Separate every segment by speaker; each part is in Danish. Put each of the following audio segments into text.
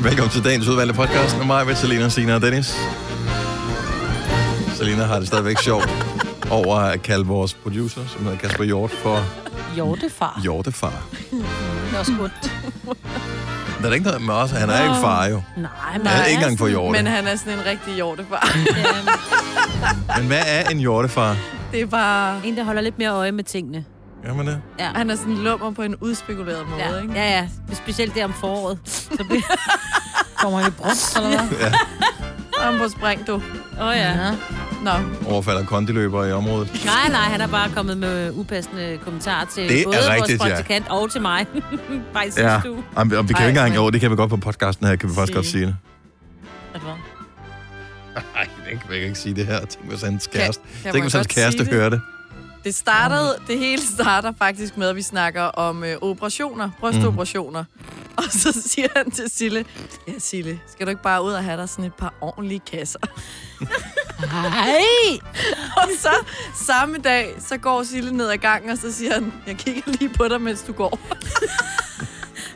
Speaker 1: Velkommen til dagens udvalgte podcast med mig, med Selina, Sina og Dennis. Selina har det stadigvæk sjovt over at kalde vores producer, som hedder Kasper Hjort, for
Speaker 2: Hjortefar.
Speaker 1: Hjortefar.
Speaker 2: Det er også ondt.
Speaker 1: Der er da ikke noget med os, han er ikke far jo.
Speaker 2: Nej,
Speaker 1: Han er ikke engang for hjorte.
Speaker 3: Men han er sådan en rigtig hjortefar.
Speaker 1: Men hvad er en hjortefar?
Speaker 3: det er bare...
Speaker 2: En, der holder lidt mere øje med tingene.
Speaker 1: Gør man det?
Speaker 2: Ah. Ja.
Speaker 3: Han er sådan lummer på en udspekuleret måde,
Speaker 2: Ja,
Speaker 3: ikke?
Speaker 2: ja, ja. Specielt der om foråret. Så bliver...
Speaker 4: Kommer han i brunst, eller hvad?
Speaker 1: Ja,
Speaker 3: Om på spring, du.
Speaker 2: Åh oh, ja.
Speaker 3: Nå,
Speaker 1: overfalder kondiløbere i området.
Speaker 2: Nej, nej, han er bare kommet med upassende kommentarer til
Speaker 1: Det er
Speaker 2: både
Speaker 1: rigtigt,
Speaker 2: vores
Speaker 1: ja.
Speaker 2: praktikant og til mig. bare i sidste
Speaker 1: Ja,
Speaker 2: uge.
Speaker 1: Jamen, og vi kan jo
Speaker 3: Ej,
Speaker 1: ikke engang,
Speaker 3: men-
Speaker 1: jo, det kan vi godt på podcasten her, kan vi faktisk
Speaker 2: Sige.
Speaker 1: godt sige det.
Speaker 3: at hvad?
Speaker 1: Nej, det kan vi ikke sige det her. Tænk, hvis hans kæreste,
Speaker 3: kan
Speaker 1: tænk,
Speaker 3: man
Speaker 1: hvis hans
Speaker 3: godt sige
Speaker 1: kæreste
Speaker 3: det?
Speaker 1: hører det.
Speaker 3: Det startede, det hele starter faktisk med, at vi snakker om øh, operationer, brystoperationer. Mm. Og så siger han til Sille, ja Sille, skal du ikke bare ud og have dig sådan et par ordentlige kasser?
Speaker 2: Nej!
Speaker 3: og så samme dag, så går Sille ned ad gangen, og så siger han, jeg kigger lige på dig, mens du går.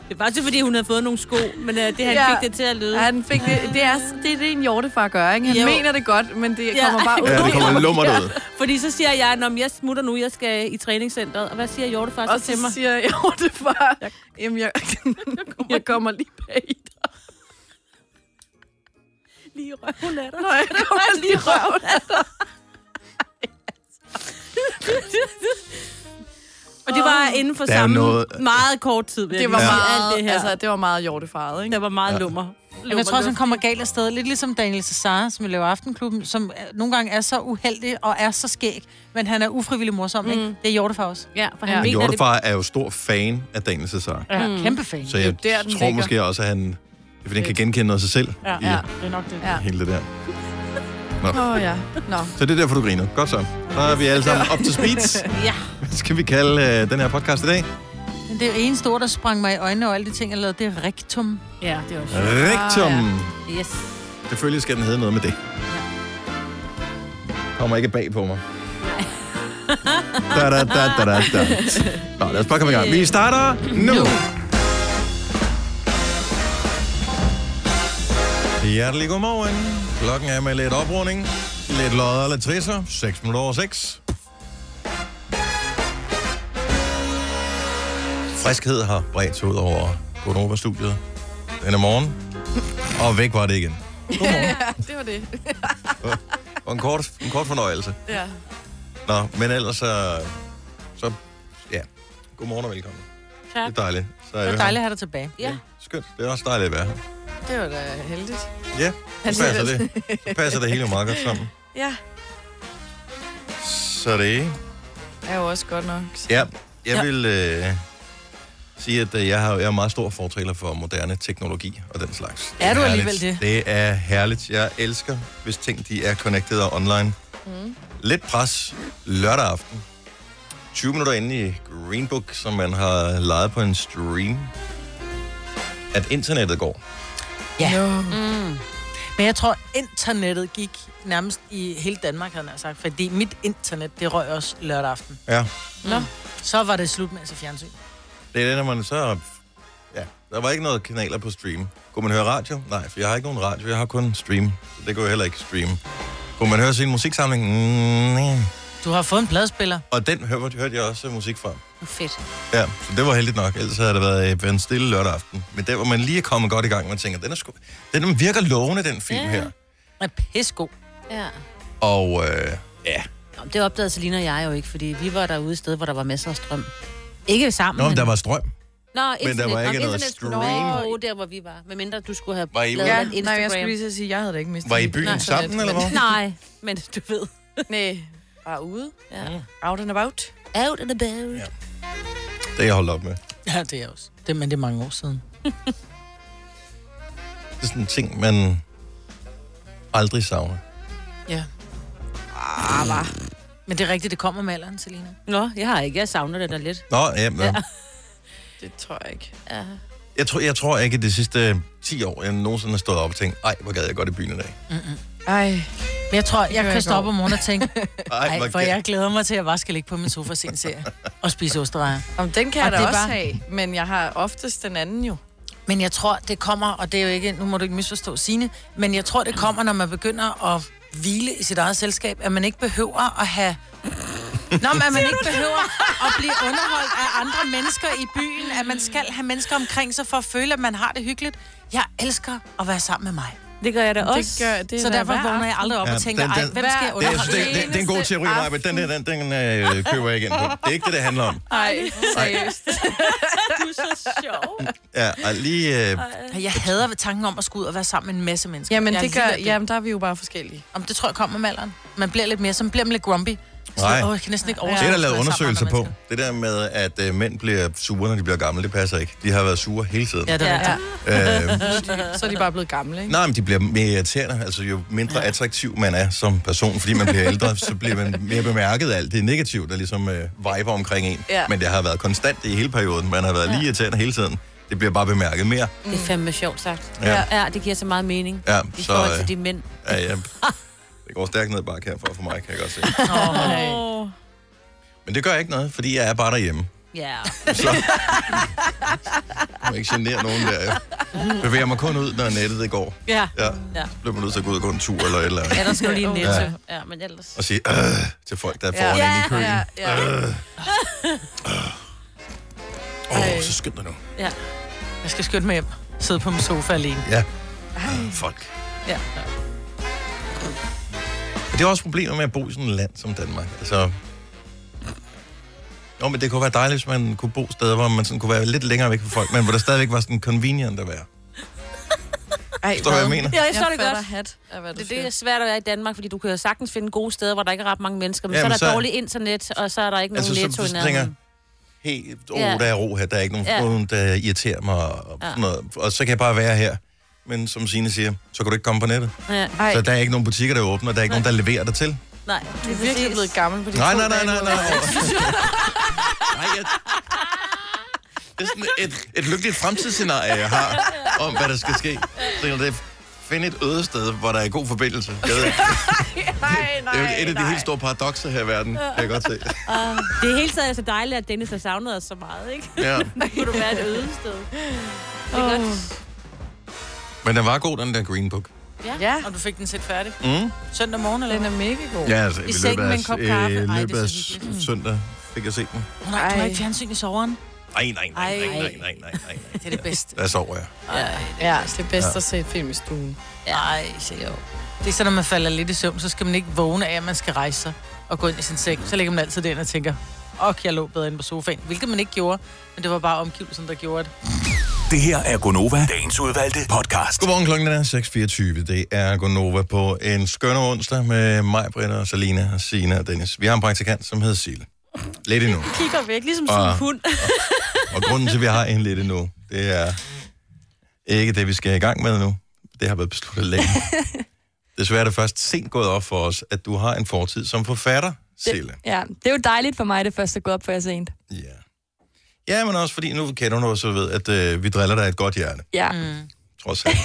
Speaker 2: Det er bare til, fordi hun havde fået nogle sko, men uh, det han
Speaker 3: Ja.
Speaker 2: ja. fik det til at lyde.
Speaker 3: Ja, han fik det, det, er, det er det, en hjortefar gør, ikke? Han
Speaker 2: Jo.
Speaker 3: jo. mener det godt, men det
Speaker 2: Ja.
Speaker 3: kommer bare ud.
Speaker 1: Ja, det kommer lummert ud.
Speaker 2: Fordi så siger jeg, at jeg smutter nu, jeg skal i træningscenteret. Og hvad siger Hjorte
Speaker 3: Og
Speaker 2: faktisk til
Speaker 3: så
Speaker 2: mig?
Speaker 3: siger jeg, jo, det var... Jamen, jeg, jeg kommer lige bag i dig.
Speaker 2: Lige i røven af dig.
Speaker 3: Nå, jeg kommer lige i røven.
Speaker 2: Og det var inden for
Speaker 1: Der er jo
Speaker 2: samme
Speaker 1: noget-
Speaker 2: meget kort tid, vil jeg
Speaker 3: Det
Speaker 2: lige
Speaker 3: var
Speaker 2: sige,
Speaker 3: meget,
Speaker 2: alt det her.
Speaker 3: altså, det var meget hjortefaret, ikke?
Speaker 2: der var meget lummer.
Speaker 4: Men jeg tror også, han kommer galt afsted. Lidt ligesom Daniel Cesar, som vi laver Aftenklubben, som øh, nogle gange er så uheldig og er så skæg, men han er ufrivillig morsom, mm. ikke? Det er Hjortefar også.
Speaker 2: Ja, for han
Speaker 3: Ja.
Speaker 2: ja. mener det.
Speaker 1: Hjortefar er jo stor fan af Daniel Cesar.
Speaker 4: Ja, mm. kæmpe fan.
Speaker 1: Så jeg
Speaker 3: Det er jo der, den
Speaker 1: tror
Speaker 3: ligger.
Speaker 1: måske også, at han, det er, fordi han kan genkende noget af sig selv ja, i
Speaker 4: Ja, det er nok det.
Speaker 3: Ja.
Speaker 1: hele det der.
Speaker 3: Åh, oh, ja. Nå.
Speaker 1: Så det er derfor, du griner. Godt så. Så er vi alle sammen up to speed.
Speaker 2: Ja.
Speaker 1: Hvad skal vi kalde øh, den her podcast i dag?
Speaker 4: Men det er en stor, der sprang mig i øjnene og alle de ting, jeg lavede, det er rektum.
Speaker 2: ja, det er også.
Speaker 1: Rigtum.
Speaker 3: Ah,
Speaker 2: Yes.
Speaker 1: Selvfølgelig skal den hedde noget med det. Kommer ikke bag på mig. da, da, da, da, da, da. Nå, lad os bare komme i gang. Vi starter nu. Hjertelig godmorgen. Klokken er med lidt oprunding. Lidt lodder eller trisser. 6 minutter over 6. Friskhed har bredt sig ud over Gonova-studiet denne morgen. Og væk var det igen.
Speaker 3: Ja, det var det.
Speaker 1: Og en kort, en kort fornøjelse.
Speaker 3: Ja.
Speaker 1: Nå, men ellers så... så ja. Godmorgen og velkommen.
Speaker 2: Tak.
Speaker 1: Det er dejligt. Så er
Speaker 4: Det
Speaker 1: jeg
Speaker 4: er dejligt at have dig tilbage.
Speaker 2: Ja.
Speaker 1: her. Skønt. Det er også dejligt at være her.
Speaker 3: Det var da heldigt.
Speaker 1: Ja, så passer Altså, det. Så passer det hele jo meget godt sammen.
Speaker 3: Ja,
Speaker 1: Så det er
Speaker 3: er jo også godt nok. Så.
Speaker 1: Ja, jeg ja. vil øh, sige, at øh, jeg, har, jeg er meget stor fortaler for moderne teknologi og den slags.
Speaker 4: Er du
Speaker 1: herligt.
Speaker 4: alligevel det?
Speaker 1: Det er herligt. Jeg elsker, hvis ting de er connected og online. Mm. Lidt pres lørdag aften. 20 minutter inde i Green Book, som man har lejet på en stream. At internettet går.
Speaker 4: Mm. Men jeg tror, internettet gik nærmest i hele Danmark, havde jeg sagt, fordi mit internet, det røg også lørdag aften.
Speaker 1: Ja,
Speaker 4: Så var det slut med at se fjernsyn.
Speaker 1: det er det, når man så... Ja, der var ikke noget kanaler på stream. Kunne man høre radio? Nej, for jeg har ikke nogen radio, jeg har kun stream. Så det kunne jeg heller ikke streame. Kunne man høre sin musiksamling? Mm, nej.
Speaker 4: Du har fået en pladespiller.
Speaker 1: Og den hørte, hørte jeg også øh, musik fra.
Speaker 2: Fedt.
Speaker 1: Ja, så det var heldigt nok. Ellers havde det været øh, en stille lørdag aften. Men der, hvor man lige er kommet godt i gang, man tænker, den, er sgu, den den virker lovende, den film
Speaker 2: Ja.
Speaker 1: ja. her.
Speaker 4: Den er pissegod.
Speaker 2: Ja.
Speaker 1: Og øh, ja,
Speaker 2: Nå, men det opdagede Selina og jeg jo ikke, fordi vi var derude et sted, hvor der var masser af strøm. Ikke sammen.
Speaker 1: Nå, men der var strøm.
Speaker 2: Nå, internet.
Speaker 1: der var ikke
Speaker 2: Nå,
Speaker 1: noget
Speaker 2: internet-
Speaker 1: stream.
Speaker 2: Nå, der hvor vi var. Medmindre du skulle have
Speaker 1: Var I-
Speaker 2: lavet
Speaker 3: Ja,
Speaker 2: en
Speaker 3: nej,
Speaker 2: Instagram.
Speaker 3: jeg skulle lige så sige, at jeg havde da ikke mistet
Speaker 1: Var I i
Speaker 3: mit
Speaker 1: byen
Speaker 3: internet,
Speaker 1: sammen, eller hvad?
Speaker 2: Nej, men du ved.
Speaker 3: Nej, bare ude.
Speaker 2: Ja.
Speaker 3: Out and about.
Speaker 2: Out and about.
Speaker 1: Ja. Det er jeg holdt op med.
Speaker 4: Ja, det er jeg også. Det, men det er mange år siden.
Speaker 1: Det er sådan en ting, man aldrig savner.
Speaker 4: Ja. Men det er rigtigt, det kommer med alderen, Selina.
Speaker 2: Nå, jeg har ikke. Jeg savner det da lidt.
Speaker 1: Nå, ja, ja.
Speaker 3: Det tror jeg ikke.
Speaker 1: Jeg, tror, jeg tror ikke, at de sidste 10 år, jeg nogensinde har stået op og tænkt, ej, hvor gad jeg godt i byen i dag.
Speaker 3: Ej,
Speaker 4: Men jeg tror, jeg
Speaker 3: jeg
Speaker 4: kan stå
Speaker 3: ikke
Speaker 4: op om morgenen og tænke,
Speaker 1: Ej,
Speaker 4: Ej,
Speaker 1: hvor
Speaker 4: for
Speaker 1: gad...
Speaker 4: jeg glæder mig til, at jeg bare skal ligge på min sofa og se en serie. Og spise osterejer.
Speaker 3: om den kan jeg
Speaker 4: Og
Speaker 3: da
Speaker 4: det er
Speaker 3: også
Speaker 4: bare-
Speaker 3: have, men jeg har oftest den anden jo.
Speaker 4: Men jeg tror, det kommer, og det er jo ikke, nu må du ikke misforstå Signe, men jeg tror, det kommer, når man begynder at hvile i sit eget selskab, at man ikke behøver at have... Nå, men at man ikke behøver at blive underholdt af andre mennesker i byen, at man skal have mennesker omkring sig for at føle, at man har det hyggeligt. Jeg elsker at være sammen med mig.
Speaker 2: Det gør jeg da også.
Speaker 3: gør- det er
Speaker 4: så
Speaker 3: da
Speaker 4: derfor
Speaker 3: hver
Speaker 4: vågner jeg
Speaker 3: aften.
Speaker 4: aldrig op
Speaker 1: Ja,
Speaker 4: og tænker,
Speaker 1: den-
Speaker 4: ej,
Speaker 1: den-
Speaker 4: hvem skal jeg
Speaker 1: Det, jeg synes,
Speaker 4: underholde?
Speaker 1: det, det, det er en god teori, Maja, men den, der, den, den øh, køber jeg igen på. Det er ikke det, det handler om.
Speaker 3: Nej, seriøst.
Speaker 2: Du er så sjov.
Speaker 1: Ja, og lige... Øh,
Speaker 4: Jeg hader ved tanken om at skulle ud og være sammen med en masse mennesker.
Speaker 3: Jamen,
Speaker 4: jeg
Speaker 3: det
Speaker 4: lider
Speaker 3: gør, jamen, der er vi jo bare forskellige.
Speaker 4: Om det tror jeg kommer med alderen. Man bliver lidt mere, så bliver man lidt grumpy. Så,
Speaker 1: Nej.
Speaker 4: Åh, jeg kan næsten ikke overskue.
Speaker 1: Det er der
Speaker 4: at være
Speaker 1: lavet
Speaker 4: sammen med andre
Speaker 1: undersøgelser på.
Speaker 4: mennesker."
Speaker 1: Det der med, at øh, mænd bliver sure, når de bliver gamle, det passer ikke. De har været sure hele tiden.
Speaker 4: Ja, det er
Speaker 3: Ja.
Speaker 4: rigtigt.
Speaker 1: Øh,
Speaker 3: Så er de bare blevet gamle, ikke?
Speaker 1: nej, men de bliver mere irriterende. Altså, jo mindre attraktiv man er som person, fordi man bliver ældre, så bliver man mere bemærket af alt det negative, der ligesom øh, viber omkring en.
Speaker 3: Ja.
Speaker 1: Men det har været konstant i hele perioden. Man har været lige irriterende hele tiden. Det bliver bare bemærket mere.
Speaker 2: Det er fandme sjovt sagt.
Speaker 1: Ja.
Speaker 2: ja det giver så meget mening.
Speaker 1: Ja,
Speaker 2: I
Speaker 1: så,
Speaker 2: forhold
Speaker 1: øh,
Speaker 2: til de mænd.
Speaker 1: Ja, ja. Det går stærkt ned bare herfra for mig, kan jeg godt se.
Speaker 3: Oh.
Speaker 1: Men det gør ikke noget, fordi jeg er bare derhjemme.
Speaker 2: Ja.
Speaker 1: Så jeg må ikke genere nogen der. Jeg bevæger mig kun ud, når nettet det går.
Speaker 2: Ja.
Speaker 1: Ja.
Speaker 2: Ja.
Speaker 1: Så bliver man nødt til at gå ud og gå en tur eller et eller andet.
Speaker 2: Ja, der skal du lige en netto.
Speaker 1: Ja.
Speaker 2: Ja. men ellers...
Speaker 1: Og sige øh, til folk, der er foran ja.
Speaker 3: Ja.
Speaker 1: inde i køen.
Speaker 3: Ja, ja.
Speaker 1: Øh. Øh. Åh, så skynd dig nu.
Speaker 2: Ja.
Speaker 4: Jeg skal skynde mig hjem. Sidde på min sofa alene.
Speaker 1: Ja. Øh, folk.
Speaker 4: Ja.
Speaker 1: Og det er også problemer med at bo i sådan et land som Danmark. Altså, jo, men det kunne være dejligt, hvis man kunne bo steder, hvor man sådan kunne være lidt længere væk fra folk, men hvor der stadigvæk var sådan convenient at være.
Speaker 3: Ej,
Speaker 1: Forstår du, hvad jeg mener?
Speaker 2: Ja, jeg forstår det godt.
Speaker 3: fatter hat af, hvad du
Speaker 2: Det, er det er
Speaker 3: siger.
Speaker 2: svært at være i Danmark, fordi du kan jo sagtens finde gode steder, hvor der ikke er ret mange mennesker, men
Speaker 1: Ja,
Speaker 2: ja, så er
Speaker 1: men
Speaker 2: der
Speaker 1: så-
Speaker 2: så... dårligt internet, og så er der ikke nogen
Speaker 1: Altså,
Speaker 2: altså,
Speaker 1: så
Speaker 2: netto i
Speaker 1: så tænker
Speaker 2: nærheden.
Speaker 1: hey, åh,
Speaker 2: Ja.
Speaker 1: der er ro her, der er ikke
Speaker 2: Ja.
Speaker 1: nogen, ja. der irriterer mig, og,
Speaker 2: Ja.
Speaker 1: sådan noget. og så kan jeg bare være her. Men som Signe siger, så kan du ikke komme på nettet.
Speaker 2: Ja.
Speaker 3: Ej,
Speaker 1: Så der er ikke nogen butikker, der åbner, der er ikke nogen, der leverer dig til.
Speaker 2: Nej,
Speaker 3: du er virkelig blevet gammel på de
Speaker 1: Nej,
Speaker 3: to
Speaker 1: nej, nej,
Speaker 3: dage,
Speaker 1: nej,
Speaker 3: du
Speaker 1: nej.
Speaker 3: har
Speaker 1: nej.
Speaker 3: været.
Speaker 1: jeg... Det er sådan et, et lykkeligt fremtidsscenarie, jeg har, om hvad der skal ske. Så jeg tænker, det er, find et øde sted, hvor der er god forbindelse. Jeg ved, ikke.
Speaker 3: Nej, nej,
Speaker 1: det er jo et af de helt store paradokser her i verden, kan jeg godt se.
Speaker 2: det er hele taget så dejligt, at Dennis har savnet os så meget, ikke?
Speaker 1: Ja.
Speaker 2: Nu kunne du være et øde sted. Det er godt.
Speaker 1: Men den var god, den der Green Book.
Speaker 3: Ja,
Speaker 4: Og du fik den set færdig.
Speaker 1: Mm.
Speaker 4: Søndag morgen, eller
Speaker 3: den
Speaker 4: hvad?
Speaker 3: er mega god.
Speaker 1: Ja, altså, i,
Speaker 4: sengen med en kop kaffe. Ej,
Speaker 1: I
Speaker 4: det er
Speaker 1: løbet af
Speaker 4: så hyggeligt.
Speaker 1: s- søndag fik jeg set den.
Speaker 4: Åh, Nej, du har
Speaker 3: Ej.
Speaker 4: ikke fjernsyn i soveren.
Speaker 1: Nej, nej, nej, nej,
Speaker 4: Ej.
Speaker 1: nej, nej, nej, nej.
Speaker 4: Det er det bedste.
Speaker 1: Der sover jeg.
Speaker 3: Ja, det er bedst at se et film i stuen.
Speaker 4: Nej, ja. Det er så, når man falder lidt i søvn, så skal man ikke vågne af, at man skal rejse sig og gå ind i sin seng. Så ligger man altid derinde og tænker, ok, jeg lå bedre inde på sofaen. Hvilket man ikke gjorde, men det var bare omgivelsen, der gjorde det.
Speaker 5: Det her er Gonova, dagens udvalgte podcast.
Speaker 1: Godmorgen, klokken er 6.24. Det er Gonova på en skønne onsdag med mig, Britta, og Salina, og Sina og Dennis. Vi har en praktikant, som hedder Sile. Lidt endnu.
Speaker 2: Kigger væk, ligesom sådan en
Speaker 1: Ah.
Speaker 2: hund.
Speaker 1: Og grunden til, at vi har en lidt endnu, det er ikke det, vi skal i gang med nu. Det har været besluttet længe. Desværre er det først sent gået op for os, at du har en fortid som forfatter, Sille.
Speaker 6: Ja, det er jo dejligt for mig, det første går op for jer sent.
Speaker 1: Ja. Ja, men også fordi nu kender du os og ved, at øh, vi driller dig et godt hjerte.
Speaker 6: Ja. Mm.
Speaker 4: Mm.
Speaker 1: trods alt.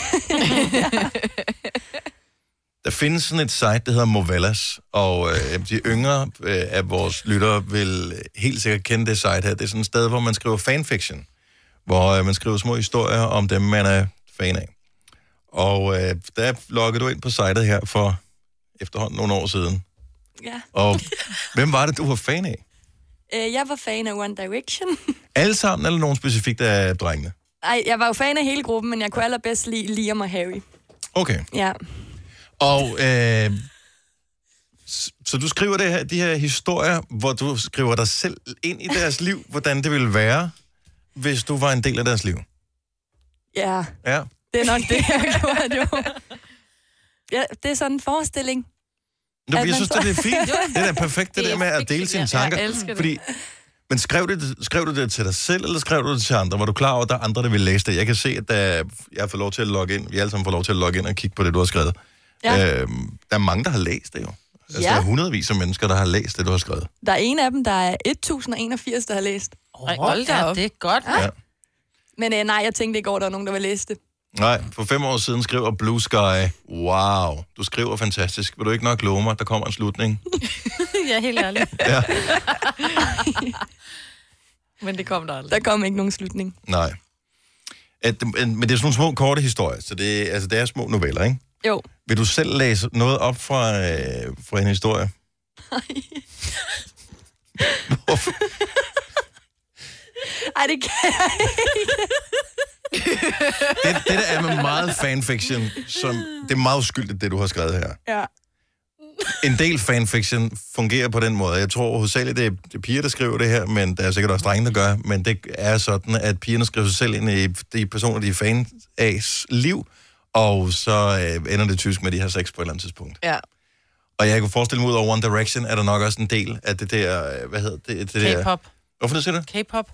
Speaker 1: Der findes sådan et site, der hedder Movellas, og øh, de yngre øh, af vores lyttere vil helt sikkert kende det site her. Det er sådan et sted, hvor man skriver fanfiction, hvor øh, man skriver små historier om dem, man er fan af. Og øh, der loggede du ind på sitet her for efterhånden nogle år siden.
Speaker 6: ja.
Speaker 1: Og hvem var det, du var fan af?
Speaker 6: Øh, jeg var fan af One Direction.
Speaker 1: Alle sammen, eller nogen specifikt af drengene?
Speaker 6: Ej, jeg var jo fan af hele gruppen, men jeg kunne allerbedst lide Liam og Harry.
Speaker 1: Okay.
Speaker 6: Ja.
Speaker 1: Og øh, s- så du skriver det her, de her historier, hvor du skriver dig selv ind i deres liv, hvordan det ville være, hvis du var en del af deres liv.
Speaker 6: Ja,
Speaker 1: Ja.
Speaker 6: det er nok det, jeg gjorde jo. Ja, det er sådan en forestilling.
Speaker 1: Nu,
Speaker 6: At
Speaker 1: jeg
Speaker 6: man
Speaker 1: synes,
Speaker 6: tror-
Speaker 1: det er fint. Det er da perfekt, det
Speaker 2: Det er
Speaker 1: der med at dele
Speaker 2: fiction,
Speaker 1: sine
Speaker 2: ja.
Speaker 1: tanker.
Speaker 3: Jeg elsker det.
Speaker 1: Fordi, men skrev du, det, skrev du det til dig selv, eller skrev du det til andre? Var du klar over, at der er andre, der vil læse det? Jeg kan se, at der, jeg får lov til at logge ind. Vi alle sammen får lov til at logge ind og kigge på det, du har skrevet.
Speaker 6: Ja.
Speaker 1: Øhm, der er mange, der har læst det jo. Altså,
Speaker 6: Ja.
Speaker 1: der er hundredvis af mennesker, der har læst det, du har skrevet.
Speaker 6: Der er en af dem, der er 1081, der har læst.
Speaker 4: Ej, hold da op. det er godt.
Speaker 1: Ja.
Speaker 6: Men øh, nej, jeg tænkte ikke over, at der var nogen, der ville læse det.
Speaker 1: Nej, for fem år siden skriver Blue Sky, wow, du skriver fantastisk. Vil du ikke nok love mig, at der kommer en slutning?
Speaker 2: ja, helt ærligt.
Speaker 1: Ja,
Speaker 3: Men det kom der aldrig.
Speaker 6: Der kom ikke nogen slutning.
Speaker 1: nej. At, men det er sådan nogle små, korte historier, så det, altså, det er små noveller, ikke?
Speaker 6: Jo.
Speaker 1: Vil du selv læse noget op fra, øh, fra en historie?
Speaker 6: Ej, det kan jeg
Speaker 1: Det, det der er med meget fanfiction, som, det er meget uskyldigt, det du har skrevet her.
Speaker 6: Ja.
Speaker 1: En del fanfiction fungerer på den måde. Jeg tror hovedsageligt, det er, det er piger, der skriver det her, men der er sikkert også drenge, der gør. Men det er sådan, at pigerne skriver sig selv ind i de personer, de er fan afs liv, og så øh, ender det tysk med, at de har sex på et eller andet tidspunkt.
Speaker 3: Ja.
Speaker 1: Og jeg kunne forestille mig, ud over One Direction, er der nok også en del af det der, øh, hvad hedder det? det der,
Speaker 4: K-pop.
Speaker 1: Hvorfor det siger du?
Speaker 4: K-pop.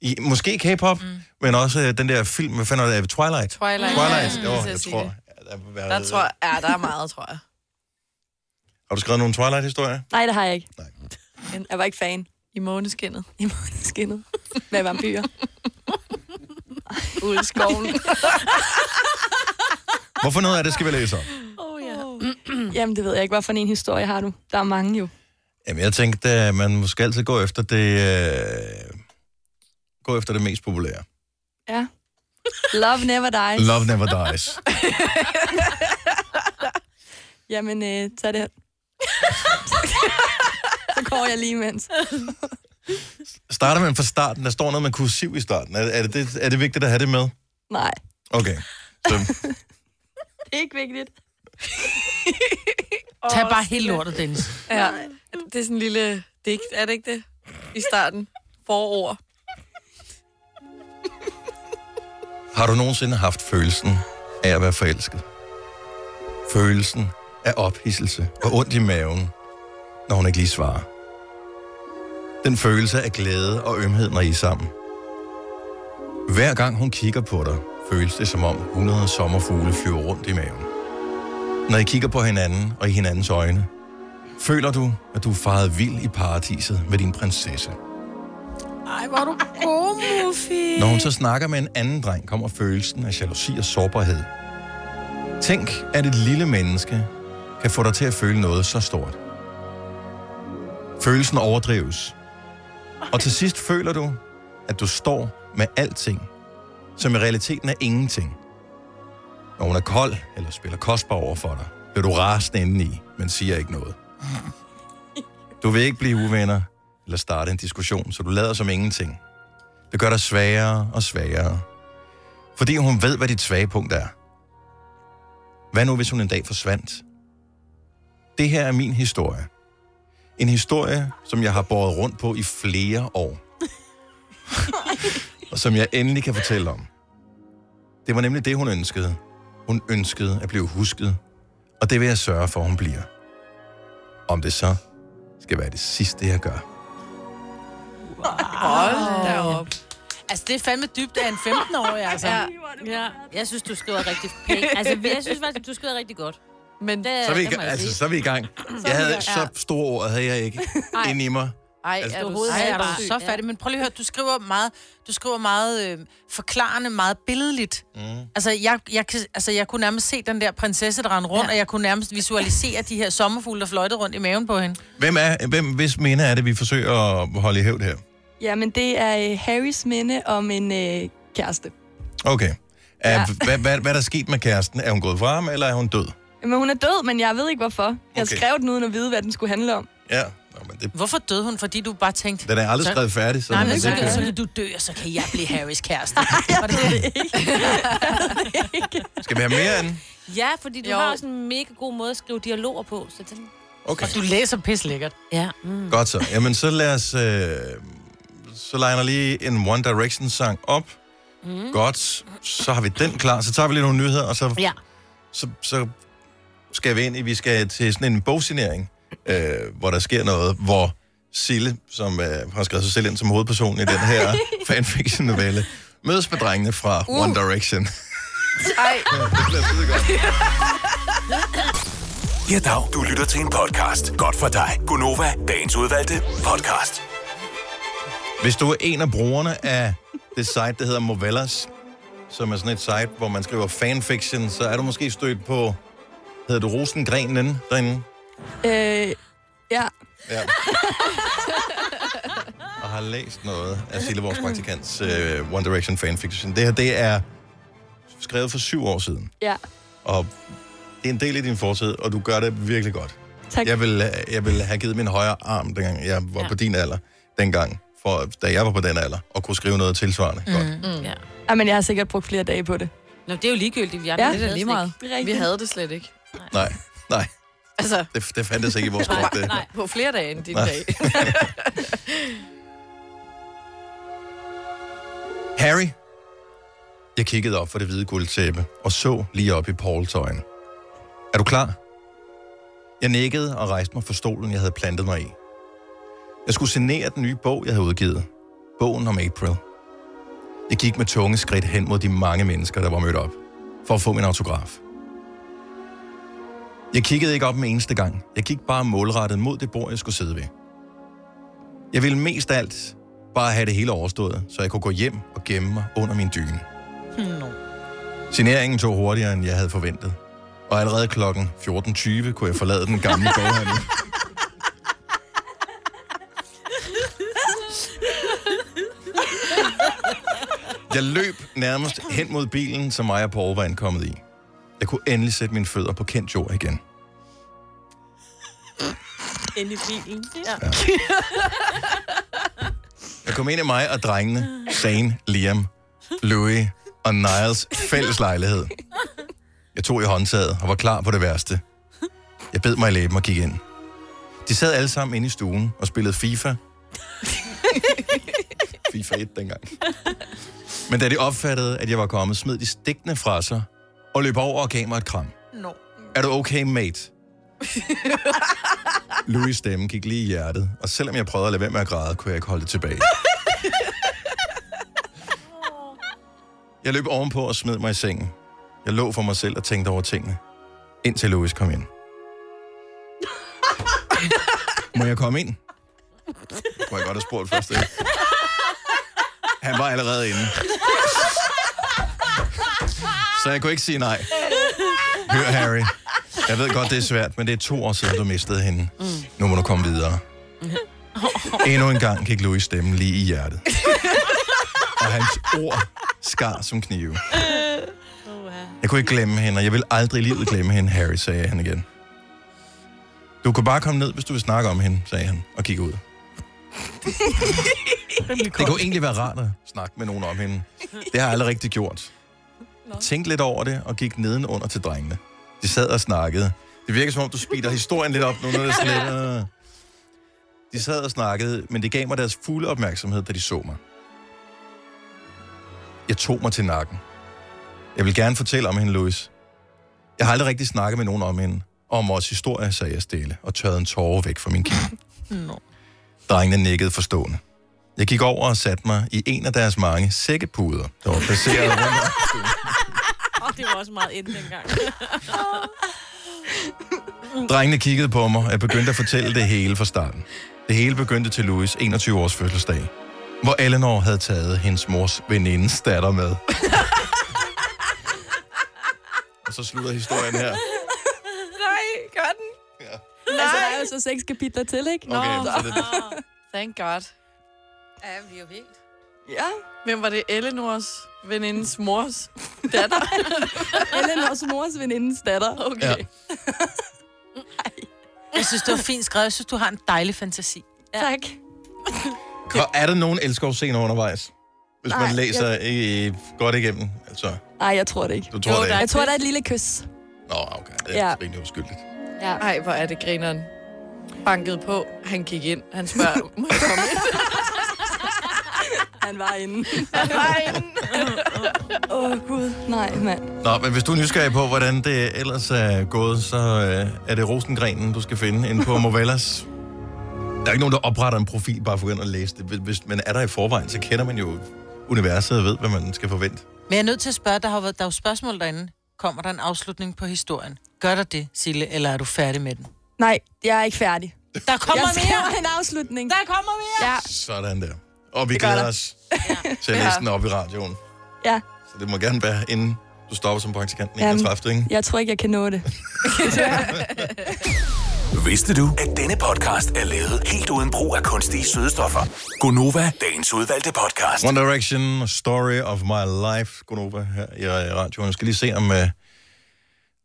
Speaker 1: I, måske K-pop, mm. men også øh, den der film, hvad fanden var det, Twilight?
Speaker 3: Twilight.
Speaker 1: Twilight,
Speaker 3: Mm.
Speaker 1: jo,
Speaker 3: Så
Speaker 1: jeg
Speaker 3: sige
Speaker 1: tror.
Speaker 3: det.
Speaker 1: Ja, der, vil være,
Speaker 3: Der tror jeg, ja, der er meget, tror jeg.
Speaker 1: Har du skrevet nogle Twilight-historier?
Speaker 6: Nej, det har jeg ikke.
Speaker 1: Nej.
Speaker 6: Men Jeg var ikke fan
Speaker 3: I måneskinnet.
Speaker 6: i måneskinnet med vampyrer.
Speaker 3: Ude i skoven.
Speaker 1: Hvorfor noget af det skal vi læse om?
Speaker 6: Oh, ja. Jamen, det ved jeg ikke. Hvad for en historie har du? Der er mange jo.
Speaker 1: Jamen, jeg tænkte, at man måske altid går efter det, øh, gå efter det mest populære.
Speaker 6: Ja. Love never dies.
Speaker 1: Love Never Dies.
Speaker 6: Jamen, øh, tag det her. Så går jeg lige imens.
Speaker 1: Starter man fra starten? Der står noget med kursiv i starten. Er, er, det, det, er det vigtigt at have det med?
Speaker 6: Nej,
Speaker 1: Okay. Så,
Speaker 6: det er ikke vigtigt.
Speaker 4: Tag bare helt lortet, Dennis.
Speaker 3: Ja. Det er sådan en lille digt, er det ikke det? I starten. Forår.
Speaker 1: har du nogensinde haft følelsen af at være forelsket? Følelsen af ophisselse og ondt i maven, når hun ikke lige svarer. Den følelse af glæde og ømhed, når I er sammen. Hver gang hun kigger på dig, føles det som om 100 sommerfugle flyver rundt i maven. Når I kigger på hinanden og i hinandens øjne, føler du, at du er faret vild i paradiset med din prinsesse.
Speaker 4: Ej, hvor er du god, Muffy.
Speaker 1: Når hun så snakker med en anden dreng, kommer følelsen af jalousi og sårbarhed. Tænk, at et lille menneske kan få dig til at føle noget så stort. Følelsen overdrives. Og til sidst føler du, at du står med alting, som i realiteten er ingenting. Når hun er kold eller spiller kostbar over for dig, bliver du rasende indeni, men siger ikke noget. Du vil ikke blive uvenner eller starte en diskussion, så du lader som ingenting. Det gør dig svagere og svagere. Fordi hun ved, hvad dit svage punkt er. Hvad nu, hvis hun en dag forsvandt? Det her er min historie. En historie, som jeg har båret rundt på i flere år. og som jeg endelig kan fortælle om. Det var nemlig det, hun ønskede. Hun ønskede at blive husket. Og det vil jeg sørge for, hun bliver. Om det så skal være det sidste, jeg gør.
Speaker 3: Hold da op.
Speaker 4: Altså, det er fandme dybt af en 15-årig, altså.
Speaker 3: Ja.
Speaker 2: Ja, jeg synes, du skriver rigtig pænt. Altså, jeg synes faktisk, du skriver rigtig godt.
Speaker 3: Men
Speaker 2: Det,
Speaker 1: Så er vi, i
Speaker 2: det må
Speaker 1: gang,
Speaker 2: jeg
Speaker 1: altså,
Speaker 2: sige.
Speaker 1: så er vi i gang. Jeg havde så store ord, havde jeg ikke inde i mig.
Speaker 3: ej,
Speaker 1: Altså,
Speaker 3: er du
Speaker 2: overhovedet
Speaker 4: Ej, er
Speaker 3: sindssyg.
Speaker 4: du så fattig. Men prøv lige at høre, du skriver meget, du skriver meget øh, forklarende, meget billedligt. Mm. Altså, jeg, jeg, kan- altså, jeg kunne nærmest se den der prinsesse, der rendte rundt, ja. og jeg kunne nærmest visualisere de her sommerfugle, der fløjtede rundt i maven på hende.
Speaker 1: Hvem er, hvem, hvis minde er det, vi forsøger at holde i hævd her?
Speaker 6: Jamen, det er øh, Harrys minde om en øh, kæreste.
Speaker 1: Okay. Er, ja. hvad, hvad, hvad er der sket med kæresten? Er hun gået fra ham, eller er hun død?
Speaker 6: Men hun er død, men jeg ved ikke hvorfor. Jeg
Speaker 1: Okay.
Speaker 6: okay. skrev den uden at vide, hvad den skulle handle om.
Speaker 1: Ja. Nå, men det,
Speaker 4: Hvorfor døde hun? Fordi du bare tænkte...
Speaker 1: den er aldrig
Speaker 4: så-
Speaker 1: skrevet færdig, så,
Speaker 4: Nej, men
Speaker 1: det
Speaker 4: så,
Speaker 1: kan-
Speaker 4: så vil du dø, og så kan jeg blive Harrys kæreste. Var det det?
Speaker 1: skal vi have mere end?
Speaker 2: Ja, fordi du
Speaker 3: Jo.
Speaker 2: jo. har også en mega god måde at skrive dialoger på. Så den...
Speaker 1: Okay,
Speaker 4: Og du læser pis lækkert.
Speaker 2: Ja, mm.
Speaker 1: godt så. Jamen, så lad os... Øh, så liner lige en One Direction-sang op. Mm. Godt, så har vi den klar. Så tager vi lige nogle nyheder, og så
Speaker 2: ja.
Speaker 1: så, så skal vi ind i, vi skal til sådan en bogsignering, øh, hvor der sker noget, hvor Sille, som øh, har skrevet sig selv ind som hovedperson i den her fanfiction-novelle, mødes med drengene fra uh. One Direction.
Speaker 3: Ej,
Speaker 5: Ja, dag. Du lytter til en podcast. Godt for dig. Gunova. Dagens udvalgte podcast.
Speaker 1: Hvis du er en af brugerne af det site, der hedder Movellas, som er sådan et site, hvor man skriver fanfiction, så er du måske stødt på, hedder du Rosengrenen derinde?
Speaker 6: Øh, ja,
Speaker 1: Ja. og har læst noget af Sille, vores praktikants uh, One Direction øh, fanfiction. Det her, det er skrevet for syv år siden,
Speaker 6: Ja,
Speaker 1: og det er en del af din fortid, og du gør det virkelig godt.
Speaker 6: tak.
Speaker 1: Jeg ville, jeg ville have givet min højre arm, dengang jeg var ja. på din alder, dengang, for, da jeg var på den alder, og kunne skrive noget tilsvarende mm. godt.
Speaker 2: Ja.
Speaker 6: Ej, men jeg har sikkert brugt flere dage på det.
Speaker 2: Nå, det er jo ligegyldigt. Vi
Speaker 6: Ja,
Speaker 2: andre,
Speaker 6: det er
Speaker 2: ved
Speaker 3: lige
Speaker 2: slet
Speaker 3: meget.
Speaker 2: ikke.
Speaker 3: Vi
Speaker 6: Rigtigt.
Speaker 3: havde det slet ikke.
Speaker 1: Nej, nej,
Speaker 3: Altså,
Speaker 1: det, det fandtes ikke i vores krop. Det.
Speaker 2: Nej.
Speaker 3: på flere dage end din
Speaker 1: Nej.
Speaker 3: dag.
Speaker 1: Harry, jeg kiggede op for det hvide guldtæppe og så lige op i Pauls øjne. Er du klar? Jeg nikkede og rejste mig fra stolen, jeg havde plantet mig i. Jeg skulle signere den nye bog, jeg havde udgivet. Bogen om April. Jeg gik med tunge skridt hen mod de mange mennesker, der var mødt op, for at få min autograf. Jeg kiggede ikke op en eneste gang. Jeg gik bare målrettet mod det bord, jeg skulle sidde ved. Jeg ville mest af alt bare have det hele overstået, så jeg kunne gå hjem og gemme mig under min dyne.
Speaker 4: Nå.
Speaker 1: Signeringen tog hurtigere, end jeg havde forventet. Og allerede klokken 14.20 kunne jeg forlade den gamle boghandel. Jeg løb nærmest hen mod bilen, som mig og Paul var ankommet i. Jeg kunne endelig sætte mine fødder på kendt jord igen.
Speaker 2: Inde i bilen. Ja.
Speaker 1: Jeg kom ind i mig og drengene, Zane, Liam, Louis og Niles fælles lejlighed. Jeg tog i håndtaget og var klar på det værste. Jeg bed mig i læben og gik ind. De sad alle sammen inde i stuen og spillede FIFA. FIFA 1 dengang. Men da de opfattede, at jeg var kommet, smed de stikkene fra sig og løb over og gav mig et kram.
Speaker 4: Nå.
Speaker 1: Er du okay, mate? Louis' stemme gik lige i hjertet, og selvom jeg prøvede at lade være med at græde, kunne jeg ikke holde det tilbage. Jeg løb ovenpå og smed mig i sengen. Jeg lå for mig selv og tænkte over tingene, indtil Louis kom ind. Må jeg komme ind? Kunne jeg godt have spurgt først, ikke? Han var allerede inde. Så jeg kunne ikke sige nej. Hør, Harry. Jeg ved godt, det er svært, men det er to år siden, du mistede hende.
Speaker 3: Mm.
Speaker 1: Nu må du komme videre. Endnu en gang gik Louis stemmen lige i hjertet. Og hans ord skar som knive. Jeg kunne ikke glemme hende, og jeg vil aldrig i livet glemme hende, Harry, sagde han igen. Du kan bare komme ned, hvis du vil snakke om hende, sagde han, og kigge ud. Det kunne egentlig være rart at snakke med nogen om hende. Det har jeg aldrig rigtig gjort. Jeg tænkte lidt over det, og gik nedenunder til drengene. De sad og snakkede. Det virker som om, du speeder historien lidt op nu, når det er sådan lidt... Øh. De sad og snakkede, men det gav mig deres fulde opmærksomhed, da de så mig. Jeg tog mig til nakken. Jeg vil gerne fortælle om hende, Louis. Jeg har aldrig rigtig snakket med nogen om hende. Og om vores historie, sagde jeg stille, og tørrede en tårer væk fra min kind.
Speaker 4: Nå.
Speaker 1: Drengene nikkede forstående. Jeg gik over og satte mig i en af deres mange sækkepuder, der var placeret rundt om stuen.
Speaker 2: Og det var også meget inden dengang.
Speaker 1: Drengene kiggede på mig, og jeg begyndte at fortælle det hele fra starten. Det hele begyndte til Louis 21-års fødselsdag, hvor Eleanor havde taget hendes mors venindes datter med. og så slutter historien her.
Speaker 3: Nej, gør den.
Speaker 1: Ja.
Speaker 6: Altså, der er jo så seks kapitler til, ikke?
Speaker 1: Okay, så det,
Speaker 3: Ah, Thank God.
Speaker 4: Ja, vi er jo helt...
Speaker 3: Ja. Hvem var det? Eleanors venindens mors datter?
Speaker 6: Eleanors mors venindens datter.
Speaker 3: Okay.
Speaker 1: ja.
Speaker 3: Ja.
Speaker 4: Jeg synes, det var fint skrevet. Jeg synes, du har en dejlig fantasi.
Speaker 6: Tak.
Speaker 1: Hvor er der nogen elskovscener undervejs? Hvis man
Speaker 6: Nej,
Speaker 1: læser øh, godt igennem. Altså,
Speaker 6: Nej, jeg tror det ikke.
Speaker 1: du tror det ikke.
Speaker 6: Jeg tror, der er et lille kys.
Speaker 1: Nå, okay. Det er
Speaker 6: Ja.
Speaker 1: rimelig uskyldigt.
Speaker 6: Ja.
Speaker 3: Ej, hvor er det grineren. Bankede på. Han gik ind. Han spørger, må jeg komme ind?
Speaker 6: Han var inde.
Speaker 3: Nej,
Speaker 6: Åh, oh, Gud. Nej, mand.
Speaker 1: Nå, men hvis du er nysgerrig på, hvordan det ellers er gået, så øh, er det Rosengrenen, du skal finde inde på Movellas. Der er ikke nogen, der opretter en profil bare for at gå ind og læse det. Hvis- Hvis man er der i forvejen, så kender man jo universet og ved, hvad man skal forvente.
Speaker 4: Men jeg er nødt til at spørge, der har været, der er jo spørgsmål derinde. Kommer der en afslutning på historien? Gør der det, Sille, eller er du færdig med den?
Speaker 6: Nej, jeg er ikke færdig.
Speaker 4: Der kommer
Speaker 6: Jeg
Speaker 4: mere!
Speaker 6: skriver en afslutning.
Speaker 4: Der kommer mere!
Speaker 6: Ja,
Speaker 1: Sådan der. Og vi
Speaker 6: gør
Speaker 1: glæder
Speaker 6: der.
Speaker 1: os til at læse den op i radioen.
Speaker 6: ja. Øhm,
Speaker 1: Så det må gerne være, inden du stopper som praktikant den
Speaker 6: Jamen.
Speaker 1: 31. Ikke?
Speaker 6: Jeg tror ikke, jeg kan nå det.
Speaker 5: Vidste du, at denne podcast er lavet helt uden brug af kunstige sødestoffer? Gonova, dagens udvalgte podcast.
Speaker 1: One Direction, Story of My Life, Gunova, her i øh, radioen. Jeg skal lige se, om, uh,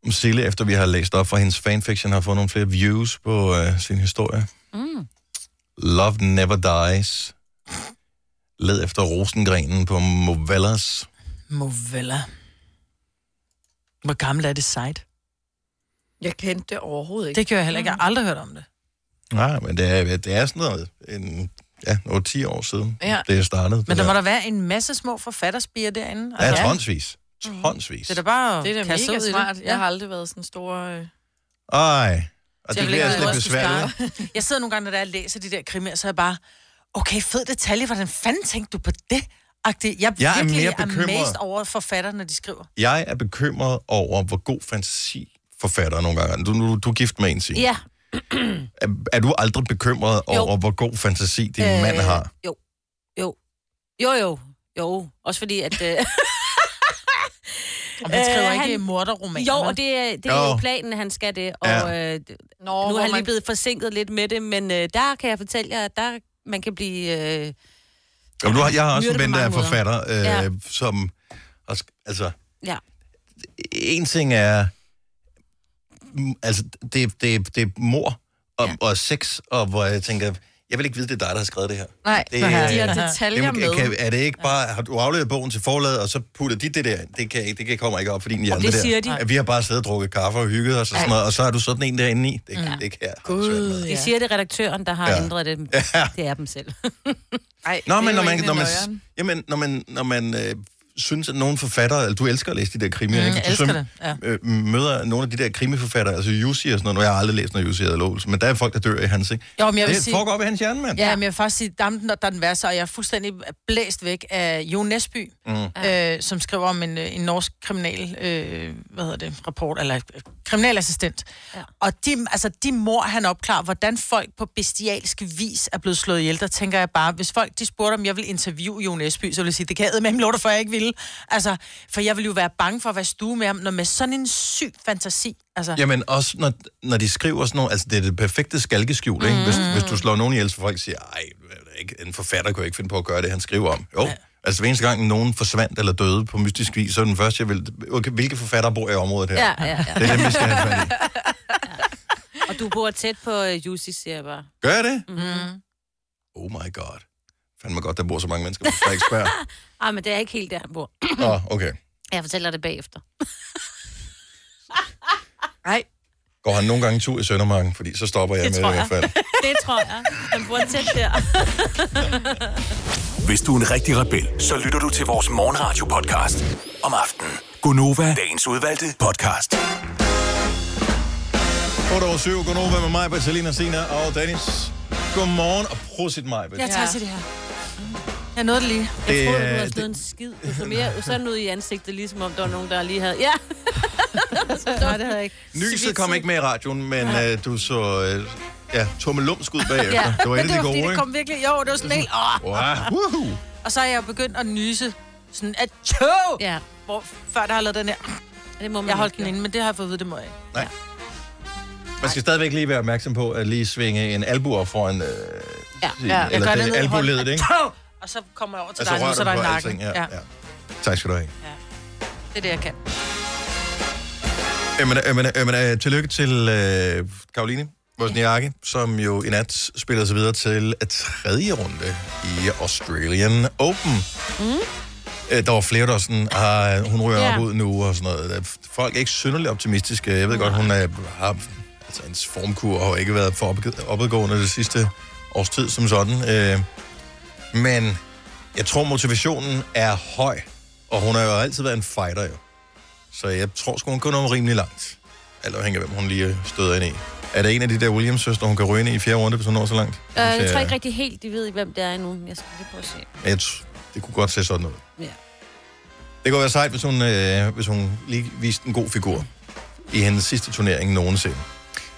Speaker 1: om Sille, efter vi har læst op fra hendes fanfiction, har fået nogle flere views på uh, sin historie.
Speaker 2: Mm.
Speaker 1: Love Never Dies. Led efter rosengrenen på Movellas.
Speaker 4: Movella. Hvor gammel er det site?
Speaker 3: Jeg kendte det overhovedet ikke.
Speaker 4: Det gør jeg heller ikke. Jeg har aldrig hørt om det.
Speaker 1: Nej, men det er, det er sådan noget, en, ja, over 10 år siden,
Speaker 4: Ja.
Speaker 1: ja. det startede. det
Speaker 4: Men der
Speaker 1: her.
Speaker 4: må der være en masse små forfatterspiger derinde.
Speaker 1: Ja,
Speaker 4: Altså,
Speaker 1: tonsvis. Tonsvis.
Speaker 4: Det er da bare at
Speaker 3: Det er da
Speaker 4: kaste
Speaker 3: mega
Speaker 4: ud i
Speaker 3: smart.
Speaker 4: Det.
Speaker 3: Jeg har aldrig været sådan stor... Øh...
Speaker 1: Ej, og
Speaker 4: Så jeg
Speaker 1: det
Speaker 4: vil
Speaker 1: bliver
Speaker 4: ikke
Speaker 1: altså lidt
Speaker 4: også skulle
Speaker 1: besværligt.
Speaker 4: starte. Jeg sidder nogle gange, når jeg læser de der krimier, så er jeg bare, okay, fed detalje, hvordan fanden tænkte du på det? Agtig. Jeg,
Speaker 1: Jeg er
Speaker 4: virkelig
Speaker 1: mere bekymret.
Speaker 4: amazed over forfatter, når de skriver.
Speaker 1: Jeg er bekymret over, hvor god fantasi forfatter nogle gange. er. Du, du, du er gift med en, Signe.
Speaker 2: Ja.
Speaker 1: Er, er du aldrig bekymret
Speaker 2: Jo.
Speaker 1: over, hvor god fantasi din øh, mand har?
Speaker 2: Jo. Jo. Jo, jo. Jo. Også fordi, at... Øh,
Speaker 4: Og man skriver
Speaker 2: Øh,
Speaker 4: ikke
Speaker 2: han-
Speaker 4: morderromaner.
Speaker 2: jo,
Speaker 4: vel?
Speaker 2: og det, er- det er jo
Speaker 1: Jo.
Speaker 2: planen, han skal det. Og
Speaker 1: Ja.
Speaker 2: ja. øh,
Speaker 3: Nå,
Speaker 2: nu
Speaker 3: hvor
Speaker 2: er
Speaker 3: man-
Speaker 2: han lige blevet forsinket lidt med det, men øh, der kan jeg fortælle jer, at der man kan blive... Øh,
Speaker 1: Jamen, du har, jeg har også en
Speaker 2: myrdet på
Speaker 1: ven, der er
Speaker 2: mange måder.
Speaker 1: forfatter, øh, ja.
Speaker 2: Ja.
Speaker 1: som... Og, sk- altså,
Speaker 2: ja.
Speaker 1: en ting er... mm, Altså, det, det, det er mor og, ja. og sex, og hvor jeg tænker, jeg vil ikke vide, det er dig, der har skrevet det her.
Speaker 3: Nej,
Speaker 1: Det
Speaker 3: det,
Speaker 1: er-
Speaker 3: de har
Speaker 1: Jamen,
Speaker 3: detaljer
Speaker 1: Jamen,
Speaker 3: med.
Speaker 1: kan, er det ikke bare, har du afleveret bogen til forlaget, og så putter de det der? Det, kan, ikke- det kan- kommer ikke op, fordi de andre
Speaker 2: det
Speaker 1: der.
Speaker 2: siger de.
Speaker 1: At vi har bare siddet og drukket kaffe og hygget os og sådan noget, og så er du sådan en derinde i. Det, mm. det kan jeg. Gud.
Speaker 2: De siger, det er redaktøren, der har
Speaker 1: Ja.
Speaker 2: ja. ændret det.
Speaker 1: Ja.
Speaker 2: Det er dem selv.
Speaker 3: Ej,
Speaker 1: Nå,
Speaker 3: det er
Speaker 1: men
Speaker 3: jo
Speaker 1: når man,
Speaker 3: egentlig
Speaker 1: når man,
Speaker 3: løgn.
Speaker 1: jamen, når man, når man øh, synes, at nogle forfattere, eller du elsker at læse de der krimier, mm, ikke?
Speaker 4: jeg
Speaker 1: Du
Speaker 4: elsker
Speaker 1: som-
Speaker 4: det, ja.
Speaker 1: øh, møder nogle af de der krimiforfattere, altså Jussi og sådan noget, nu har jeg aldrig læst noget Jussi Adler Olsen, men der er folk, der dør i hans, ikke?
Speaker 4: Jo, men jeg vil
Speaker 1: det
Speaker 4: sige-
Speaker 1: foregår op i hans hjerne, mand.
Speaker 4: Ja, men jeg vil faktisk sige, dampen, der der er den værste, og jeg er fuldstændig blæst væk af Jo Nesby, mm. øh, som skriver om en, øh, en norsk kriminal, øh, hvad hedder det, rapport, eller øh, kriminalassistent. Ja. Og de, altså, de mor, han opklarer, hvordan folk på bestialsk vis er blevet slået ihjel, der tænker jeg bare, hvis folk de spurgte, om jeg ville interviewe Jo Nesby, så ville jeg sige, det kan jeg med lov for, jeg ikke ville. Altså, for jeg ville jo være bange for at være i stue med ham, når med sådan en syg fantasi. Altså,
Speaker 1: Jamen også, når, når de skriver sådan noget, altså det er det perfekte skalkeskjul, ikke? Hvis,
Speaker 2: Mm.
Speaker 1: hvis du slår nogen ihjel, så folk siger, ej, hvad er det ikke? en forfatter kunne ikke finde på at gøre det, han skriver om. Jo, ja. altså hver eneste gang nogen forsvandt eller døde på mystisk vis, så er den første, jeg vil, okay, hvilke forfatter bor i området her?
Speaker 2: Ja, ja, ja.
Speaker 1: Det er dem, vi skal have fat i.
Speaker 2: Og du bor tæt på øh, Jussi, siger jeg bare.
Speaker 1: Gør jeg det? Mm. Oh my god. Fandme godt, der bor så mange mennesker på Frederiksberg.
Speaker 2: Ah, men det er ikke helt der, han bor.
Speaker 1: Nå, okay.
Speaker 2: Jeg fortæller det bagefter.
Speaker 3: Nej,
Speaker 1: Går han nogle gange tur i Søndermarken, fordi så stopper jeg
Speaker 2: Det
Speaker 1: med
Speaker 2: tror
Speaker 1: det i hvert fald.
Speaker 2: Det tror jeg. Han bor tæt der.
Speaker 5: Hvis du er en rigtig rebel, så lytter du til vores morgenradio-podcast om aftenen. Gonova, dagens udvalgte podcast.
Speaker 1: 8 over 7, godnova med mig, Bertalina, Sina og Dennis. Godmorgen og prosit mig.
Speaker 4: jeg tager
Speaker 3: Ja.
Speaker 4: ja. til det her. Jeg nåede det lige.
Speaker 2: Jeg
Speaker 1: Det-
Speaker 2: troede, du havde
Speaker 1: det-
Speaker 2: slået en skid. Du så mere sådan ud i ansigtet, ligesom om der var nogen, der lige havde... Ja,
Speaker 4: Nej, det havde jeg ikke.
Speaker 1: Nyset kom ikke med i radioen, men øh, du så øh, ja, lumsk ud bagefter.
Speaker 4: Ja,
Speaker 1: Det var
Speaker 4: men
Speaker 1: et af
Speaker 4: det
Speaker 1: de
Speaker 4: var
Speaker 1: gode,
Speaker 4: fordi, det
Speaker 1: ikke?
Speaker 4: kom virkelig... Jo, det var sådan helt... Åh.
Speaker 1: Wow. Woohoo.
Speaker 4: Og så er jeg begyndt at nyse sådan at tjov! Ja.
Speaker 2: ja.
Speaker 4: Hvor før der har lavet den her.
Speaker 2: Det må man
Speaker 4: Jeg holdt den
Speaker 2: ikke.
Speaker 4: inde, men det har jeg fået at vide, det må jeg ikke.
Speaker 1: Man skal stadigvæk lige være opmærksom på at lige svinge en albu op foran... Øh,
Speaker 2: Ja,
Speaker 1: sin-
Speaker 2: ja. Jeg
Speaker 1: Eller
Speaker 4: gør
Speaker 1: det,
Speaker 4: ned i
Speaker 1: albuledet,
Speaker 4: hånden.
Speaker 1: ikke?
Speaker 4: Tjov! Og så kommer jeg over til
Speaker 1: Altså
Speaker 4: dig nu,
Speaker 1: rører
Speaker 4: så
Speaker 1: du
Speaker 4: der er
Speaker 1: på
Speaker 4: i nakken.
Speaker 1: alting. Ja, ja. Tak skal du have.
Speaker 4: Det er det, jeg kan.
Speaker 1: Jamen, jamen, jamen, øh, tillykke til øh, Karoline Wozniacki, som jo i nat spillede sig videre til øh, tredje runde i Australian Open. Mm. Øh, der var flere, der var sådan, ah, hun ryger
Speaker 2: Ja.
Speaker 1: yeah. op ud nu og sådan noget. Øh, Folk er ikke synderligt optimistiske. Jeg ved godt, hun er, har altså, hendes formkur har jo ikke været for opg- opadgående det sidste års tid som sådan. Øh, men jeg tror, motivationen er høj, og hun har jo altid været en fighter jo. Så jeg tror sgu, hun kan nå rimelig langt. Alt afhængig af, hvem hun lige støder ind i. Er det en af de der Williams-søstre, hun kan ryge ind i i fjerde runde, hvis hun når så langt?
Speaker 2: Øh,
Speaker 1: Hun
Speaker 2: jeg
Speaker 1: ser-
Speaker 2: tror ikke rigtig helt, de ved, hvem det er endnu. Jeg skal lige prøve at se.
Speaker 1: Jeg tr- det kunne godt se sådan ud.
Speaker 2: Ja.
Speaker 1: Det kunne være sejt, hvis hun, øh, hvis hun lige viste en god figur i hendes sidste turnering nogensinde.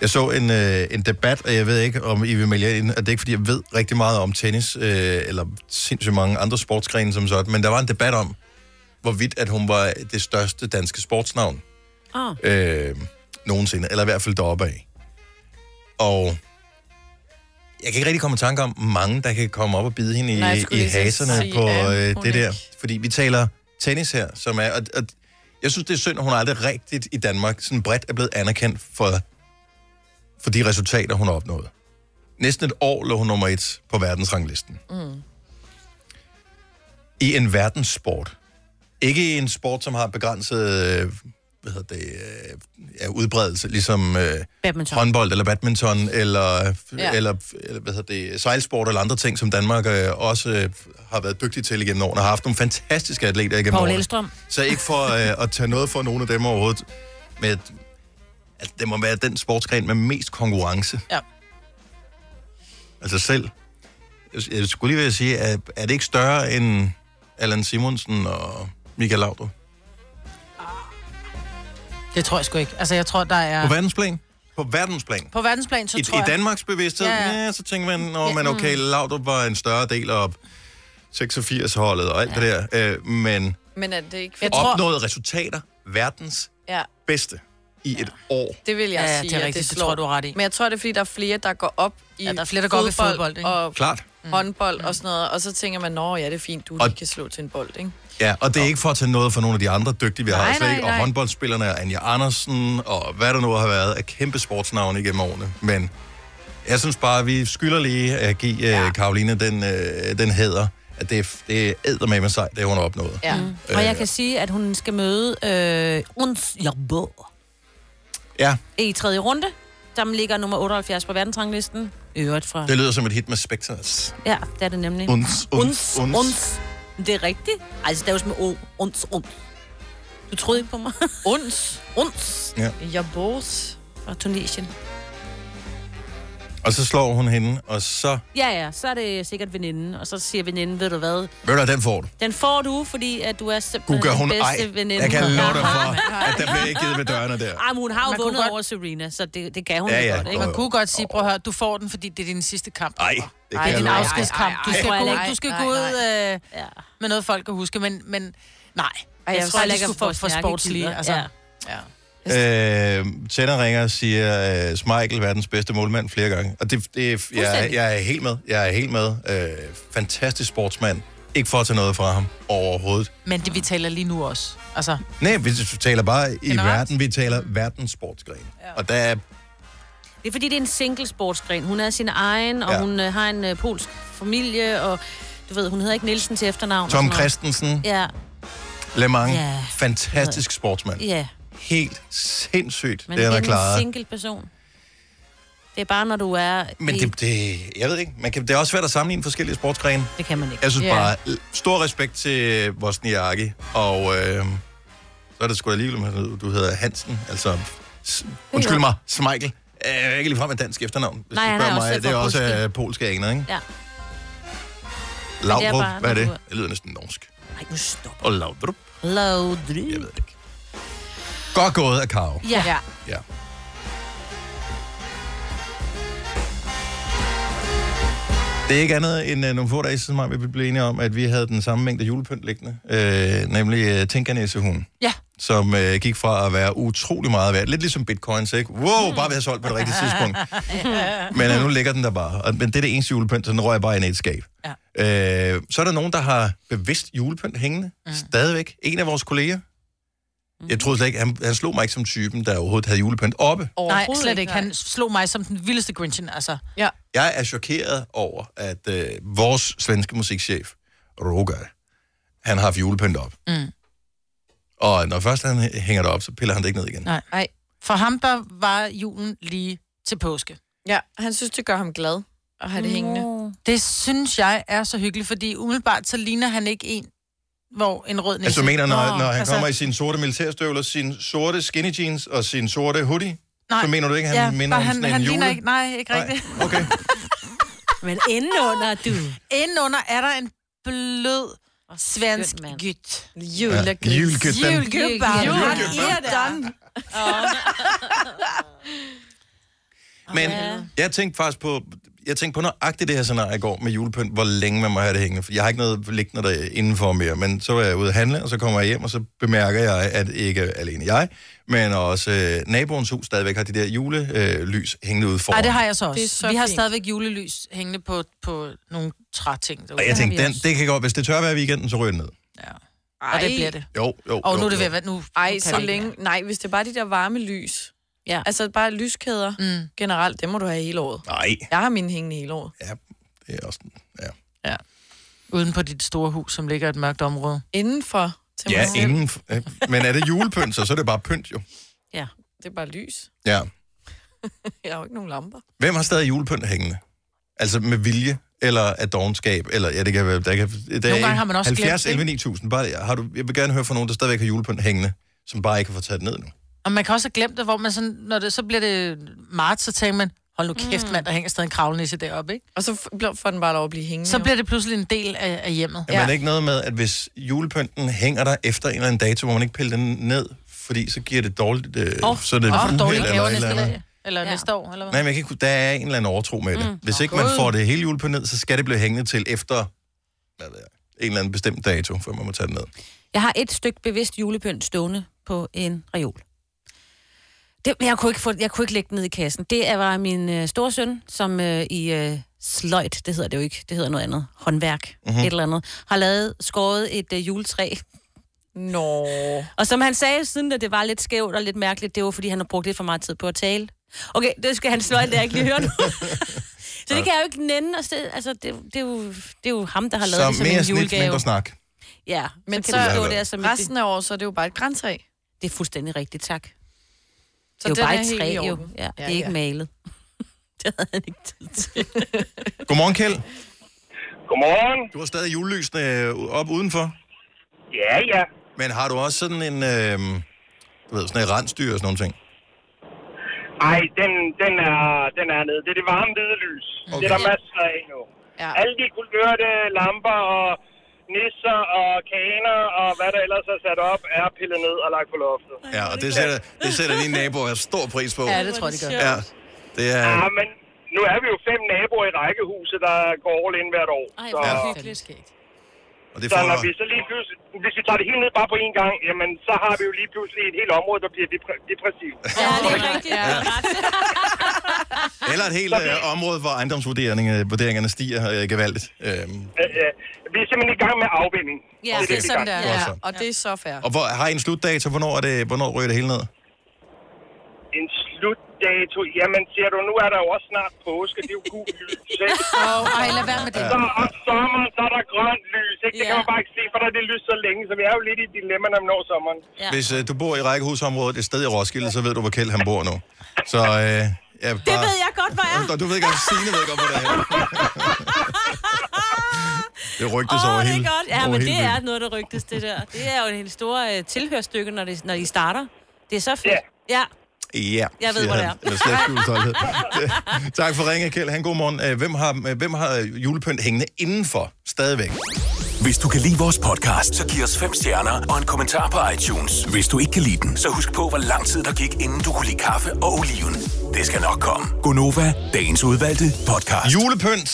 Speaker 1: Jeg så en, øh, en debat, og jeg ved ikke, om I vil melde jer ind, og det er ikke, fordi jeg ved rigtig meget om tennis, øh, eller sindssygt mange andre sportsgrene som sådan, men der var en debat om, hvorvidt at hun var det største danske sportsnavn
Speaker 2: Åh, oh,
Speaker 1: øh, nogensinde, eller i hvert fald deroppe af. Og jeg kan ikke rigtig komme i tanke om mange, der kan komme op og bide hende
Speaker 3: Nej, jeg
Speaker 1: i,
Speaker 3: skulle
Speaker 1: i
Speaker 3: lige til at
Speaker 1: haserne
Speaker 3: sige,
Speaker 1: på
Speaker 3: ja,
Speaker 1: øh,
Speaker 3: hun
Speaker 1: det der.
Speaker 3: ikke.
Speaker 1: Fordi vi taler tennis her, som er... Og, og, jeg synes, det er synd, at hun aldrig rigtigt i Danmark sådan bredt er blevet anerkendt for, for de resultater, hun har opnået. Næsten et år lå hun nummer et på verdensranglisten. Mm. I en verdenssport. Ikke i en sport, som har begrænset øh, hvad hedder det, øh, ja, udbredelse, ligesom øh,
Speaker 2: Badminton.
Speaker 1: håndbold eller badminton, eller, ja.
Speaker 3: Ja.
Speaker 1: eller, eller hvad hedder det, sejlsport eller andre ting, som Danmark øh, også øh, har været dygtig til igennem årene, og har haft nogle fantastiske atleter igennem
Speaker 2: Paul
Speaker 1: årene.
Speaker 2: Elstrøm.
Speaker 1: Så ikke for øh, at tage noget for nogen af dem overhovedet, men at, at det må være den sportsgren med mest konkurrence.
Speaker 4: Ja.
Speaker 1: Altså selv. Jeg- Jeg skulle lige ved at sige, at er det ikke større end Allan Simonsen og Michael Laudrup?
Speaker 4: Det tror jeg sgu ikke. Altså, jeg tror, der er...
Speaker 1: På verdensplan? På verdensplan.
Speaker 4: På verdensplan, så
Speaker 1: I,
Speaker 4: tror
Speaker 1: I Danmarks bevidsthed, ja,
Speaker 4: Ja,
Speaker 1: ja.
Speaker 4: ja. mm.
Speaker 1: så tænker man, åh, men okay, Laudrup var en større del af 86-holdet og alt ja. det der, øh, men
Speaker 3: Men er det ikke...
Speaker 4: Jeg
Speaker 3: Fordi,
Speaker 4: tror-
Speaker 1: opnåede resultater verdens
Speaker 3: ja,
Speaker 1: bedste i et år.
Speaker 3: det vil jeg
Speaker 4: Ja, ja,
Speaker 3: sige,
Speaker 4: det er
Speaker 3: at
Speaker 4: rigtigt.
Speaker 3: det
Speaker 4: Det
Speaker 3: slår.
Speaker 4: tror jeg, du har ret i.
Speaker 3: Men jeg tror, det er, fordi der er flere, der går op i
Speaker 4: Ja, der er flere, der går op i fodbold, ikke?
Speaker 3: og
Speaker 1: Klart.
Speaker 3: mm. håndbold og sådan noget. Og så tænker man, nå ja, det er fint, du
Speaker 1: Og-
Speaker 3: lige kan slå til en bold, ikke?
Speaker 1: Ja, og det er ikke for at tage noget for nogle af de andre dygtige, vi har
Speaker 3: Nej,
Speaker 1: slet
Speaker 3: nej,
Speaker 1: ikke. Og
Speaker 3: nej.
Speaker 1: håndboldspillerne er Anja Andersen, og hvad der nu har været af kæmpe sportsnavne igennem årene. Men jeg synes bare, at vi skylder lige at give ja. Karoline den, øh, den hæder, at det, er- det æder med med sig, det hun har opnået.
Speaker 3: Ja.
Speaker 1: Mm.
Speaker 2: Og jeg kan sige, at hun skal møde øh, Uns Jabo
Speaker 1: Ja,
Speaker 2: i tredje runde, som ligger nummer 78 på verdensranglisten. I Øvrigt fra...
Speaker 1: det lyder som et hit med Spectres.
Speaker 2: Ja, det er det nemlig.
Speaker 1: Uns, uns,
Speaker 2: Uns, uns. uns. Det er rigtigt. Altså, det er jo som O. Uns, uns. Du troede ikke på mig.
Speaker 3: Uns.
Speaker 2: uns
Speaker 3: Jeg bors.
Speaker 2: fra Tunesien.
Speaker 1: Og så slår hun hende, og så...
Speaker 2: Ja, ja, så er det sikkert veninden. Og så siger veninden, ved du hvad,
Speaker 1: Ved du, hvad, den får du.
Speaker 2: den får du, fordi at du er
Speaker 1: Gud,
Speaker 2: simpelthen
Speaker 1: gør hun
Speaker 2: den
Speaker 1: ej.
Speaker 2: bedste veninde.
Speaker 1: Jeg kan
Speaker 2: hun
Speaker 1: love
Speaker 2: har.
Speaker 1: dig for, at der bliver ikke givet ved dørene der.
Speaker 2: Ej, men hun har
Speaker 4: Man
Speaker 2: jo
Speaker 4: kunne
Speaker 2: vundet
Speaker 4: godt-
Speaker 2: over Serena, så det, det gav hun
Speaker 1: Ja,
Speaker 2: ja,
Speaker 1: ja,
Speaker 2: ja. godt, ikke?
Speaker 1: jo,
Speaker 4: Man
Speaker 1: jo.
Speaker 4: kunne godt sige, prøv at høre, du får den, fordi det er din sidste kamp.
Speaker 1: Nej, det
Speaker 4: Det
Speaker 1: kan
Speaker 4: er
Speaker 1: jeg
Speaker 4: din
Speaker 1: love dig.
Speaker 4: afskedskamp. Du
Speaker 2: ej,
Speaker 4: skal,
Speaker 2: ej,
Speaker 4: gå,
Speaker 2: ej,
Speaker 4: du skal
Speaker 3: nej,
Speaker 4: gå ud øh,
Speaker 2: Ja.
Speaker 4: med noget, folk kan huske, men, men nej.
Speaker 3: Ej,
Speaker 4: Jeg, jeg tror
Speaker 2: heller
Speaker 4: heller
Speaker 2: ikke,
Speaker 4: ikke,
Speaker 2: at
Speaker 4: at få for
Speaker 2: Forsberg
Speaker 4: sportslige.
Speaker 2: gider.
Speaker 4: Altså.
Speaker 2: Ja.
Speaker 4: Ja. ja.
Speaker 1: Øh, Tænder ringer og siger, øh, Smeichel verdens bedste målmand flere gange. Og det, det, jeg,
Speaker 2: Fuldstændig.
Speaker 1: jeg er helt med. Jeg er helt med. Øh, fantastisk sportsmand. Ikke for at tage noget fra ham overhovedet.
Speaker 4: Men det, vi taler lige nu også. Altså,
Speaker 1: Nej, vi taler bare i
Speaker 4: Generelt?
Speaker 1: verden. Vi taler verdens sportsgren. Ja. Og der er
Speaker 2: Det er fordi, det er en single sportsgren. Hun er sin egen, og
Speaker 1: Ja.
Speaker 2: ja. hun øh, har en øh, polsk familie, og du ved, hun hedder ikke Nielsen til efternavn. og sådan
Speaker 1: Tom
Speaker 2: noget.
Speaker 1: Christensen,
Speaker 2: Ja,
Speaker 1: Le Mans.
Speaker 2: Ja.
Speaker 1: Fantastisk sportsmand.
Speaker 2: ja.
Speaker 1: Helt sindssygt,
Speaker 2: Men
Speaker 1: det han har
Speaker 2: det er en
Speaker 1: klaret.
Speaker 2: single person. Det er bare, når du er...
Speaker 1: Men
Speaker 2: i-
Speaker 1: det, det, jeg ved ikke, man kan, det er også svært at sammenligne forskellige sportsgrene.
Speaker 2: det kan man ikke.
Speaker 1: Jeg synes
Speaker 3: Ja.
Speaker 1: bare, l- stor respekt til Wozniacki, og øh, så er det sgu da alligevel, at du- du hedder Hansen, altså, s- undskyld mig, Smeichel. Øh, Jeg er ikke ligefrem et dansk efternavn, hvis
Speaker 2: Nej,
Speaker 1: du
Speaker 2: han er
Speaker 1: spørger
Speaker 2: også
Speaker 1: mig.
Speaker 2: fra
Speaker 1: Det er også
Speaker 2: Polske.
Speaker 1: øh, polske aner, ikke?
Speaker 2: Ja.
Speaker 1: Laudrup,
Speaker 2: bare,
Speaker 1: hvad er
Speaker 2: når
Speaker 1: det?
Speaker 2: du er-
Speaker 1: Det lyder næsten norsk.
Speaker 2: Nej, nu stop.
Speaker 1: Og Laudrup,
Speaker 2: Laudry.
Speaker 1: jeg ved det ikke. Godt gået af Karo.
Speaker 2: Ja. ja.
Speaker 1: Ja. Det er ikke andet end uh, nogle få dage siden, Maja, vi blev enige om, at vi havde den samme mængde julepynt liggende, øh, nemlig uh, Tænkernæsehunden,
Speaker 4: ja.
Speaker 1: som øh, gik fra at være utrolig meget værd, lidt ligesom bitcoins, ikke? Wow, bare vi har solgt på det rigtige tidspunkt. Men øh, nu ligger den der bare. Og, men det er det eneste julepynt, så den rører jeg bare ind i et skab.
Speaker 4: Ja.
Speaker 1: Øh, så er der nogen, der har bevidst julepynt hængende. Mm. Stadigvæk. En af vores kolleger.
Speaker 4: Mhm.
Speaker 1: Jeg troede slet ikke, han, han slog mig ikke som typen, der overhovedet havde julepynt oppe.
Speaker 4: Nej,
Speaker 3: Overhovedet
Speaker 4: slet ikke. Han slog mig som den vildeste Grinchen, altså.
Speaker 3: Ja.
Speaker 1: Jeg er chokeret over, at øh, vores svenske musikchef, Roger, han har haft julepynt op. Mm. Og når først han hænger det op, så piller han det ikke ned igen.
Speaker 4: Nej.
Speaker 3: Ej.
Speaker 4: For ham, der var julen lige til påske.
Speaker 3: Ja, han synes, det gør ham glad at have det hængende.
Speaker 4: Det synes jeg er så hyggeligt, fordi umiddelbart så ligner han ikke en, hvor en rød næse...
Speaker 1: Altså, du mener, når,
Speaker 4: Nå,
Speaker 1: når han altså... kommer i sine sorte militærstøvler, sine sorte skinny jeans og sin sorte hoodie, så mener du ikke, at han minder
Speaker 4: bare
Speaker 1: om sådan
Speaker 4: han
Speaker 1: en
Speaker 4: ligner
Speaker 1: jule?
Speaker 4: Ikke, nej, ikke
Speaker 1: Nej,
Speaker 4: rigtigt.
Speaker 1: okay.
Speaker 2: Men indenunder, du.
Speaker 4: Indenunder er der en blød svensk
Speaker 2: mand.
Speaker 4: gyt.
Speaker 1: Ja. Julegøsten.
Speaker 4: Julgubbe, han er der.
Speaker 1: Men jeg tænkte faktisk på jeg tænkte på nøjagtigt det her scenarie i går med julepynt, hvor længe man må have det hængende. For jeg har ikke noget liggende der indenfor mere, men så var jeg ude at handle, og så kommer jeg hjem, og så bemærker jeg, at ikke alene jeg, men også øh, naboens hus stadigvæk har de der julelys øh, lys hængende ude foran.
Speaker 4: Nej, det har jeg så
Speaker 3: Det er
Speaker 4: også.
Speaker 3: så
Speaker 4: vi har
Speaker 3: fint.
Speaker 4: stadigvæk julelys hængende på, på nogle træting derude.
Speaker 1: og jeg tænkte,
Speaker 4: Det har
Speaker 1: den,
Speaker 4: vi også.
Speaker 1: det kan godt, hvis det tør være i weekenden, så ryger den ned.
Speaker 4: Og det bliver det.
Speaker 1: Jo, jo,
Speaker 4: Og
Speaker 1: jo,
Speaker 4: nu er det ved at
Speaker 1: jo.
Speaker 4: være... Nu
Speaker 3: Ej,
Speaker 4: nu
Speaker 3: så
Speaker 4: kan vi-
Speaker 3: længe. Nej, hvis det er bare de der varme lys.
Speaker 4: Ja.
Speaker 3: Altså bare lyskæder mm. generelt, dem må du have hele året.
Speaker 1: Nej,
Speaker 3: Jeg har mine hængende hele året.
Speaker 1: ja, det er også... Ja,
Speaker 4: Uden på dit store hus, som ligger i et mørkt område.
Speaker 3: Indenfor til mig
Speaker 1: ja
Speaker 3: selv.
Speaker 1: inden... øh, Men er det julepynt, så, så er det bare pynt jo.
Speaker 3: Det er bare lys.
Speaker 1: Ja.
Speaker 3: Jeg har jo ikke nogen lamper.
Speaker 1: Hvem har stadig julepynt hængende? Altså med vilje, eller af dogenskab, eller ja, det kan være... Der kan, der er
Speaker 4: gange har man også
Speaker 1: 70,
Speaker 4: glemt
Speaker 1: 11, 9000. Bare, har du, jeg vil gerne høre fra nogen, der stadigvæk har julepynt hængende, som bare ikke har fået taget det ned nu.
Speaker 4: Og man kan også have glemt det, hvor man sådan, når det, så bliver det marts, så tænker man, hold nu kæft mand, der hænger stadig en kravlenisse deroppe, ikke?
Speaker 3: Mm. Og så f- bliver- får den bare lov at blive hængende.
Speaker 4: Så
Speaker 3: jo.
Speaker 4: bliver det pludselig en del af, af hjemmet.
Speaker 1: Ja. Men er det ikke noget med, at hvis julepynten hænger der efter en eller anden dato, hvor man ikke piller den ned, fordi så giver det dårligt... Øh, oh, så er det et
Speaker 4: Og
Speaker 1: uheld
Speaker 4: dårlige gaver
Speaker 1: et
Speaker 4: næste
Speaker 1: andet.
Speaker 4: dag, eller ja. næste år, eller hvad?
Speaker 1: Nej, men jeg kan ikke, der er en eller anden overtro med det. Mm. Hvis ikke man får det hele jul på ned, så skal det blive hængende til efter hvad ved jeg, en eller anden bestemt dato, før man må tage det ned.
Speaker 2: Jeg har et stykke bevidst julepynt stående på en reol. Det, jeg, kunne ikke få, jeg kunne ikke lægge det ned i kassen. Det er- var min øh, storsøn, som øh, i øh, sløjt, det hedder det jo ikke, det hedder noget andet, håndværk,
Speaker 1: Mhm.
Speaker 2: mm-hmm. et eller andet, har lavet, skåret et øh, juletræ.
Speaker 3: Nå.
Speaker 2: Og som han sagde, siden at det var lidt skævt og lidt mærkeligt, det var, fordi han har brugt lidt for meget tid på at tale. Okay, det skal han sløjt, det jeg ikke lige høre nu. Så det kan jeg jo ikke nænde. Og se- altså, det, det, er jo, det er jo ham, der har lavet det
Speaker 1: Så
Speaker 2: som en
Speaker 1: mere snit,
Speaker 2: julegave.
Speaker 1: mindre snak.
Speaker 2: Ja,
Speaker 3: Men
Speaker 2: men så,
Speaker 3: så-
Speaker 2: kan det stå der som et,
Speaker 3: Resten af året, så er det jo bare et græntræ.
Speaker 2: Det er fuldstændig rigtigt, tak.
Speaker 3: Så
Speaker 2: Så det er jo bare
Speaker 3: den
Speaker 2: et
Speaker 3: helt i
Speaker 2: træ, jo.
Speaker 3: orden.
Speaker 2: Ja, det
Speaker 3: Ja,
Speaker 2: er ikke
Speaker 3: ja.
Speaker 2: malet. Det havde han ikke tid til.
Speaker 1: Godmorgen, Kjeld.
Speaker 7: Godmorgen.
Speaker 1: Du har stadig julelysene øh, op udenfor.
Speaker 7: Ja, ja.
Speaker 1: Men har du også sådan en, øh, du ved, sådan en rensdyr og sådan nogle ting?
Speaker 7: Ej, den, den, er, den er nede. Det er det varme hvide lys. Okay. Det er der masser af nu.
Speaker 3: Ja.
Speaker 7: Ja. Alle de kulørte lamper og nisser og kaner og hvad der ellers er sat op, er pillet ned og lagt på loftet.
Speaker 1: Ja, og det sætter, det sætter dine naboer stor pris på.
Speaker 4: Ja, det tror jeg, det gør.
Speaker 1: Ja, det
Speaker 7: Ja,
Speaker 1: er...
Speaker 7: Ah, men nu er vi jo fem naboer i rækkehuset, der går all in hvert år.
Speaker 2: Ej,
Speaker 7: så,
Speaker 2: hvor
Speaker 1: Ja.
Speaker 2: hyggeligt.
Speaker 1: Og det
Speaker 7: så når vi
Speaker 1: får,
Speaker 7: så lige pludselig, hvis vi tager det hele ned bare på én gang, jamen så har vi jo lige pludselig et helt område, der bliver depre- depressivt.
Speaker 2: Ja, det er rigtigt. Ja.
Speaker 1: eller et helt øh, område, hvor ejendomsvurderingerne stiger øh, gevaldigt. Øh,
Speaker 7: Øh, øh, vi er simpelthen i gang med afvinding.
Speaker 2: Ja,
Speaker 7: det,
Speaker 2: det er
Speaker 7: vi i
Speaker 4: sådan
Speaker 7: gang
Speaker 4: der.
Speaker 7: med.
Speaker 1: Godt
Speaker 3: Ja,
Speaker 1: så.
Speaker 3: og det er så fair.
Speaker 1: og hvor, har I en slutdato? Hvornår, er det, hvornår ryger det hele ned?
Speaker 7: En slutdato? Jamen, ser du, nu er der jo også snart påske. Det er jo gul lys, ikke?
Speaker 4: Og ej, lad være med det.
Speaker 7: Så om sommeren, så er der grønt lys, ikke? Det kan
Speaker 2: Ja.
Speaker 7: man bare ikke se, for der er det lys så længe, så vi er jo lidt i et dilemma, når vi når sommeren.
Speaker 2: Ja.
Speaker 1: Hvis øh, du bor i rækkehusområdet et sted i Roskilde, så ved du, hvor Kjeld han bor nu. Så øh, jeg bare...
Speaker 2: Det ved jeg godt, hvor er.
Speaker 1: Og du ved godt, Signe ved godt, hvor det er. det rygtes
Speaker 2: Åh,
Speaker 1: over
Speaker 2: oh, det
Speaker 1: hele
Speaker 2: er godt. Ja,
Speaker 1: over
Speaker 2: men
Speaker 1: hele
Speaker 2: det
Speaker 1: byen.
Speaker 2: er noget, der rygtes, det der. Det er jo en helt stor uh, tilhørstykke, når, det, når I starter. Det er så fedt.
Speaker 7: Ja.
Speaker 2: Ja.
Speaker 1: Ja,
Speaker 2: Jeg ved,
Speaker 1: siger
Speaker 2: hvor det
Speaker 1: han
Speaker 2: er.
Speaker 1: Med slet skjult stolthed. Det- tak for ringen, Kjeld. Han, god morgen. Øh, Hvem har, øh, hvem har julepynt hængende indenfor stadigvæk?
Speaker 5: Hvis du kan lide vores podcast, så giv os fem stjerner og en kommentar på iTunes. Hvis du ikke kan lide den, så husk på, hvor lang tid der gik, inden du kunne lide kaffe og oliven. Det skal nok komme. Gonova, dagens udvalgte podcast.
Speaker 1: Julepynt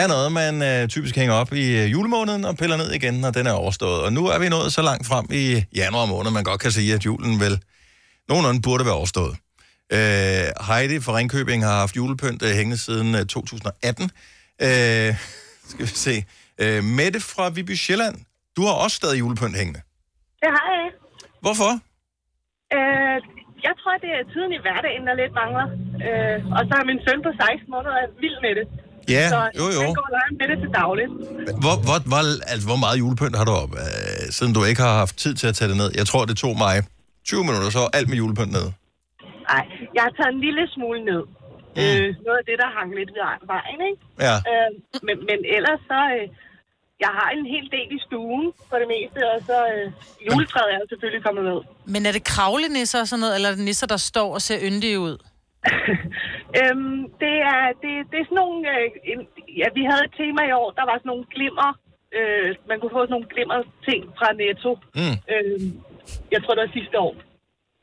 Speaker 1: er noget, man øh, typisk hænger op i øh, julemåneden og piller ned igen, når den er overstået. Og nu er vi nået så langt frem i januar måned, man godt kan sige, at julen vel nogenlunde burde være overstået. Øh, Heidi fra Ringkøbing har haft julepynt øh, hængende siden øh, 2018. Øh, skal vi se. Øh, Mette fra Viby Sjælland, du har også stadig julepynt hængende.
Speaker 8: Det har jeg.
Speaker 1: Hvorfor?
Speaker 8: Øh, jeg tror, det er tiden i hverdagen, der lidt mangler. Øh, og så er min søn på 16 måneder vild med det.
Speaker 1: Ja,
Speaker 8: så
Speaker 1: jo jo.
Speaker 8: han går og leger med det til dagligt.
Speaker 1: Hvor, hvor, hvor, altså, hvor meget julepynt har du op, øh, siden du ikke har haft tid til at tage det ned? Jeg tror, det tog mig 20 minutter, så var alt med julepynt ned.
Speaker 8: Nej, jeg har taget en lille smule ned.
Speaker 1: Mm.
Speaker 8: Øh, noget af det, der hang lidt ved vejen, ikke?
Speaker 1: Ja.
Speaker 8: Øh, men, men ellers så... Øh, jeg har en hel del i stuen for det meste, og så øh, juletræet er jo selvfølgelig kommet ned.
Speaker 4: Men er det kravlenisser og sådan noget, eller er det nisser, der står og ser yndige ud?
Speaker 8: Øhm, det, er, det, det er sådan nogle... Øh, en- ja, vi havde et tema i år, der var sådan nogle glimmer. Øh, man kunne få sådan nogle glimmer ting fra Netto. øhm,
Speaker 1: Mm.
Speaker 8: Øh, jeg tror, det var sidste år.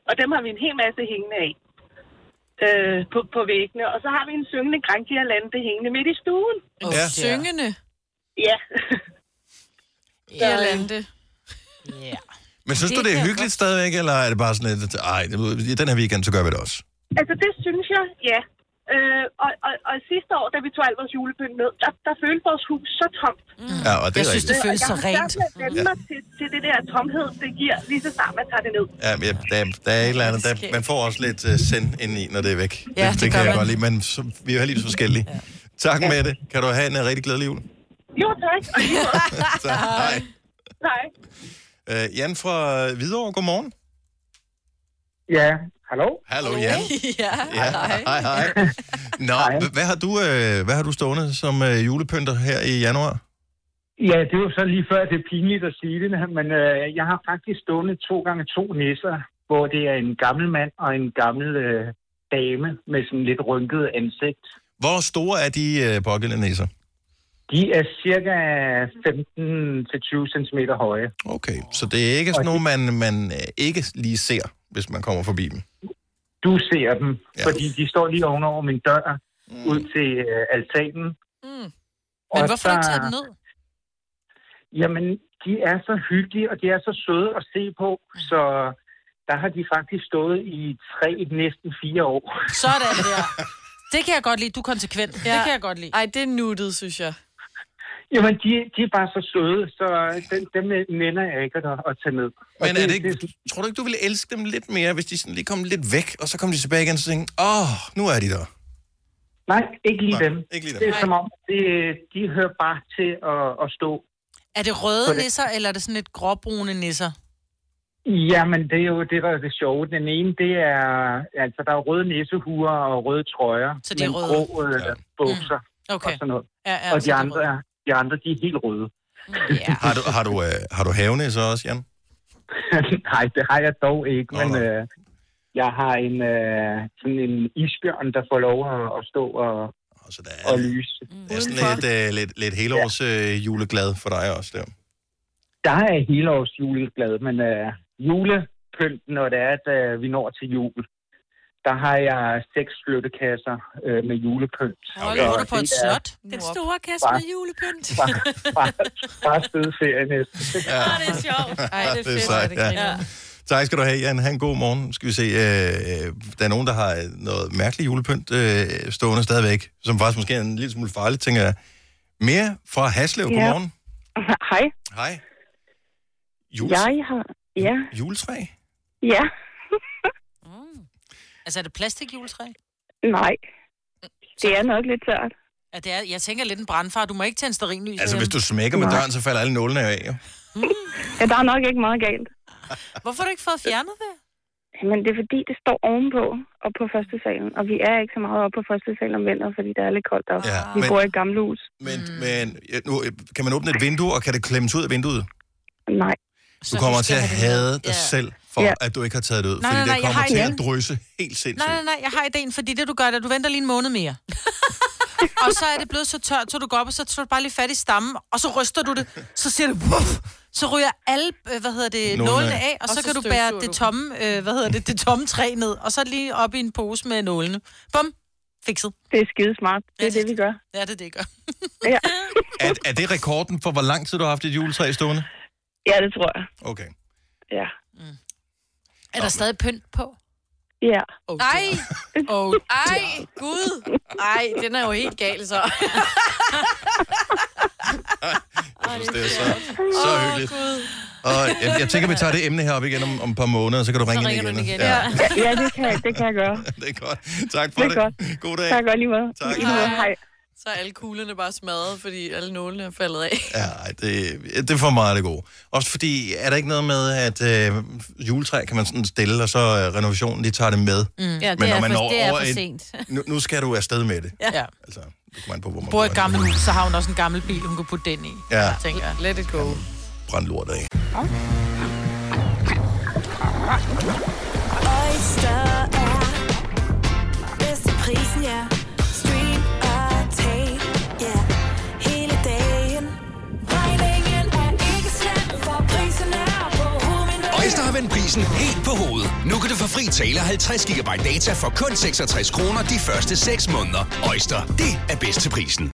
Speaker 8: Og dem har vi en hel masse hængende af. øh, på, på væggene. Og så har vi en syngende grængialande hængende midt i stuen.
Speaker 3: Og
Speaker 1: Ja.
Speaker 3: syngende
Speaker 8: Ja,
Speaker 3: Irlande.
Speaker 4: Ja.
Speaker 1: Men synes du, det er hyggeligt stadigvæk, eller er det bare sådan lidt, ej, det ved- i den her weekend, så gør vi det også?
Speaker 8: altså det synes jeg, ja. Øh, og, og, og sidste år, da vi tog alt vores julepynt ned, der, der følte vores hus så tomt.
Speaker 1: Ja, og det
Speaker 4: Mm. Jeg
Speaker 1: er
Speaker 4: synes,
Speaker 1: rigtigt.
Speaker 4: det føles så
Speaker 8: Jeg har
Speaker 4: rent.
Speaker 8: svært ved at vende mig til, til det der tomhed, det giver lige så snart man tager det ned.
Speaker 1: Ja, men jeg- der, der er et eller andet, der, man får også lidt uh, send ind i, når det er væk.
Speaker 4: Ja, det
Speaker 1: det
Speaker 4: gør
Speaker 1: kan jeg
Speaker 4: man.
Speaker 1: godt lide, men så, vi er jo lige så forskellige. Ja. Tak med det. Kan du have en øh, rigtig glædelig jul?
Speaker 8: Jo, tak. Og lige måde.
Speaker 1: Tak. Hej.
Speaker 8: Nej.
Speaker 1: Uh, Jan fra øh, Hvidovre, godmorgen.
Speaker 9: Ja, hallo?
Speaker 1: Hallo, Jan.
Speaker 3: Ja,
Speaker 1: Ja, hej, hej. Nå,
Speaker 9: Hej.
Speaker 1: h- hvad har, du, øh, hvad har du stående som øh, julepynter her i januar?
Speaker 9: Ja, det er jo så lige før, det er pinligt at sige det, men øh, jeg har faktisk stående to gange to nisser, hvor det er en gammel mand og en gammel øh, dame med sådan lidt rynket ansigt.
Speaker 1: Hvor store er de øh, pågældende næser?
Speaker 9: De er cirka 15-20 cm høje.
Speaker 1: Okay, så det er ikke sådan noget, man, man øh, ikke lige ser, hvis man kommer forbi dem.
Speaker 9: Du ser dem,
Speaker 1: Ja.
Speaker 9: ja. fordi de står lige ovenover min dør mm. ud til øh, altanen.
Speaker 3: Mm.
Speaker 4: Men
Speaker 9: Og
Speaker 4: hvorfor har du ikke taget den ned?
Speaker 9: Jamen, de er så hyggelige, og de er så søde at se på,
Speaker 4: Mm.
Speaker 9: så der har de faktisk stået i tre, næsten fire år.
Speaker 4: Sådan der. Det kan jeg godt lide. Du er konsekvent. Ja. Det kan jeg godt lide.
Speaker 3: Ej, det er nuttet, synes jeg.
Speaker 9: Jamen, de, de er bare så søde, så dem, dem nænder jeg ikke at, at tage med. Og
Speaker 1: Men er det ikke, tror du ikke, du ville elske dem lidt mere, hvis de sådan lige kom lidt væk, og så kom de tilbage igen, og så tænkte, åh, oh, nu er de der.
Speaker 9: Nej, ikke lige
Speaker 1: Nej,
Speaker 9: dem.
Speaker 1: ikke lige dem.
Speaker 9: Det er som om, det, de hører bare til at, at stå.
Speaker 4: Er det
Speaker 9: På
Speaker 4: røde
Speaker 9: det.
Speaker 4: nisser, eller er det sådan lidt gråbrune nisser?
Speaker 9: Jamen, det er jo det, der er det sjove. Den ene, det er... Altså, der er røde næsehuer og røde trøjer.
Speaker 4: Så de er
Speaker 9: men
Speaker 4: røde. Mm.
Speaker 9: grå øh,
Speaker 1: Ja.
Speaker 9: ja. bukser okay. og
Speaker 4: Okay.
Speaker 9: sådan noget.
Speaker 4: Ja, ja,
Speaker 9: og
Speaker 4: så
Speaker 9: de
Speaker 4: det er
Speaker 9: andre,
Speaker 4: røde.
Speaker 9: er, de andre, de er helt røde.
Speaker 4: Ja.
Speaker 1: Har du, har du, øh, har du havene så også, Jan?
Speaker 9: Nej, det har jeg dog ikke,
Speaker 1: Nå,
Speaker 9: men
Speaker 1: nå.
Speaker 9: øh, jeg har en, øh, sådan en isbjørn, der får lov at, at stå og,
Speaker 1: Og så der
Speaker 9: og
Speaker 1: er,
Speaker 9: lyse.
Speaker 1: der er sådan lidt, øh, lidt, lidt helårs øh, juleglad for dig også der.
Speaker 9: Der er hele års juleglad, men øh, julepynten, når det er, at øh, vi når til jul, der har jeg seks flyttekasser øh, med julepynt.
Speaker 4: Hold,
Speaker 1: Okay.
Speaker 4: bor du på et
Speaker 9: Det er-
Speaker 4: slot?
Speaker 2: Den
Speaker 3: Mor.
Speaker 2: store kasse med julepynt.
Speaker 9: Fra, fra, fra spædferie næsten.
Speaker 1: Ja.
Speaker 2: det er sjovt.
Speaker 3: Ej, det er
Speaker 1: Det er
Speaker 3: fedt.
Speaker 1: sejt,
Speaker 3: Ej, det
Speaker 1: ja.
Speaker 3: griner.
Speaker 2: Ja.
Speaker 1: Tak skal du have, Jan. Ha' en god morgen. Skal vi se, øh, øh, der er nogen, der har øh, noget mærkeligt julepynt øh, stående stadigvæk, som faktisk måske er en lille smule farligt, tænker jeg. Mere fra Haslev.
Speaker 10: Ja.
Speaker 1: Godmorgen.
Speaker 10: Hej,
Speaker 1: Hej. Jules,
Speaker 10: jeg har... Ja,
Speaker 1: Juletræ?
Speaker 10: ja,
Speaker 4: Mm. Altså, er det plastikjuletræ?
Speaker 10: nej. Det er nok lidt tørt.
Speaker 4: Ja, det er, jeg tænker lidt en brandfar. Du må ikke tænde sterinlys.
Speaker 1: Altså,
Speaker 4: derhjemme.
Speaker 1: hvis du smækker med døren, så falder alle nålene af, jo.
Speaker 10: Ja, der er nok ikke meget galt.
Speaker 4: Hvorfor har du ikke fået fjernet det?
Speaker 10: Men det er fordi, det står ovenpå og på første salen. Og vi er ikke så meget oppe på første salen om vinteren, fordi det er lidt koldt deroppe.
Speaker 1: Ja,
Speaker 10: Vi
Speaker 1: men-
Speaker 10: bor i et gammelt hus.
Speaker 1: Men, men ja, nu, øh, kan man åbne et vindue, og kan det klemmes ud af vinduet?
Speaker 10: Nej,
Speaker 1: Du kommer til at hade dig
Speaker 4: Ja.
Speaker 1: selv for,
Speaker 10: Ja.
Speaker 1: at du ikke har taget det ud.
Speaker 4: Nej,
Speaker 1: fordi
Speaker 4: nej, nej,
Speaker 1: det
Speaker 4: jeg
Speaker 1: kommer
Speaker 4: har
Speaker 1: til
Speaker 4: en
Speaker 1: at drysse helt
Speaker 4: Nej,
Speaker 1: sindssygt.
Speaker 4: nej, nej, jeg har ideen, fordi det du gør, det er, at du venter lige en måned mere. og så er det blevet så tørt, så du går op, og så tager du bare lige fat i stammen, og så ryster du det, så siger det, Wuff! så ryger alle, øh, hvad hedder det,
Speaker 1: Nålene
Speaker 4: nålene
Speaker 1: af.
Speaker 4: af, og,
Speaker 3: Og
Speaker 4: så,
Speaker 3: så
Speaker 4: kan du bære
Speaker 3: støvsuger du
Speaker 4: det
Speaker 3: dem.
Speaker 4: tomme, øh, hvad hedder det, det tomme træ ned, og så lige op i en pose med nålene. Bum, fikset.
Speaker 10: det er skidesmart. Det er
Speaker 4: Ja.
Speaker 10: det, vi gør.
Speaker 4: Ja, det er det, jeg gør.
Speaker 10: Ja,
Speaker 1: Er, er det rekorden for, hvor lang tid du har haft et juletræ stående?
Speaker 10: ja det tror jeg.
Speaker 1: Okay.
Speaker 10: Ja.
Speaker 4: Mm. Er der stadig pynt på?
Speaker 10: Ja.
Speaker 4: Oh,
Speaker 3: Ej,
Speaker 4: Oh,
Speaker 3: ej, gud. Ej, den er jo helt gal, så.
Speaker 1: Jeg synes, det er så, så hyggeligt. Og jeg, jeg tænker, vi tager det emne her op igen om, om et par måneder, så kan du ringe ind
Speaker 2: ringer
Speaker 1: igen.
Speaker 2: du igen,
Speaker 1: Ja,
Speaker 2: ja.
Speaker 10: Ja, ja det, kan jeg, det kan jeg gøre.
Speaker 1: det er godt. Tak for
Speaker 10: Det er
Speaker 1: det.
Speaker 10: godt.
Speaker 1: God dag.
Speaker 10: Tak og lige måde.
Speaker 1: Tak.
Speaker 10: I lige måde. Hej.
Speaker 3: Så er alle kuglerne bare smadret, fordi alle nålene er faldet af.
Speaker 1: Ja, ej, det, det er for meget det gode. Også fordi, er der ikke noget med, at øh, juletræ kan man sådan stille, og så øh, renovationen, de tager det med. Mm.
Speaker 2: Ja,
Speaker 1: Men
Speaker 2: det,
Speaker 1: når
Speaker 2: er
Speaker 1: man
Speaker 2: for,
Speaker 1: når
Speaker 2: det er
Speaker 1: over
Speaker 2: for
Speaker 1: et-
Speaker 2: sent.
Speaker 1: Nu, nu skal du afsted med det.
Speaker 4: ja.
Speaker 1: Altså, det kommer an på, hvor man
Speaker 4: Bor i et
Speaker 1: bor.
Speaker 4: gammelt hus, så har hun også en gammel bil, hun kan putte den i.
Speaker 1: Ja.
Speaker 4: Tænker jeg.
Speaker 3: Let it go.
Speaker 1: Brænd lortet af.
Speaker 11: Oyster er bedst til prisen, ja. Stream og tag, ja. Hele dagen. Regningen er ikke slem, for prisen er på hovedet.
Speaker 5: Øjster har vendt
Speaker 12: vend prisen helt på hovedet. Nu kan du få fri tale 50 GB data for kun 66 kroner de første 6 måneder. Øjster, det er bedst til prisen.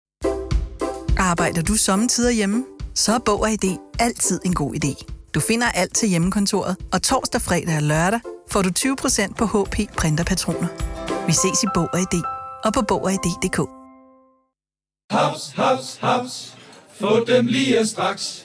Speaker 13: Arbejder du sommetider hjemme? Så er Bog og ID altid en god idé. Du finder alt til hjemmekontoret, og torsdag, fredag og lørdag får du 20% på HP Printerpatroner. Vi ses i Bog og ID og på Bog og ID.dk.
Speaker 14: Haps, haps, haps. Få dem lige straks.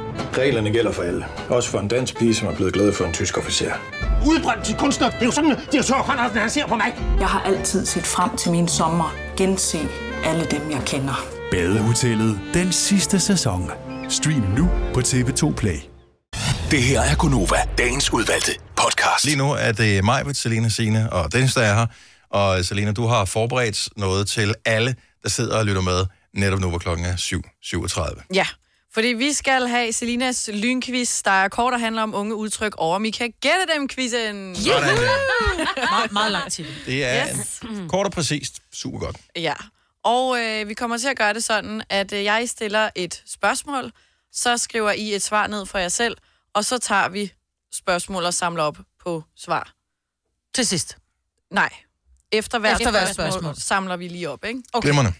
Speaker 15: Reglerne gælder for alle. Også for en dansk pige, som er blevet glad for en tysk officer.
Speaker 16: Udbrøndt til kunstner. Det er jo sådan, at de har Conradsen, han ser på mig. Jeg har altid set frem til min sommer. Gense alle dem, jeg kender.
Speaker 5: Badehotellet den sidste sæson. Stream nu på TV2 Play.
Speaker 1: Det her er Gunova, dagens udvalgte podcast. Lige nu er det mig, Selina Sine og Dennis, der er her. Og Selina, du har forberedt noget til alle, der sidder og lytter med netop nu, hvor klokken er 7.37.
Speaker 3: Ja, fordi vi skal have Selinas lynquiz, der er kort og handler om unge udtryk over Mika Gætte Dem-quizzen.
Speaker 1: Sådan der.
Speaker 3: meget, meget lang tid.
Speaker 1: Det er yes. kort og præcist. Super godt.
Speaker 3: Ja, og øh, vi kommer til at gøre det sådan, at øh, jeg stiller et spørgsmål, så skriver I et svar ned for jer selv, og så tager vi spørgsmål og samler op på svar.
Speaker 4: Til sidst?
Speaker 3: Nej. Efter hvert,
Speaker 4: Efter
Speaker 3: Efter
Speaker 4: hvert
Speaker 3: hvert spørgsmål,
Speaker 4: spørgsmål.
Speaker 3: spørgsmål samler vi lige op, ikke?
Speaker 1: Okay. Glemmerne.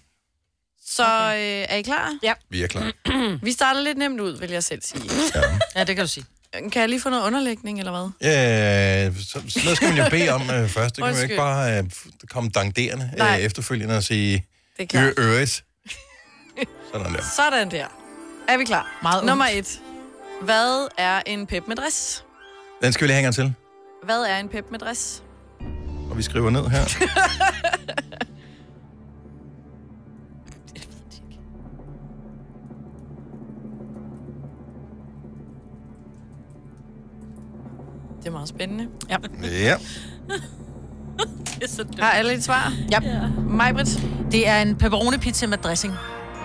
Speaker 3: Så øh, er I klar? Ja.
Speaker 1: Vi er klar.
Speaker 3: Vi starter lidt nemt ud, vil jeg selv sige. Øh,
Speaker 4: Ja, det kan du sige.
Speaker 3: Kan jeg lige få noget underlægning, eller hvad?
Speaker 1: Ja, så, sådan noget skal man jo bede om øh, først. Det kan man jo ikke
Speaker 3: Undskyld.
Speaker 1: bare øh, f- komme dangderende øh,
Speaker 3: Nej.
Speaker 1: efterfølgende og sige...
Speaker 3: Det er klart.
Speaker 1: "Ø- øres." Sådan der.
Speaker 3: Sådan der. Er vi klar? Meget Nummer et. Hvad er en pepmadress?
Speaker 1: Den skal vi lige hænge til,
Speaker 3: Hvad er en pepmadress?
Speaker 1: og vi skriver ned her.
Speaker 3: Det er meget spændende. Ja.
Speaker 1: Ja.
Speaker 3: det er så dumt. Har alle et svar?
Speaker 4: Ja.
Speaker 3: Majbrit?
Speaker 4: Det er en pepperoni pizza med dressing.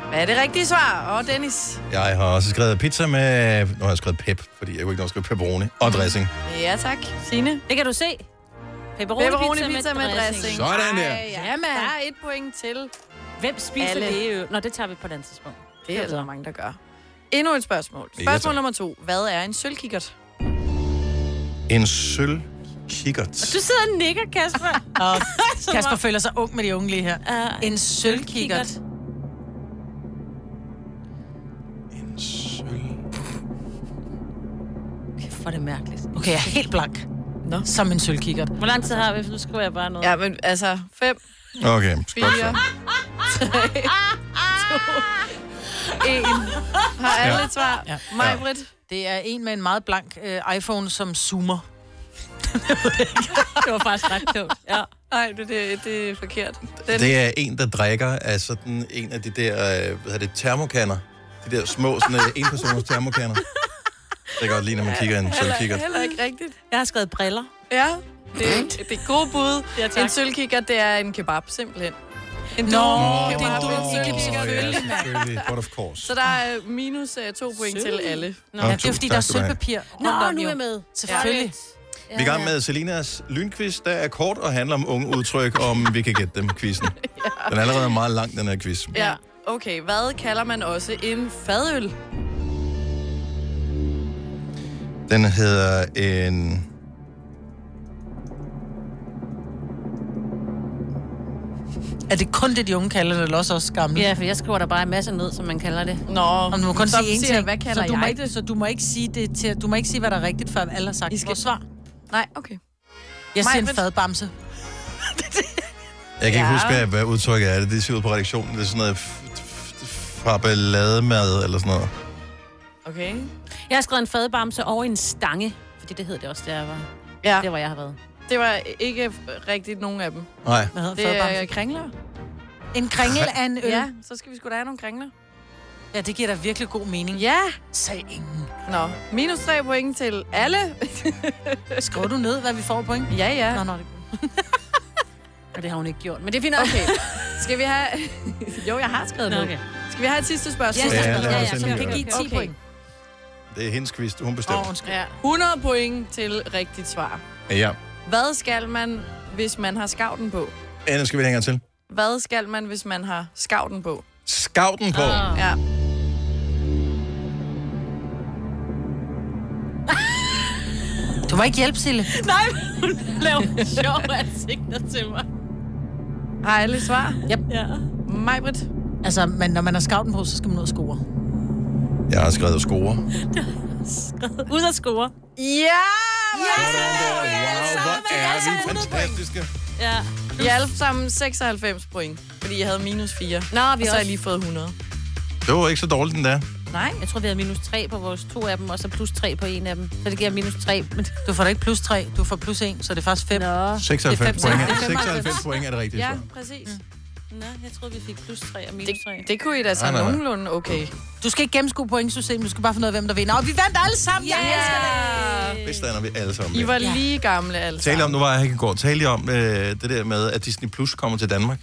Speaker 3: Hvad er det rigtige svar? Og Dennis?
Speaker 1: Jeg har også skrevet pizza med... Nu har jeg skrevet pep, fordi jeg kunne ikke nå at skrive pepperoni og dressing.
Speaker 3: Ja, tak. Signe?
Speaker 2: Det kan du se. Pepperoni, pizza, pizza med, dressing.
Speaker 1: Sådan der.
Speaker 3: Ej, ja, man. Der er et point til.
Speaker 2: Hvem spiser
Speaker 3: Alle.
Speaker 2: det? øh? Nå, det tager vi på et andet tidspunkt.
Speaker 3: Det er altså mange, der gør. Endnu et spørgsmål.
Speaker 1: Ja,
Speaker 3: Spørgsmål
Speaker 1: tak.
Speaker 3: nummer to. Hvad er en sølvkikkert?
Speaker 1: En sølvkikkert.
Speaker 4: Du sidder og nikker, Kasper. og Kasper
Speaker 3: meget.
Speaker 4: føler sig ung med de unge lige her. Uh, en sølvkikkert.
Speaker 2: Kæft, hvor er det mærkeligt.
Speaker 4: Okay, jeg er helt blank.
Speaker 3: Nå.
Speaker 4: Som en sølvkikkert.
Speaker 2: Hvor lang tid har vi? Nu skriver jeg bare noget.
Speaker 3: Ja, men altså, fem,
Speaker 1: Okay, godt så.
Speaker 3: fire, tre, to, en. Har alle et svar? Ja. Majbrit?
Speaker 4: Det er en med en meget blank øh, iPhone, som zoomer.
Speaker 2: det var faktisk ret klogt. Ja.
Speaker 3: Nej, det, det, det er forkert. Den,
Speaker 1: Det er en, der drikker af sådan en af de der, øh, hvad hedder det, termokanner. De der små, sådan øh, enpersoners termokanner. Det kan godt lige, når man kigger i en sølvkikkert.
Speaker 3: heller ikke rigtigt.
Speaker 2: Jeg har skrevet briller.
Speaker 3: Ja, det, det er gode bud.
Speaker 2: Ja, tak.
Speaker 3: en sølvkikkert, det er en kebab, simpelthen. En
Speaker 4: Nå,
Speaker 3: dum
Speaker 4: det er
Speaker 3: kebab,
Speaker 4: en dum
Speaker 3: sølvkikkert.
Speaker 1: ja, selvfølgelig. But of course.
Speaker 3: Så der er minus uh, to point til alle.
Speaker 1: Nå, Ja, det er tusind fordi, der er tak skal du have. sølvpapir
Speaker 4: rundt om, jo. Selvfølgelig.
Speaker 1: Vi er i gang med Selinas lynquiz, der er kort og handler om unge udtryk, om vi kan gætte dem quizzen. Den er allerede meget lang, den her quiz.
Speaker 3: Ja, okay. Hvad kalder man også en fadøl?
Speaker 1: Den hedder en...
Speaker 4: Er det kun det, de unge kalder det, eller også også gamle?
Speaker 2: Ja, for jeg skriver der bare en masse ned, som man kalder det.
Speaker 3: Nå,
Speaker 4: Om du må kun
Speaker 2: så
Speaker 4: sige én
Speaker 2: siger jeg,
Speaker 4: ting.
Speaker 2: hvad kalder
Speaker 4: så du
Speaker 2: jeg
Speaker 4: må
Speaker 2: det?
Speaker 4: ikke, Så du må ikke sige, det til, du må ikke sige hvad der er rigtigt, før alle har sagt skal... vores svar.
Speaker 3: Nej, okay.
Speaker 4: Jeg siger en
Speaker 3: Majbrit?
Speaker 4: fadbamse.
Speaker 1: Jeg kan ikke
Speaker 4: Ja.
Speaker 1: huske, hvad, hvad udtrykket er. Det ser ud på redaktionen. Det er sådan noget f- f- f- fabelademad eller sådan noget.
Speaker 3: Okay.
Speaker 2: Jeg har skrevet en fadbamse over en stange, fordi det hed det også, der jeg var.
Speaker 3: Ja.
Speaker 2: Det var jeg har været.
Speaker 3: Det var ikke rigtigt nogen af dem.
Speaker 1: Nej.
Speaker 4: Hvad hedder
Speaker 3: Det er
Speaker 4: fadbamse?
Speaker 3: kringler.
Speaker 4: En kringel af en øl.
Speaker 3: Ja, så skal vi sgu da have nogle kringler.
Speaker 4: Ja, det giver da virkelig god mening.
Speaker 3: Ja.
Speaker 4: Sag ingen.
Speaker 3: Nå, minus tre point til alle.
Speaker 4: Skriver du ned, hvad vi får point?
Speaker 3: Ja, ja.
Speaker 4: Nå, nå, det...
Speaker 2: Og det har hun ikke gjort, men det er fint. nok.
Speaker 3: Okay. Skal vi have... jo, jeg har skrevet
Speaker 2: Nå,
Speaker 3: noget.
Speaker 2: okay.
Speaker 3: Okay. Skal vi have et sidste spørgsmål?
Speaker 1: Ja, ja, lad os endelig
Speaker 3: Som kan
Speaker 1: gøre
Speaker 3: give 10
Speaker 1: det.
Speaker 3: okay. point.
Speaker 1: Det er hendes quiz, hun bestemmer.
Speaker 3: Åh, undskyld. Ja. 100 point til rigtigt svar.
Speaker 1: Ja.
Speaker 3: Hvad skal man, hvis man har skavten på?
Speaker 1: Anna, skal vi hænge til?
Speaker 3: Hvad skal man, hvis man har skavten på? Ah.
Speaker 1: Skavten på.
Speaker 3: Ja.
Speaker 4: Du må ikke hjælpe, Sille.
Speaker 2: Nej, hun laver sjove ansigter til mig.
Speaker 3: Har alle svar?
Speaker 4: Yep.
Speaker 3: Ja. Majbrit?
Speaker 4: Altså, men når man har skavten på, så skal man ud og score.
Speaker 1: Jeg har skrevet score.
Speaker 2: Ud og score.
Speaker 3: Ja!
Speaker 1: Wow, hvor er vi fantastiske.
Speaker 2: Ja.
Speaker 3: I alle sammen 96 point, fordi jeg havde minus 4.
Speaker 2: Nå, vi
Speaker 3: og så har
Speaker 2: også-
Speaker 3: jeg lige fået 100.
Speaker 1: Det var ikke så dårligt, den der.
Speaker 2: Nej. Jeg tror, vi havde minus 3 på vores to af dem, og så plus 3 på en af dem. Så det giver minus 3. Men...
Speaker 4: Du får da ikke plus 3, du får plus 1, så det er faktisk 5. Nå.
Speaker 1: 96 point. 96 point er det rigtige. svar.
Speaker 3: præcis.
Speaker 2: Mm. Nå, jeg troede, vi fik plus 3 og minus 3.
Speaker 3: Det kunne I da så
Speaker 1: Nej, nej, nej.
Speaker 3: nogenlunde okay.
Speaker 4: Du skal ikke gennemskue pointsystemet, du skal bare finde ud af, hvem der vinder. Og vi vandt alle sammen!
Speaker 3: Ja!
Speaker 1: Det stander vi alle sammen.
Speaker 3: I
Speaker 1: med.
Speaker 3: var lige gamle, altså.
Speaker 1: Tale om, nu var jeg her i går, tale I om øh, det der med, at Disney Plus kommer til Danmark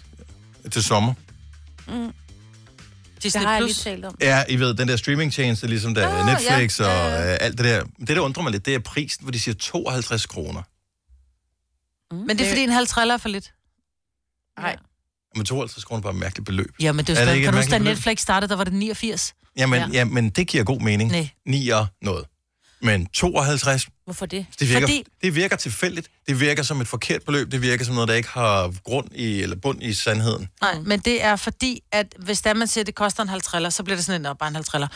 Speaker 1: til sommer.
Speaker 2: Mm.
Speaker 4: Disney
Speaker 2: det har jeg lige
Speaker 4: Plus.
Speaker 2: talt om.
Speaker 1: Ja, I ved, den der streamingtjeneste, ligesom der
Speaker 4: Ah,
Speaker 1: oh, Netflix
Speaker 2: ja.
Speaker 1: ja. og øh, alt det der. Men Det, der undrer mig lidt, det er prisen, hvor de siger 52 kroner.
Speaker 4: Men det er fordi en halv træller er for lidt.
Speaker 3: Mm. Øh. Nej.
Speaker 1: Men 52 kroner er bare et mærkeligt beløb.
Speaker 4: Ja, men det er,
Speaker 1: er
Speaker 4: jo
Speaker 1: det
Speaker 4: stadig,
Speaker 1: ikke
Speaker 4: kan
Speaker 1: et
Speaker 4: du huske, da
Speaker 1: mærkeligt
Speaker 4: Netflix startede, der var det 89?
Speaker 1: beløb? Jamen, ja. men det giver god mening.
Speaker 4: Nej.
Speaker 1: 9 og noget. Men 52,
Speaker 2: Hvorfor det?
Speaker 1: det virker,
Speaker 4: Fordi,
Speaker 1: Fordi... det virker tilfældigt. Det virker som et forkert beløb. Det virker som noget, der ikke har grund i, eller bund i sandheden.
Speaker 4: nej,
Speaker 3: Mm.
Speaker 4: men det er fordi, at hvis der man siger, at det koster en halv træller, så bliver det sådan en, "Nå, bare en halv træller.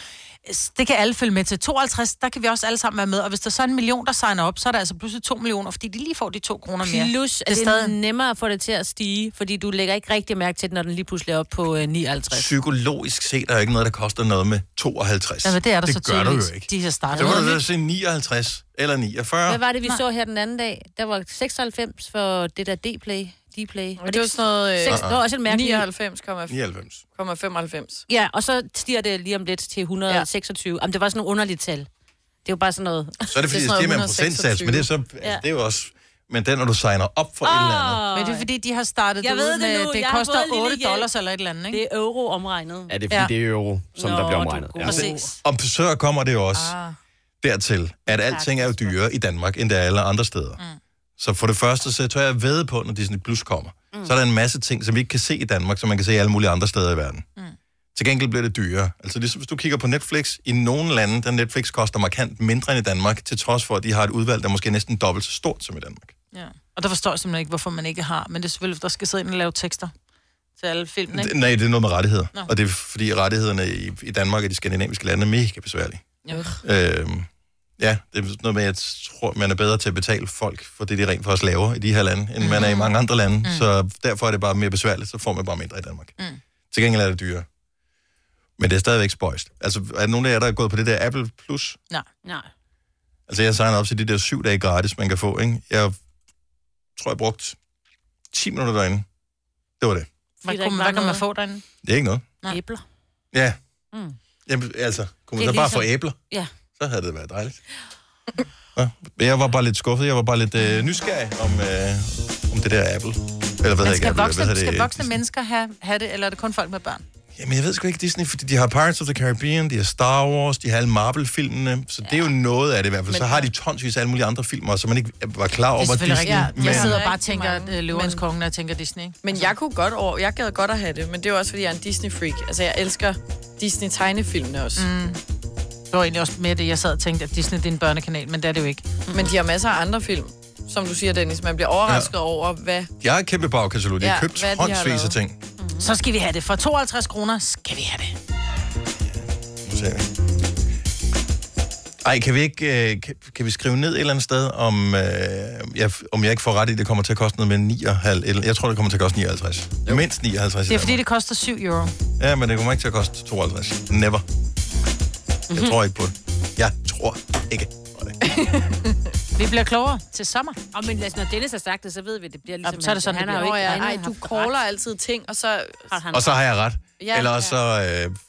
Speaker 4: S- Det kan alle følge med til. 52, der kan vi også alle sammen være med. Og hvis der så er en million, der signer op, så er der altså pludselig 2 millioner, fordi de lige får de 2 kroner mere.
Speaker 2: Plus, at det er stadig... nemmere at få det til at stige, fordi du lægger ikke rigtig mærke til det, når den lige pludselig er oppe på øh, 59.
Speaker 1: Psykologisk set er der ikke noget, der koster noget med 52.
Speaker 2: Jamen, det er der
Speaker 1: det
Speaker 2: så
Speaker 1: gør du
Speaker 2: tydeligvis.
Speaker 1: jo ikke.
Speaker 4: De har startet.
Speaker 1: Så må du da se 59 eller 49.
Speaker 2: Hvad var det, vi
Speaker 4: Nej.
Speaker 2: Nej. så her den anden dag? Der var 96 for det der D-Play. D-Play.
Speaker 3: Og det var sådan noget...
Speaker 2: Seks- det var også et mærkeligt.
Speaker 1: 99.
Speaker 3: 99,95.
Speaker 2: Ja, og så stiger det lige om lidt til 126. Ja. Jamen, det var sådan nogle underlige tal. Det var bare sådan noget...
Speaker 1: Så er det, fordi det, det med en procentsats, men det er, så, altså,
Speaker 2: Ja.
Speaker 1: det er jo også... Men den, når du signer op for oh. et eller andet...
Speaker 4: Men det er fordi, de har startet
Speaker 2: Jeg
Speaker 4: det
Speaker 2: ved
Speaker 4: ud
Speaker 2: det
Speaker 4: med,
Speaker 2: nu.
Speaker 4: det
Speaker 2: Jeg har
Speaker 4: koster
Speaker 2: fået en lille
Speaker 4: 8
Speaker 2: hjælp.
Speaker 4: dollars eller et eller andet, ikke?
Speaker 2: Det er euro omregnet.
Speaker 17: Ja, det er fordi, ja. det er euro, som Nå, der bliver omregnet. Ja.
Speaker 1: Altså, og så kommer det jo også ah. dertil, at alting er jo dyrere i Danmark, end det er alle andre steder. Mm. Så for det første, så tror jeg, jeg ved på, når Disney Plus kommer, mm. så er der en masse ting, som vi ikke kan se i Danmark, som man kan se i alle mulige andre steder i verden. Mm. Til gengæld bliver det dyrere. Altså ligesom hvis du kigger på Netflix, i nogle lande, der Netflix koster markant mindre end i Danmark, til trods for, at de har et udvalg, der måske er næsten dobbelt så stort som i Danmark.
Speaker 4: Ja. Og der forstår jeg simpelthen ikke, hvorfor man ikke har. Men det er selvfølgelig, der skal sidde ind og lave tekster til alle filmene,
Speaker 1: Det-
Speaker 4: ikke?
Speaker 1: Nej, det er noget med rettigheder.
Speaker 4: Nå.
Speaker 1: Nå. Og det er fordi rettighederne i, i Danmark og de skandinaviske lande er mega besværlige.
Speaker 4: Ja.
Speaker 1: Øhm, ja, det er noget med, at jeg tror, man er bedre til at betale folk for det, de rent faktisk laver i de her lande, end man er i
Speaker 2: Mhm.
Speaker 1: mange andre lande. Mm. Så derfor er det bare mere besværligt, så får man bare mindre i Danmark. Mm. Til gengæld er det dyrere. Men det er stadigvæk spøjst. Altså, er der nogen af jer, der er gået på det der Apple Plus?
Speaker 4: Nej.
Speaker 2: Nej.
Speaker 1: Altså, jeg signer op til de der syv dage gratis, man kan få, ikke? Jeg tror, jeg brugt 10 minutter derinde. Det var det.
Speaker 4: Hvad,
Speaker 2: der
Speaker 4: kunne,
Speaker 2: ikke
Speaker 4: hvad
Speaker 2: var
Speaker 4: kan man
Speaker 2: noget.
Speaker 4: få derinde?
Speaker 1: Det er ikke noget.
Speaker 2: Æbler.
Speaker 1: Ja.
Speaker 2: Mm.
Speaker 1: Jamen, altså, kunne man
Speaker 2: Det
Speaker 1: så bare
Speaker 2: er ligesom-
Speaker 1: få æbler?
Speaker 2: Ja.
Speaker 1: Så havde det været dejligt. Ja. men Jeg var bare lidt skuffet. Jeg var bare lidt øh, nysgerrig om, øh, om det der Apple. Eller altså, hvad hedder
Speaker 4: Men
Speaker 1: ikke
Speaker 4: skal
Speaker 1: Apple,
Speaker 4: voksne,
Speaker 1: hvad hedder
Speaker 4: skal
Speaker 1: det?
Speaker 4: voksne mennesker have, have det, eller er det kun folk med børn?
Speaker 1: Jamen, jeg ved sgu ikke Disney, fordi de har Pirates of the Caribbean, de har Star Wars, de har alle Marvel-filmene, så ja. det er jo noget af det i hvert fald.
Speaker 4: Men-
Speaker 1: så har de tonsvis af alle mulige andre filmer, som man ikke var klar over,
Speaker 4: det er
Speaker 1: var
Speaker 4: selvfølgelig
Speaker 1: Disney.
Speaker 4: rigtigt. Ja,
Speaker 1: men-
Speaker 4: jeg sidder og bare og tænker, at øh, løvernes konge, når jeg tænker Disney. Altså- Ikke?
Speaker 3: Men jeg kunne godt over, jeg gad godt at have det, men det er jo også, fordi jeg er en Disney-freak. Altså, jeg elsker Disney-tegnefilmene også.
Speaker 4: Mm. Det var egentlig også mere det, jeg sad og tænkte, at Disney det er en børnekanal, men det er det jo ikke.
Speaker 3: Men de har masser af andre film, som du siger, Dennis. Man bliver overrasket ja. over, hvad...
Speaker 1: Jeg har et kæmpe bagkatalog. De har
Speaker 3: Ja,
Speaker 1: købt
Speaker 3: hvad de har
Speaker 1: håndsvis af
Speaker 3: lavet.
Speaker 1: ting.
Speaker 4: Så skal vi have det. For 52 kroner skal vi have
Speaker 1: Altså,
Speaker 4: det.
Speaker 1: Nu ser vi. Ej, kan vi ikke øh, kan, kan vi skrive ned et eller andet sted, om, øh, jeg, om jeg ikke får ret i, at det kommer til at koste noget med 59, eller, jeg tror, det kommer til at koste 59. Jo. Mindst 59. i
Speaker 4: Det er
Speaker 1: Danmark.
Speaker 4: fordi, det koster 7 euro.
Speaker 1: Ja, men det kommer ikke til at koste 52. Never. Jeg tror ikke på det. Jeg tror ikke.
Speaker 4: Vi bliver klogere til sommer.
Speaker 2: Og men lad os, når Dennis har sagt det, så ved vi, at det bliver ligesom...
Speaker 4: Jamen, så er det sådan,
Speaker 2: han,
Speaker 4: det
Speaker 2: han har jo
Speaker 4: bliver.
Speaker 2: ikke
Speaker 4: Nå ja,
Speaker 2: regnet,
Speaker 4: ej,
Speaker 3: Du
Speaker 2: haft
Speaker 3: caller
Speaker 2: ret.
Speaker 3: altid ting, og så...
Speaker 1: Og så har jeg ret.
Speaker 3: Ja,
Speaker 1: Ja, Eller også så,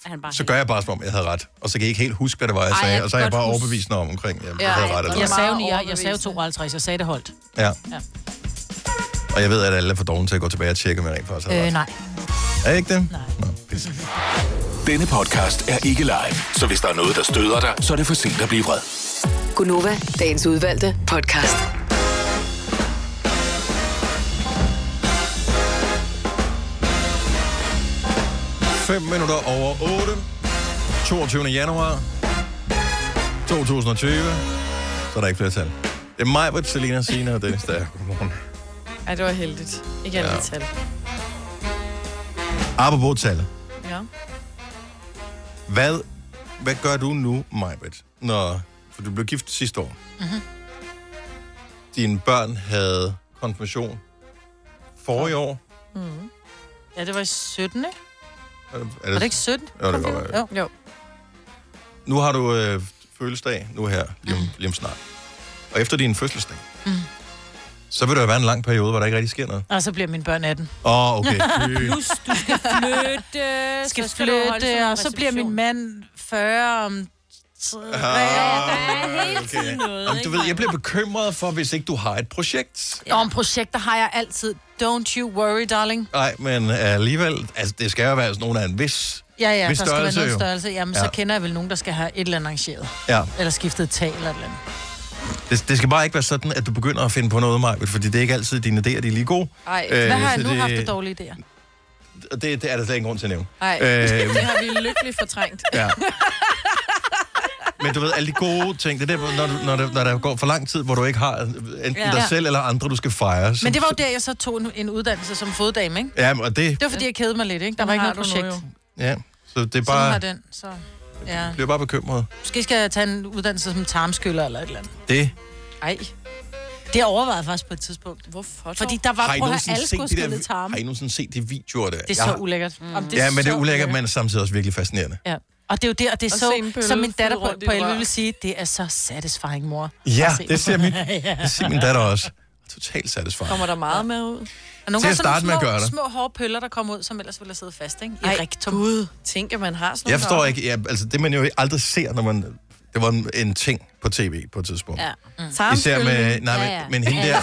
Speaker 3: han
Speaker 1: øh,
Speaker 3: bare
Speaker 1: så gør jeg bare, som om jeg havde ret. Og så kan jeg ikke helt huske, hvad det var, jeg
Speaker 4: Ej,
Speaker 1: sagde.
Speaker 4: jeg
Speaker 1: og så er jeg
Speaker 4: kan
Speaker 1: bare
Speaker 4: godt huske-
Speaker 1: overbevist om omkring, jeg ja, havde ret eller
Speaker 4: jeg
Speaker 1: ret.
Speaker 4: sagde jo 9, jeg sagde jo 52, jeg sagde det holdt.
Speaker 1: Ja.
Speaker 4: Ja.
Speaker 1: Og jeg ved, at alle er for dogne til at gå tilbage og tjekke, om jeg rent faktisk havde ret.
Speaker 4: Øh, nej.
Speaker 1: Er jeg ikke det? Nej.
Speaker 5: Denne podcast er ikke live, så hvis der er noget, der støder dig, så er det for sent at blive vred.
Speaker 18: Gunova, dagens udvalgte podcast.
Speaker 1: Fem minutter over 8. 22. januar 2020. Så er der ikke flere tal. Det er mig, Britt, Selina, Sina og Dennis, der er. Godmorgen.
Speaker 3: Ej, det var heldigt. Ikke alle ja. tal.
Speaker 1: Apropos tal.
Speaker 3: Ja.
Speaker 1: Hvad, hvad gør du nu, Majbet? Når, for du blev gift sidste år.
Speaker 4: Mhm.
Speaker 1: Dine børn havde konfirmation forrige år.
Speaker 4: Mm. Ja, det var i 17, ikke?
Speaker 1: Er det,
Speaker 4: Var det ikke 17?
Speaker 1: Jo, det kan godt være.
Speaker 4: Jo. jo.
Speaker 1: Nu har du øh, fødselsdag nu her, lige om, lige om snart. Og efter din fødselsdag,
Speaker 4: Mm.
Speaker 1: så vil der jo være en lang periode, hvor der ikke rigtig sker noget.
Speaker 4: Og så Altså bliver mine børn 18.
Speaker 1: Åh, oh, okay. Fy.
Speaker 4: Plus, du skal flytte. Skal,
Speaker 2: så
Speaker 4: skal
Speaker 2: skal du holde sådan
Speaker 4: flytte,
Speaker 2: en
Speaker 4: og så bliver min mand 40 om tre
Speaker 1: Ah, okay. Jamen, du ved, jeg bliver bekymret for, hvis ikke du har et projekt.
Speaker 4: Ja. Om projekter har jeg altid. Don't you worry, darling.
Speaker 1: Nej, men alligevel, altså det skal jo være sådan nogen af en vis,
Speaker 4: Ja, ja, der
Speaker 1: vis
Speaker 4: skal være noget
Speaker 1: jo.
Speaker 4: størrelse. Jamen, ja. så kender jeg vel nogen, der skal have et eller andet arrangeret.
Speaker 1: Ja,
Speaker 4: Eller skiftet tag eller et eller andet.
Speaker 1: det, det skal bare ikke være sådan, at du begynder at finde på noget, Maja, fordi det er ikke altid dine idéer, de er lige gode.
Speaker 4: Ej, hvad har jeg
Speaker 1: Øh, så
Speaker 4: nu
Speaker 1: det,
Speaker 4: haft af dårlige idéer?
Speaker 1: Det, det er der slet ingen grund til at nævne.
Speaker 3: Ej,
Speaker 1: Øhm,
Speaker 3: det har vi lykkeligt fortrængt.
Speaker 1: Ja. Men du ved, alle de gode ting, det er der, hvor- når, du, når, der, når der går for lang tid, hvor du ikke har øh, enten
Speaker 4: Ja.
Speaker 1: ja. dig
Speaker 4: Ja.
Speaker 1: selv eller andre, du skal fejre. Så,
Speaker 4: Men det var jo der, jeg så tog en, en uddannelse som foddame, ikke?
Speaker 1: Ja, og det,
Speaker 4: Det var, fordi jeg kedede mig lidt, ikke? Der var
Speaker 3: Den
Speaker 4: ikke
Speaker 3: har
Speaker 4: noget
Speaker 3: du nu
Speaker 4: projekt.
Speaker 3: jo.
Speaker 1: ja, så det er
Speaker 4: Sådan har
Speaker 1: bare,
Speaker 4: den, så... Ja.
Speaker 1: bliver bare bekymret.
Speaker 4: Måske skal jeg tage en uddannelse som tarmskyller eller et eller andet.
Speaker 1: Det
Speaker 4: Ej. Det overvejede jeg faktisk på et tidspunkt. Hvorfor? Fordi der var,
Speaker 1: har I
Speaker 4: prøv at
Speaker 1: nogensinde
Speaker 4: høre, alle
Speaker 1: set
Speaker 4: skulle
Speaker 1: de der-
Speaker 4: have skyllet tarme.
Speaker 1: Har I nogensinde set de videoer der?
Speaker 4: Det er
Speaker 1: Jeg
Speaker 4: så
Speaker 1: har-
Speaker 4: ulækkert. Mm. Jamen,
Speaker 1: Ja, men det er
Speaker 4: så
Speaker 1: ulækkert, men samtidig også virkelig fascinerende.
Speaker 4: Ja. Og det er jo det, og det er
Speaker 3: Og
Speaker 4: så,
Speaker 3: se en bølle
Speaker 4: som min datter
Speaker 3: flyde
Speaker 4: på,
Speaker 3: rundt i
Speaker 4: på
Speaker 3: et
Speaker 4: 11
Speaker 3: rør.
Speaker 4: vil sige, det er så satisfying, mor.
Speaker 1: Ja,
Speaker 4: At se.
Speaker 1: det siger min,
Speaker 4: Ja.
Speaker 1: det siger min datter også. Totalt satisfying.
Speaker 3: Kommer der meget med ud?
Speaker 4: Og nogle
Speaker 1: Til
Speaker 4: gange
Speaker 1: at
Speaker 4: så er der
Speaker 1: starte med at
Speaker 4: små,
Speaker 1: gøre det.
Speaker 4: små hårde pøller, der kommer ud, som ellers ville have siddet fast, ikke? I
Speaker 3: Ej,
Speaker 4: rektum. Gud, tænk, at man har sådan
Speaker 1: Jeg forstår ikke, ja, altså det man jo aldrig ser, når man... Det var en, en ting på tv på et tidspunkt.
Speaker 4: Ja.
Speaker 1: Mm. Især med, nej, men, men hende der,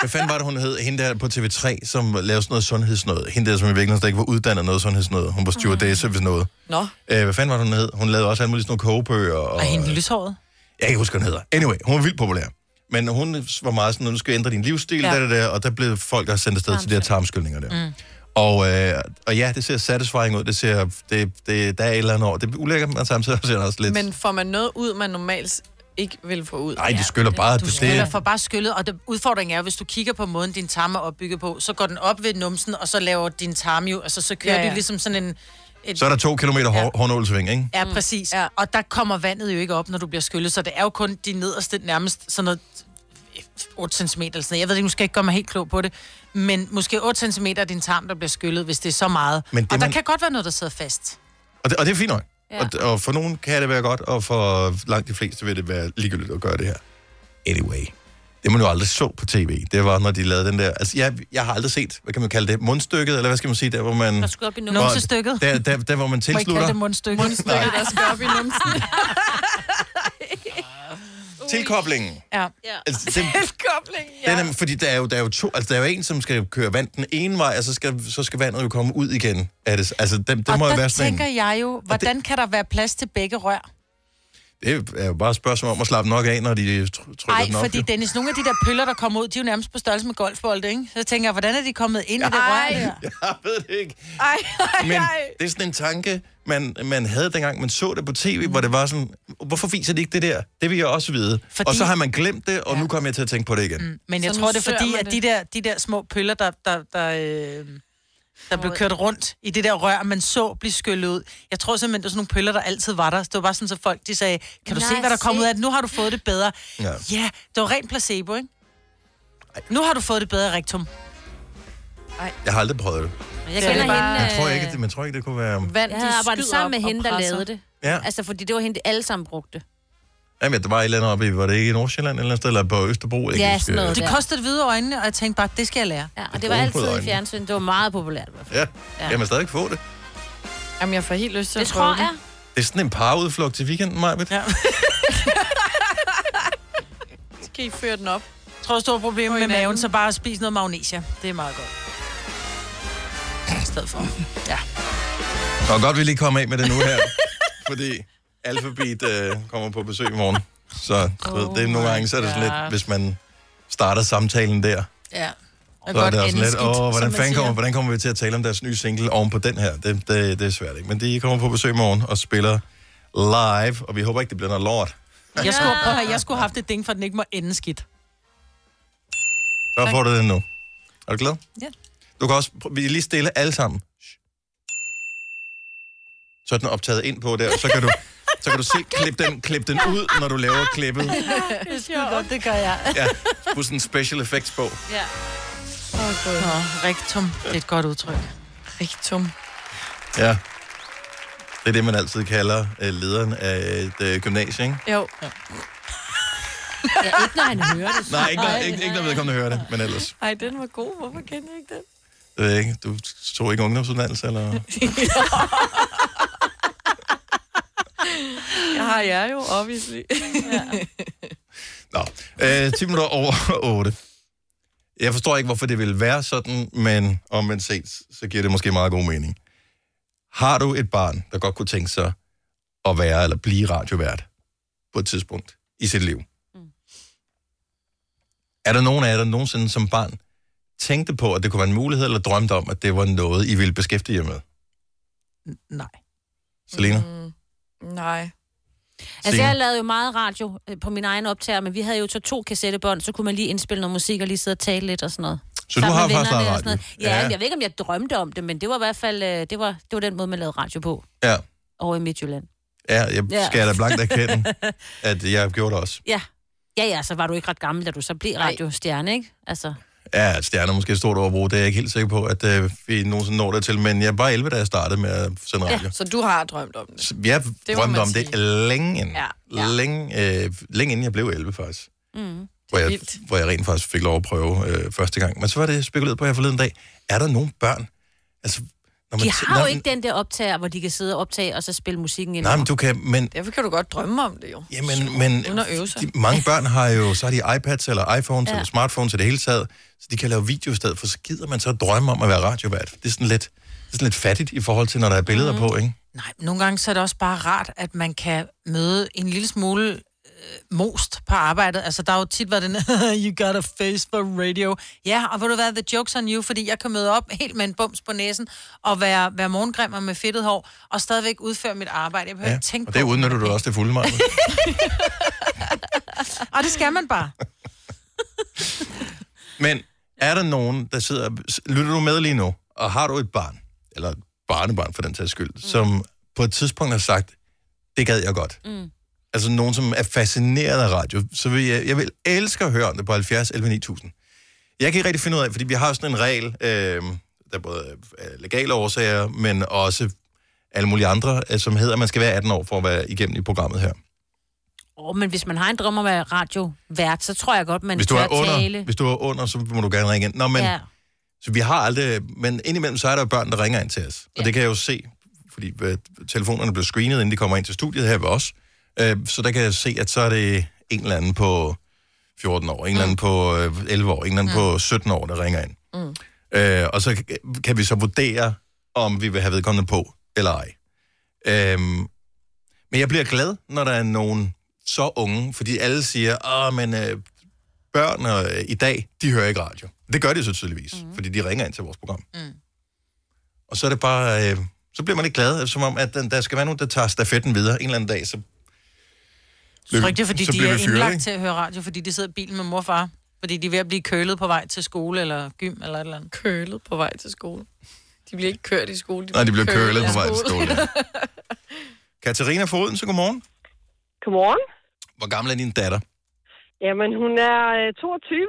Speaker 1: hvad fanden var det, hun hed? Hende der på TV3, som lavede sådan noget sundhedsnød. Hende der, som i virkeligheden slet ikke var uddannet noget sundhedsnød. Hun var
Speaker 4: Mm.
Speaker 1: stewardesse, hvis noget.
Speaker 4: Nå.
Speaker 1: Øh, hvad fanden var det, hun hed? Hun lavede også alle mulige sådan nogle kogebøger. Og,
Speaker 4: Og hende lyshåret.
Speaker 1: Jeg kan ikke huske, hvad hun hedder. Anyway, hun var vildt populær. Men hun var meget sådan, nu skal jeg ændre din livsstil,
Speaker 4: Ja.
Speaker 1: ja. der, der, der, og der blev folk, der sendt afsted til de her tarmskyldninger der. Mm. Og, øh, og ja, det ser satisfying ud. Det ser, det, det, der er et eller andet over. Det er ulækkert, men samtidig ser det også lidt...
Speaker 3: Men får man noget ud, man normalt ikke vil få ud?
Speaker 1: Nej, de skyller bare.
Speaker 4: Du skyller for bare skyllet, og det, udfordringen er, hvis du kigger på måden, din tarme er opbygget på, så går den op ved numsen, og så laver din tarme jo, altså så kører
Speaker 1: Ja,
Speaker 4: ja,
Speaker 1: ja.
Speaker 4: ja. det ligesom sådan en... Et,
Speaker 1: Så er der to kilometer hår, hårnålsving, ikke?
Speaker 4: Ja, præcis. Mm. Ja. Og der kommer vandet jo ikke op, når du bliver skyllet, så det er jo kun de nederste nærmest sådan noget 8 cm eller sådan noget. Jeg ved ikke, nu skal jeg ikke gøre mig helt klog på det, men måske 8 cm af din tarm, der bliver skyllet, hvis det er så meget.
Speaker 1: Men
Speaker 4: Men
Speaker 1: det,
Speaker 4: det, og der
Speaker 1: man-
Speaker 4: kan godt være noget, der sidder fast.
Speaker 1: Og det, og det er fint nok.
Speaker 4: Ja.
Speaker 1: Ja. Og, og for nogen kan det være godt, og for langt de fleste vil det være ligegyldigt at gøre det her. Anyway. Det man jo aldrig så på tv, det var, når de lavede den der... Altså, jeg, jeg har aldrig set, hvad kan man kalde det? Mundstykket, eller hvad skal man sige? Der, hvor man... Der
Speaker 2: skulle op i numsen.
Speaker 4: Numsestykket.
Speaker 1: Der, der, der, hvor man
Speaker 4: Må ikke kalde
Speaker 1: tilslutter...
Speaker 4: det mundstykke.
Speaker 1: Mundstykke, Nej.
Speaker 4: der skal op i numsen.
Speaker 1: Tilkoblingen.
Speaker 4: Ja.
Speaker 1: Altså, det- Den er, fordi der er, jo, der, er jo to, altså, der er jo en, som skal køre vand den ene vej, og så skal, så skal vandet jo komme ud igen. Er det, altså, det, det
Speaker 4: og
Speaker 1: må jo
Speaker 4: der
Speaker 1: være sådan en-
Speaker 4: tænker jeg jo, hvordan det... kan der være plads til begge rør?
Speaker 1: Det er jo bare et spørgsmål om at slappe nok af, når de tr- trykker
Speaker 4: Nej,
Speaker 1: den op.
Speaker 4: fordi
Speaker 1: jo.
Speaker 4: Dennis, nogle af de der pøller, der kommer ud, de er jo nærmest på størrelse med golfbolde, ikke? Så tænker jeg, hvordan er de kommet ind i det rør der?
Speaker 1: Jeg ved det ikke.
Speaker 3: Ej,
Speaker 1: Men det er sådan en tanke, man, man havde dengang, man så det på tv, mm. hvor det var sådan, hvorfor viser de ikke det der? Det vil jeg også vide. Fordi...
Speaker 4: Fordi-
Speaker 1: Og så har man glemt det, og ja. nu kommer jeg til at tænke på det igen. Mm.
Speaker 4: Men jeg
Speaker 3: Så
Speaker 4: så
Speaker 3: nu
Speaker 4: tror, det er
Speaker 3: sørger
Speaker 4: fordi,
Speaker 3: man
Speaker 4: at
Speaker 3: det.
Speaker 4: de der, de der små pøller, der, der, der, øh, der blev kørt rundt i det der rør, man så blive skyllet ud. Jeg tror simpelthen, det var sådan nogle pøller, der altid var der. Det var bare sådan, så folk de sagde, kan du Nej,
Speaker 2: Nej,
Speaker 4: se, hvad der kom
Speaker 2: se.
Speaker 4: ud af det? Nu har du fået det bedre.
Speaker 1: Ja.
Speaker 4: ja det var rent placebo, ikke? Nu har du fået det bedre, Rigtum.
Speaker 1: Jeg har aldrig prøvet det.
Speaker 2: Jeg kender hende... øh,
Speaker 1: Jeg tror, ikke, det, man tror ikke, det kunne være...
Speaker 2: Vand, jeg
Speaker 4: de
Speaker 2: havde arbejdet
Speaker 4: skyder
Speaker 2: sammen med
Speaker 4: op og
Speaker 2: hende, der
Speaker 4: presser.
Speaker 2: lavede det.
Speaker 1: Ja.
Speaker 2: Altså, fordi det var hende, de alle sammen brugte.
Speaker 1: Jamen, der var et eller andet oppe i, var det ikke i Nordsjælland, eller, andet sted, eller på Østerbro? jeg kan
Speaker 2: Ja,
Speaker 1: huske.
Speaker 2: sådan noget.
Speaker 4: Det kostede hvide øjnene, og jeg tænkte bare, det skal jeg lære.
Speaker 2: Ja,
Speaker 1: Det
Speaker 2: og det var
Speaker 1: brune
Speaker 2: altid i
Speaker 1: øjnene.
Speaker 2: fjernsyn. Det var meget populært.
Speaker 1: Ja,
Speaker 2: Ja.
Speaker 1: ja. kan man stadig få det.
Speaker 3: Jamen, jeg får helt lyst til
Speaker 2: Det
Speaker 3: at prøve
Speaker 2: tror
Speaker 3: det.
Speaker 2: jeg.
Speaker 1: Det er sådan en parudflugt til weekenden, Majbet.
Speaker 4: Ja.
Speaker 3: Så kan I føre den op.
Speaker 4: Jeg tror, stort problem med maven, så bare spis noget magnesia. Det er meget godt. I stedet for. Ja.
Speaker 1: Det var godt, vi lige kom af med det nu her, fordi Alphabet øh, kommer på besøg i morgen. Så du ved, det er nogle gange, så er det sådan
Speaker 4: God.
Speaker 1: lidt, hvis man starter samtalen der,
Speaker 4: Ja. Og
Speaker 1: så er
Speaker 4: godt
Speaker 1: det også
Speaker 4: ende
Speaker 1: lidt,
Speaker 4: skidt,
Speaker 1: åh,
Speaker 4: som
Speaker 1: hvordan,
Speaker 4: man
Speaker 1: fanden
Speaker 4: siger.
Speaker 1: kommer, hvordan kommer vi til at tale om deres nye single oven på den her? Det, det, det er svært, ikke? Men de kommer på besøg i morgen og spiller live, og vi håber ikke, det bliver noget lort.
Speaker 4: Jeg skulle, prøv at høre, jeg skulle have haft et ding, for at den ikke må ende skidt.
Speaker 1: Så får du den nu. Er du glad?
Speaker 4: Ja.
Speaker 1: Du kan også, vi er lige stille alle sammen. Så er den optaget ind på der, så kan du, så kan du se, klip den, klip den ud, når du laver klippet.
Speaker 4: det er sgu godt, det gør jeg.
Speaker 1: Ja, put sådan en special effects på.
Speaker 4: Ja. Åh, oh, rigtum. Det er et godt udtryk. Rigtum.
Speaker 1: Ja. Det er det, man altid kalder øh, lederen af et øh, gymnasie, ikke?
Speaker 3: Jo.
Speaker 2: Ja, ikke når han hører det.
Speaker 1: Nej, ikke, når- ikke, ikke når vedkommende hører det, men ellers.
Speaker 3: Ej, den var god. Hvorfor kender jeg ikke den?
Speaker 1: Jeg ved ikke, du tog ikke ungdomsuddannelse, eller?
Speaker 3: jeg har jeg jo, obviously. ja.
Speaker 1: Nå, øh, 10 minutter over 8. Jeg forstår ikke, hvorfor det ville være sådan, men omvendt set, så giver det måske meget god mening. Har du et barn, der godt kunne tænke sig at være eller blive radiovært på et tidspunkt i sit liv? Er der nogen af jer, der nogensinde som barn tænkte på, at det kunne være en mulighed, eller drømte om, at det var noget, I ville beskæftige jer med?
Speaker 4: Nej.
Speaker 1: Selina?
Speaker 3: Nej.
Speaker 2: Altså,
Speaker 1: Signe?
Speaker 2: jeg lavede jo meget radio øh, på min egen optager, men vi havde jo så to kassettebånd, så kunne man lige indspille noget musik og lige sidde og tale lidt og sådan noget.
Speaker 1: Så du
Speaker 2: Sammen
Speaker 1: har
Speaker 2: med
Speaker 1: faktisk
Speaker 2: vennerne
Speaker 1: lavet
Speaker 2: og sådan
Speaker 1: radio?
Speaker 2: noget. Ja,
Speaker 1: Ja.
Speaker 2: ja, jeg ved ikke, om jeg drømte om det, men det var i hvert fald øh, det var, det var den måde, man lavede radio på
Speaker 1: Ja,
Speaker 2: over i Midtjylland.
Speaker 1: ja jeg
Speaker 2: Ja.
Speaker 1: skal da blankt erkende, at jeg gjorde det også.
Speaker 2: Ja. Ja, ja, så var du ikke ret gammel, da du så blev radiostjerne, ikke? Altså,
Speaker 1: Ja, at stjerner er måske et stort overbrug, det er jeg ikke helt sikker på, at øh, vi nogensinde når dertil, men jeg var 11, da jeg startede med at sende radio.
Speaker 3: Så du har drømt om det.
Speaker 1: Så Jeg
Speaker 3: Det må
Speaker 1: drømte
Speaker 3: man
Speaker 1: om det længe inden,
Speaker 3: Ja.
Speaker 1: længe, øh, længe inden jeg blev 11 faktisk,
Speaker 3: Mm.
Speaker 1: hvor jeg, hvor jeg rent faktisk fik lov at prøve øh, første gang. Men så var det spekuleret på her forleden dag, er der nogen børn? Altså, når
Speaker 2: de
Speaker 1: tæ-
Speaker 2: har jo
Speaker 1: når-
Speaker 2: ikke den der optager, hvor de kan sidde og optage og så spille musikken ind.
Speaker 1: Nej, men du kan, men,
Speaker 3: Derfor kan du godt drømme om det jo.
Speaker 1: jamen, men
Speaker 3: Uden at øve sig.
Speaker 1: de, mange børn har jo, så har de iPads eller iPhones
Speaker 3: Ja.
Speaker 1: ja. eller smartphones i det hele taget, så de kan lave video i stedet, for så gider man så at drømme om at være radiovært. Det er sådan lidt, det er sådan lidt fattigt i forhold til, når der er billeder mm. på, ikke?
Speaker 4: Nej, nogle gange så er det også bare rart, at man kan møde en lille smule øh, most på arbejdet. Altså, der har jo tit været den, you got a face for radio. Ja, og hvor du hvad, the joke's on you, fordi jeg kan møde op helt med en bums på næsen og være, være morgengrimmer med fedtet hår og stadigvæk udføre mit arbejde. Jeg behøver ja,
Speaker 1: Ja,
Speaker 4: ikke tænke
Speaker 1: og det
Speaker 4: på
Speaker 1: udnytter du også det fulde meget.
Speaker 4: Og det skal man bare.
Speaker 1: Men er der nogen, der sidder... Lytter du med lige nu, og har du et barn, eller et barnebarn for den tages skyld, mm. som på et tidspunkt har sagt, det gad jeg godt.
Speaker 2: Mm.
Speaker 1: Altså nogen, som er fascineret af radio, så vil jeg, jeg vil elske at høre om det på 70 11 9000. Jeg kan ikke rigtig finde ud af, fordi vi har sådan en regel, øh, der både er legale årsager, men også alle mulige andre, øh, som hedder, at man skal være 18 år for at være igennem i programmet her.
Speaker 2: Åh, men hvis man har en drøm om at være radiovært, så tror jeg godt, man
Speaker 1: hvis, du
Speaker 2: tør
Speaker 1: er under,
Speaker 2: tale.
Speaker 1: hvis du er under, så må du gerne ringe ind. Nå, men...
Speaker 2: Ja.
Speaker 1: Så vi har aldrig... Men indimellem, så er der jo børn, der ringer ind til os. Og det kan jeg jo se, fordi øh, telefonerne bliver screenet, inden de kommer ind til studiet her ved os. Øh, så der kan jeg se, at så er det en eller anden på 14 år, en
Speaker 2: Mm.
Speaker 1: eller anden på øh, 11 år, en eller anden mm. på 17 år, der ringer ind.
Speaker 11: Mm.
Speaker 1: Øh, og så kan- kan vi så vurdere, om vi vil have vedkommende på eller ej. Øhm, men jeg bliver glad, når der er nogen så unge, fordi alle siger, at men øh, børn øh, i dag, de hører ikke radio. Det gør de så tydeligvis,
Speaker 4: Mhm.
Speaker 1: mm. fordi de ringer ind til vores program. Mm. Og så er det bare, øh, så bliver man ikke glad, som om, at den, der skal være nogen, der tager stafetten videre en eller anden dag, så
Speaker 4: Jeg tror ikke, det er, fordi
Speaker 1: så
Speaker 4: de
Speaker 1: bliver
Speaker 4: er
Speaker 1: vi fyret,
Speaker 4: indlagt
Speaker 1: ikke?
Speaker 4: til at høre radio, fordi de sidder i bilen med mor og far. Fordi de er ved at blive kølet på vej til skole eller gym eller et eller andet.
Speaker 3: Kølet på vej til skole? De bliver ikke kørt i skole.
Speaker 1: Nej, de bliver kølet på vej til skole,
Speaker 3: ja.
Speaker 1: Katarina Foden, så godmorgen.
Speaker 19: Godmorgen.
Speaker 1: Hvor gammel er din datter?
Speaker 19: Jamen, hun er øh, 22,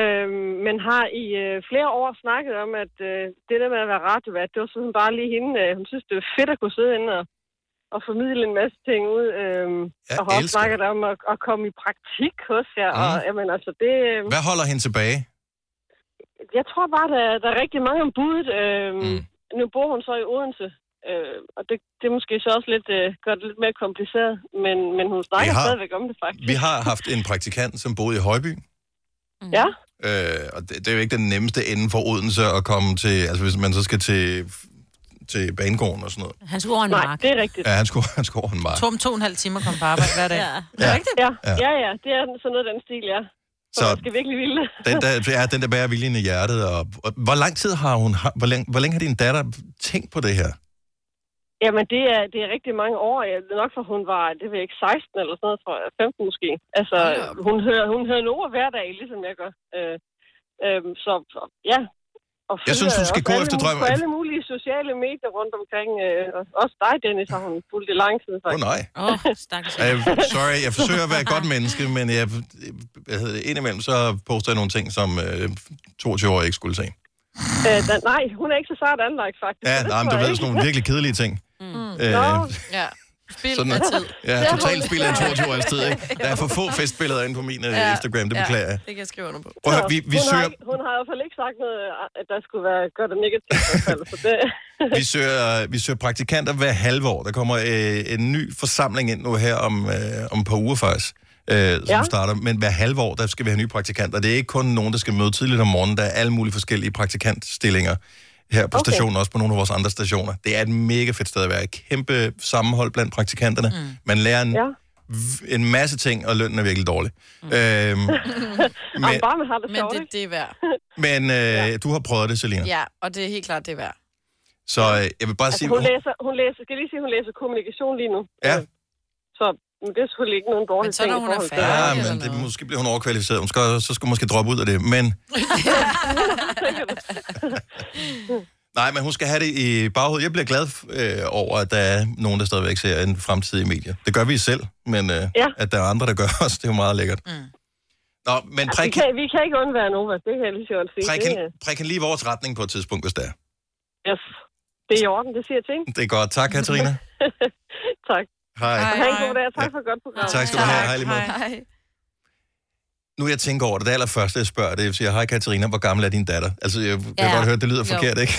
Speaker 19: øh, men har i øh, flere år snakket om, at øh, det der med at være radiovært, det var sådan bare lige hende. Øh, hun synes, det er fedt at kunne sidde inde og, og formidle en masse ting ud. Øh, og har også
Speaker 1: elsker
Speaker 19: snakket om at, at komme i praktik hos jer. Mm. Og,
Speaker 1: Mhm.
Speaker 19: jamen, altså, det, øh,
Speaker 1: Hvad holder hende tilbage?
Speaker 19: jeg tror bare, der, der er rigtig mange om budet. Øh, mm. Nu bor hun så i Odense. Øh, og det, det er måske så også lidt, øh, gør det lidt mere kompliceret, men, men hun snakker
Speaker 1: har-
Speaker 19: stadigvæk om det faktisk.
Speaker 1: Vi har haft en praktikant, som boede i Højby,
Speaker 19: Ja,
Speaker 1: Øh, og det, det er jo ikke den nemmeste ende for Odense at komme til, altså hvis man så skal til til banegården og sådan noget.
Speaker 4: Han skulle over en mark.
Speaker 19: det er rigtigt.
Speaker 1: Ja, han skulle, han skulle over en mark.
Speaker 4: To om to og en halv time at komme på arbejde hver dag.
Speaker 19: Ja.
Speaker 1: Ja.
Speaker 19: Rigtigt? Ja. ja, ja, det er sådan noget, den stil, ja. Så
Speaker 1: Så-
Speaker 19: man skal virkelig ville.
Speaker 1: Den der, ja, den der bærer viljen i hjertet. Og, og, hvor lang tid har hun, har- hvor længe, hvor længe har din datter tænkt på det her?
Speaker 19: Jamen, det er, det er rigtig mange år. Jeg ved nok, for hun var, det ved jeg ikke, 16 eller sådan noget, tror jeg. 15 måske. Altså,
Speaker 1: Ah,
Speaker 19: hun hører, hun hører Nova hver dag, ligesom jeg gør. Øh, øhm, så, så, ja. Og
Speaker 1: Jeg synes, hun
Speaker 19: følger
Speaker 1: skal
Speaker 19: også
Speaker 1: gå
Speaker 19: alle
Speaker 1: efter
Speaker 19: mulige-
Speaker 1: drømmen.
Speaker 19: På alle mulige sociale medier rundt omkring. Øh, og også dig, Dennis, har hun fulgt i lang tid. Åh,
Speaker 1: oh, nej.
Speaker 2: Åh, oh, stakkels.
Speaker 1: Uh, sorry, jeg forsøger at være et godt menneske, men jeg, hvad hedder det, indimellem så poster jeg nogle ting, som øh, 22 år ikke skulle se.
Speaker 19: Øh, da, nej, hun er ikke så sart anlagt, faktisk.
Speaker 1: Ja,
Speaker 19: Det
Speaker 1: nej, men
Speaker 19: tror
Speaker 1: du
Speaker 19: jeg
Speaker 1: ved,
Speaker 19: ikke.
Speaker 1: sådan nogle virkelig kedelige ting.
Speaker 19: Mm.
Speaker 1: Øh,
Speaker 19: Nå, ja. Spil
Speaker 1: Sådan, ja, totalt spil af en 22 års tid. Ikke? Der er for få festbilleder inde på min øh, Instagram, det beklager jeg.
Speaker 19: det kan jeg skrive under på.
Speaker 1: Prøv at høre, vi- vi
Speaker 19: hun, har
Speaker 1: søger-
Speaker 19: ikke, hun har i hvert fald ikke sagt noget, at der skulle være godt og negativt. i hvert fald, så det,
Speaker 1: Vi søger, vi søger praktikanter hver halve år. Der kommer øh, en ny forsamling ind nu her om, øh, om et par uger faktisk, øh, som
Speaker 19: Ja.
Speaker 1: ja. starter. Men hver halve år, der skal vi have nye praktikanter. Det er ikke kun nogen, der skal møde tidligt om morgenen. Der er alle mulige forskellige praktikantstillinger her på
Speaker 19: Okay.
Speaker 1: okay. stationen, også på nogle af vores andre stationer. Det er et mega fedt sted at være. Et kæmpe sammenhold blandt praktikanterne. Mm. Man lærer en,
Speaker 19: ja.
Speaker 1: ja. en masse ting, og lønnen er virkelig dårlig. Mm. Øhm,
Speaker 3: Men,
Speaker 1: Men-
Speaker 3: bare man har det Men det, det er værd.
Speaker 1: men øh, ja. du har prøvet det, Selina. Ja.
Speaker 3: Ja, og det er helt klart, det er værd.
Speaker 1: Så øh, jeg vil bare
Speaker 19: Altså,
Speaker 1: sige...
Speaker 19: hun, læser, hun læser, skal jeg lige sige, hun læser kommunikation lige nu.
Speaker 1: Ja.
Speaker 19: Så men det er selvfølgelig ikke nogen dårlig ting. Men så når hun er
Speaker 1: Ja, men det, måske bliver hun overkvalificeret. Hun skal, så skal hun måske droppe ud af det. Men nej, men hun skal have det i baghovedet. Jeg bliver glad øh, over, at der er nogen, der stadigvæk ser en fremtid i medier. Det gør vi selv, men øh,
Speaker 19: Ja.
Speaker 1: ja. at der er andre, der gør os, det er jo meget lækkert. Mm. Nå, men
Speaker 19: Altså, vi,
Speaker 1: prik,
Speaker 19: kan, vi kan ikke undvære Nova, det kan jeg lige så godt sige.
Speaker 1: prik,
Speaker 19: det,
Speaker 1: hende-
Speaker 19: er-
Speaker 1: prik hende lige i vores retning på et tidspunkt, hvis det er.
Speaker 19: yes, det er i orden, det siger jeg til hende.
Speaker 1: Det er godt. Tak, Katarina.
Speaker 19: tak.
Speaker 1: Hej.
Speaker 19: Og have en god dag, og tak for et godt program.
Speaker 1: Tak skal du have. Hej lige måde. Nu jeg tænker over det, det allerførste, jeg spørger, det er, jeg siger, hej Katarina, hvor gammel er din datter? Altså, jeg kan
Speaker 2: Ja.
Speaker 1: godt høre, det lyder
Speaker 2: Jo.
Speaker 1: forkert, ikke?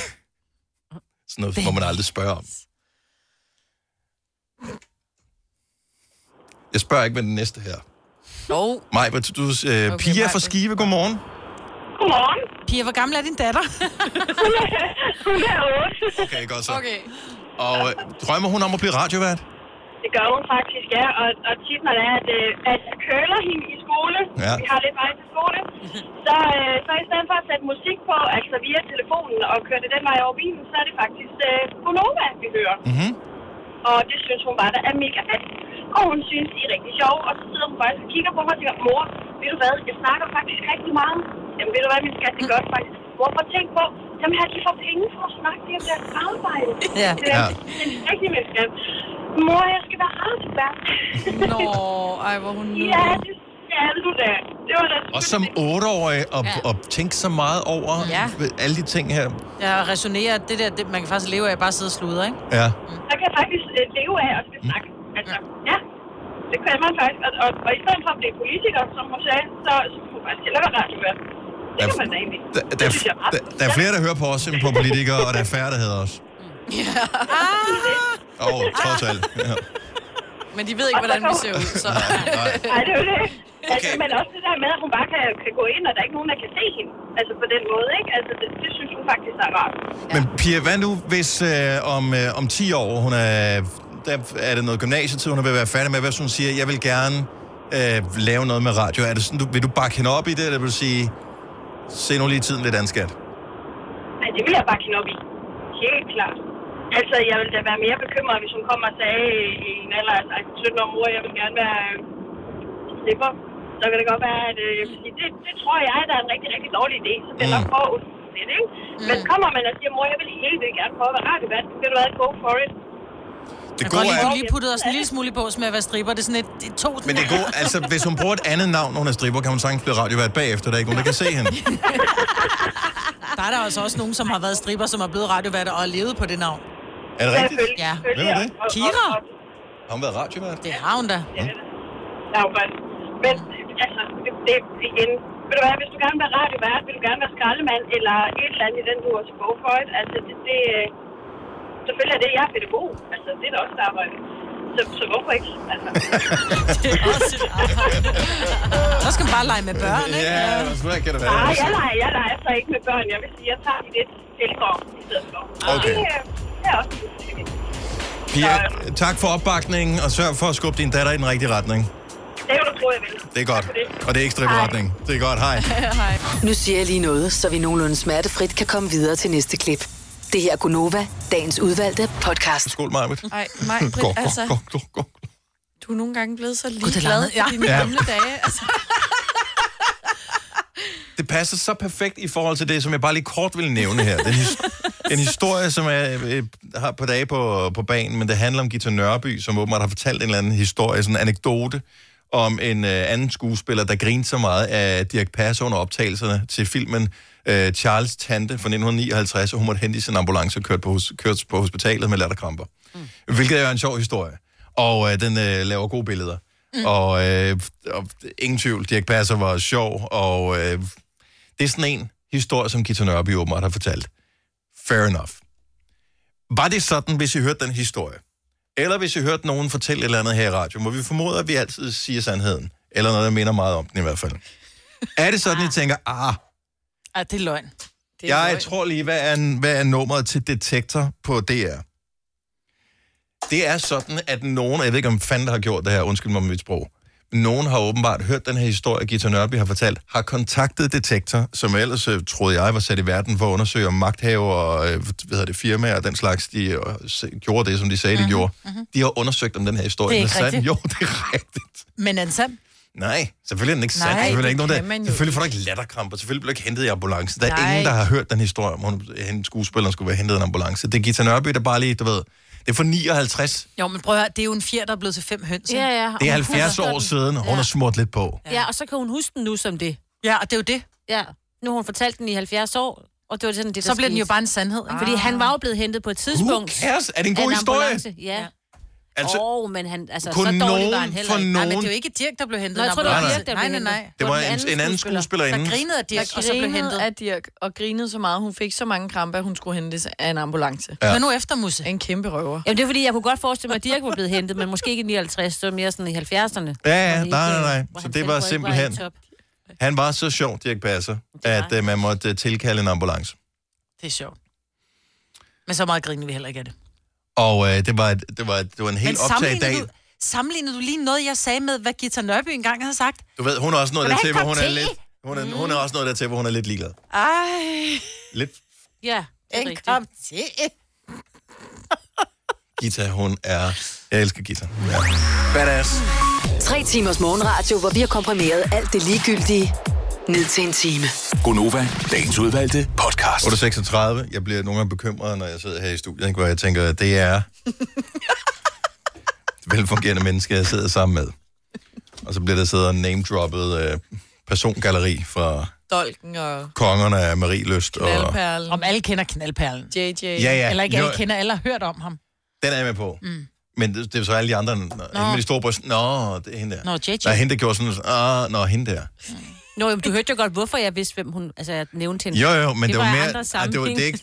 Speaker 1: Sådan noget må man aldrig spørge om. Jeg spørger ikke, hvad den næste her.
Speaker 3: Jo.
Speaker 1: Maj, hvad du... Øh, okay, Pia fra Skive, godmorgen.
Speaker 4: Godmorgen. Pia, hvor gammel er din datter?
Speaker 8: Hun er 8.
Speaker 1: Okay, godt så. Okay. Og øh, drømmer hun om at blive radiovært?
Speaker 8: Det gør hun faktisk, ja. Og, og tit, når det er, at, øh, at jeg køler hende i skole,
Speaker 1: Ja.
Speaker 8: vi har lidt vej til skole, så, øh, så i stedet for at sætte musik på, altså via telefonen, og køre det den vej over bilen, så er det faktisk øh, Bonova, vi hører.
Speaker 1: Mm-hmm.
Speaker 8: Og det synes hun bare, der er mega fedt. Og hun synes, de er rigtig sjove. Og så sidder hun faktisk og kigger på mig og siger, mor, ved du hvad, jeg snakker faktisk rigtig meget. Jamen ved du hvad, min skat, det gør jeg faktisk. Mor, prøv at tænk på, dem her, de får penge for at snakke det om deres arbejde.
Speaker 11: Ja.
Speaker 8: Det er
Speaker 11: Ja.
Speaker 8: det er rigtig, min skat. Mor, jeg skal være radiovært.
Speaker 3: Nå, ej, hvor hun nu.
Speaker 8: Ja, det skal du da. Det var da
Speaker 1: Og som otteårig, og,
Speaker 4: Ja.
Speaker 1: og tænke så meget over
Speaker 4: Ja.
Speaker 1: ved alle de ting her.
Speaker 4: Jeg resonerer, at det der, det, man kan faktisk leve af bare at sidde og sludre, ikke?
Speaker 1: Ja.
Speaker 8: man kan faktisk øh, leve af at skal snakke. Altså, ja, det kan man faktisk. Og, og, og i stedet for at blive politiker, som hun sagde, så, så kunne man faktisk hellere være radiovært. Det kan man da egentlig.
Speaker 1: Der, der, der, der er flere, der hører på os end på politikere, og der er færre, der hedder os. Åh, oh, trods alt. Ja.
Speaker 3: Men de ved ikke, hvordan vi ser ud, så...
Speaker 8: Nej, det er jo det. Altså, men også det der med, at hun bare kan, kan gå ind, og der er ikke nogen, der kan se hende. Altså på den måde, ikke? Altså, det, det synes hun faktisk er rart.
Speaker 1: Men Pia, hvad nu, hvis øh, om, øh, om 10 år, hun er, der er det noget gymnasietid, hun er ved at være færdig med, hvad hvis hun siger, jeg vil gerne øh, lave noget med radio. Er det sådan, du, vil du bakke hende op i det, eller vil du sige, se nu lige tiden lidt anskat?
Speaker 8: Nej, det vil jeg bare hende op i. Helt klart. Altså, jeg ville da være mere bekymret, hvis hun kom og sagde i en alder af 17 år, mor, jeg vil gerne være øh, slipper. Så kan det godt være, at øh, jeg vil sige, det, det tror jeg, der er en rigtig, rigtig dårlig idé. Så det er nok for lidt, ikke? Men kommer man og siger, mor, jeg vil helt vildt gerne prøve at være radiovært, så vil du være go for it.
Speaker 1: Det
Speaker 4: Godt
Speaker 1: gode
Speaker 4: lige, du
Speaker 1: er,
Speaker 4: lige puttede os en lille smule i bås med at være stripper. Det er sådan et, det er to...
Speaker 1: men det gode, altså, hvis hun bruger et andet navn, når hun er stripper, kan hun sagtens blive radiovært bagefter, der er ikke nogen, der kan se hende.
Speaker 4: Der er der altså også nogen, som har været stripper, som er blevet radiovært og har levet på det navn.
Speaker 1: Er det rigtigt?
Speaker 4: Ja.
Speaker 1: Hvem er det?
Speaker 4: Kira.
Speaker 1: Har hun været radiovært?
Speaker 4: Det har hun da.
Speaker 8: Ja, jo, men, men altså, det, det igen. Vil du være, hvis du gerne vil være radiovært, vil du gerne være skraldemand eller et eller andet i den du så go for it. Altså, det, det, øh, selvfølgelig er det, jeg er pædagog. Altså, det er da også et arbejde. Så, så hvorfor ikke? Altså.
Speaker 4: Det er også et arbejde. Så skal man bare lege med børn, ikke?
Speaker 1: Ja, hvad kan det være?
Speaker 8: Nej, jeg leger, jeg leger så ikke med børn. Jeg vil sige, jeg tager de lidt tilgår i stedet for.
Speaker 1: Okay.
Speaker 8: Det, øh, det er også hyggeligt.
Speaker 1: Pia, tak for opbakningen, og sørg for at skubbe din datter i den rigtige retning.
Speaker 8: Det vil du tro, jeg vil.
Speaker 1: Det er godt. Og det er ikke stripperetning. Det er godt, hej.
Speaker 8: Hej.
Speaker 18: Nu siger jeg lige noget, så vi nogenlunde smertefrit kan komme videre til næste klip. Det her er Gunova, dagens udvalgte podcast.
Speaker 1: Skål, Majbet.
Speaker 3: Ej, mig, Britt, altså...
Speaker 1: Go, go, go,
Speaker 3: Du er nogle gange blevet så
Speaker 1: det er
Speaker 3: ligeglad
Speaker 1: landet, ja.
Speaker 3: i dine
Speaker 1: Ja.
Speaker 3: gamle dage. Altså,
Speaker 1: Det passer så perfekt i forhold til det, som jeg bare lige kort vil nævne her. Den his- en historie, som jeg øh, har på dage på, på banen, men det handler om Gita Nørby, som åbenbart har fortalt en eller anden historie, sådan en anekdote, om en øh, anden skuespiller, der grinte så meget af Dirk Pass under optagelserne til filmen øh, Charles Tante fra 1959, og hun måtte hente i sin ambulance og kørte på, hos- kørt på hospitalet med latterkramper. Mm. Hvilket er jo en sjov historie, og øh, den øh, laver gode billeder. Mm. Og, øh, og ingen tvivl, Dirk Passer var sjov, og øh, det er sådan en historie, som Gita Nørby åbenbart har fortalt. Fair enough. Var det sådan, hvis I hørte den historie? Eller hvis I hørte nogen fortælle et eller andet her i radio, hvor vi formoder, at vi altid siger sandheden. Eller noget, der minder meget om den i hvert fald. Er det sådan, I tænker, ah,
Speaker 4: Ej, det er løgn. Det er
Speaker 1: jeg
Speaker 4: løgn.
Speaker 1: tror lige, hvad er, hvad er nummeret til detektor på DR? Det er sådan, at nogen, og jeg ved ikke, om fanden der har gjort det her, undskyld mig med mit sprog, men nogen har åbenbart hørt den her historie, Gita Nørby har fortalt, har kontaktet Detektor, som ellers øh, troede jeg var sat i verden for at undersøge om magthaver og øh, hvad hedder det, firmaer og den slags, de øh, se- gjorde det, som de sagde, de gjorde. De har undersøgt, om den her historie
Speaker 4: Mhm, Det er
Speaker 1: er
Speaker 4: ikke
Speaker 1: sand.
Speaker 4: rigtigt.
Speaker 1: Jo, det er rigtigt.
Speaker 4: Men er den sand?
Speaker 1: Nej, selvfølgelig er den ikke
Speaker 4: Nej,
Speaker 1: sand. Selvfølgelig, er
Speaker 4: det
Speaker 1: ikke nogen,
Speaker 4: kan man
Speaker 1: der,
Speaker 4: jo
Speaker 1: selvfølgelig får du ikke latterkramper. Selvfølgelig bliver du ikke hentet i ambulancen. Der er
Speaker 4: Nej.
Speaker 1: ingen, der har hørt den historie om, hun, hende skuespilleren skulle være hentet i en ambulance. Det er Gita Nørby, der bare lige, du ved... Det er for 59.
Speaker 4: Jo, men prøv at høre, det er jo en fjer, der er blevet til fem høns. ikke?
Speaker 2: Ja, ja. og
Speaker 1: Det er
Speaker 2: hun
Speaker 1: 70
Speaker 2: husker
Speaker 1: år
Speaker 2: den.
Speaker 1: siden, og hun har smurt lidt på.
Speaker 2: Ja, og så kan hun huske den nu som det.
Speaker 4: Ja, og det er jo det.
Speaker 2: Ja, nu har hun fortalt den i 70 år, og det var sådan, det, der
Speaker 4: Så bliver den jo
Speaker 2: skete.
Speaker 4: bare en sandhed. Ikke?
Speaker 2: Fordi han var jo blevet hentet på et tidspunkt.
Speaker 1: cares? Er det en
Speaker 2: af
Speaker 1: god historie?
Speaker 2: ambulance. Ja. Altså,
Speaker 1: Altså,
Speaker 2: oh, men han, altså, så
Speaker 1: kunne
Speaker 2: dårlig var
Speaker 1: nogen
Speaker 2: han heller
Speaker 1: for
Speaker 2: ikke.
Speaker 1: nogen-
Speaker 2: Nej,
Speaker 4: Det
Speaker 2: men det
Speaker 4: er
Speaker 2: er
Speaker 4: jo ikke Dirk, der blev hentet.
Speaker 2: Nå, jeg tror, det var
Speaker 4: Nej, nej.
Speaker 2: Dirk, der blev
Speaker 4: Nej, nej, nej.
Speaker 1: Det var en- en anden skuespiller
Speaker 4: Der
Speaker 1: inden.
Speaker 4: grinede af Dirk,
Speaker 3: der
Speaker 4: og så blev hentet.
Speaker 3: af Dirk, og grinede så meget, hun fik så mange kramper, at hun skulle hentes af en ambulance.
Speaker 1: Ja. Men
Speaker 4: nu efter Musse.
Speaker 3: En kæmpe røver.
Speaker 2: Jamen, det er fordi, jeg kunne godt forestille mig, at Dirk var blevet hentet, men måske ikke i 59, så mere sådan i 70'erne.
Speaker 1: Ja, ja,
Speaker 2: Hvor det
Speaker 1: nej,
Speaker 2: ikke,
Speaker 1: nej,
Speaker 2: øh,
Speaker 1: nej.
Speaker 2: hvor
Speaker 1: Så
Speaker 2: han
Speaker 1: det
Speaker 2: selv
Speaker 1: var
Speaker 2: ikke i
Speaker 1: simpelthen...
Speaker 2: top.
Speaker 1: Han var så sjov, Dirk Passer, at øh, man måtte øh, tilkalde en ambulance.
Speaker 4: Det er sjovt. Men så meget griner vi heller ikke af det.
Speaker 1: Og øh, det, var, et- det, var, det var en helt optaget dag.
Speaker 4: du, sammenlignede du lige noget, jeg sagde med, hvad Gita Nørby engang havde sagt?
Speaker 1: Du ved, hun er også noget
Speaker 4: Vil
Speaker 1: der
Speaker 4: du
Speaker 1: til,
Speaker 4: have
Speaker 1: hvor
Speaker 4: en kop
Speaker 1: hun er
Speaker 4: te?
Speaker 1: lidt... Hun er, hun er også noget der til, hvor hun er lidt ligeglad.
Speaker 4: Ej.
Speaker 1: Lidt
Speaker 2: Ja, det er
Speaker 4: en
Speaker 2: rigtigt.
Speaker 4: kop te.
Speaker 1: Gita, hun er... Jeg elsker Gita. Hun er badass.
Speaker 18: Tre timers morgenradio, hvor vi har komprimeret alt det ligegyldige ned til en time.
Speaker 5: Gonova, dagens udvalgte podcast.
Speaker 1: 8.36. Jeg bliver nogle gange bekymret, når jeg sidder her i studiet, ikke? hvor jeg tænker, at det er et velfungerende menneske, jeg sidder sammen med. Og så bliver der siddet og name-droppet øh, persongalleri fra
Speaker 3: Dolken og
Speaker 1: kongerne af Marie Lyst. Og...
Speaker 3: knaldperlen.
Speaker 4: Om alle kender knaldperlen.
Speaker 3: JJ.
Speaker 1: Ja, ja.
Speaker 4: Eller ikke alle
Speaker 1: Jo.
Speaker 4: kender, alle har hørt om ham.
Speaker 1: Den er jeg med på.
Speaker 4: Mm.
Speaker 1: Men det, det er så alle de andre. Nå, hende med de store bryst. Nå, det er hende der.
Speaker 4: Nå, JJ.
Speaker 1: Nej, hende der gjorde sådan, ah, nå, hende der.
Speaker 2: Nå, jamen, du hørte jo godt, hvorfor jeg vidste, hvem hun... Altså, jeg nævnte hende.
Speaker 1: Jo, jo, men det, var,
Speaker 2: i
Speaker 1: mere...
Speaker 2: andre
Speaker 1: Ej, det, var, det, er
Speaker 2: sammenhænge.
Speaker 1: ikke,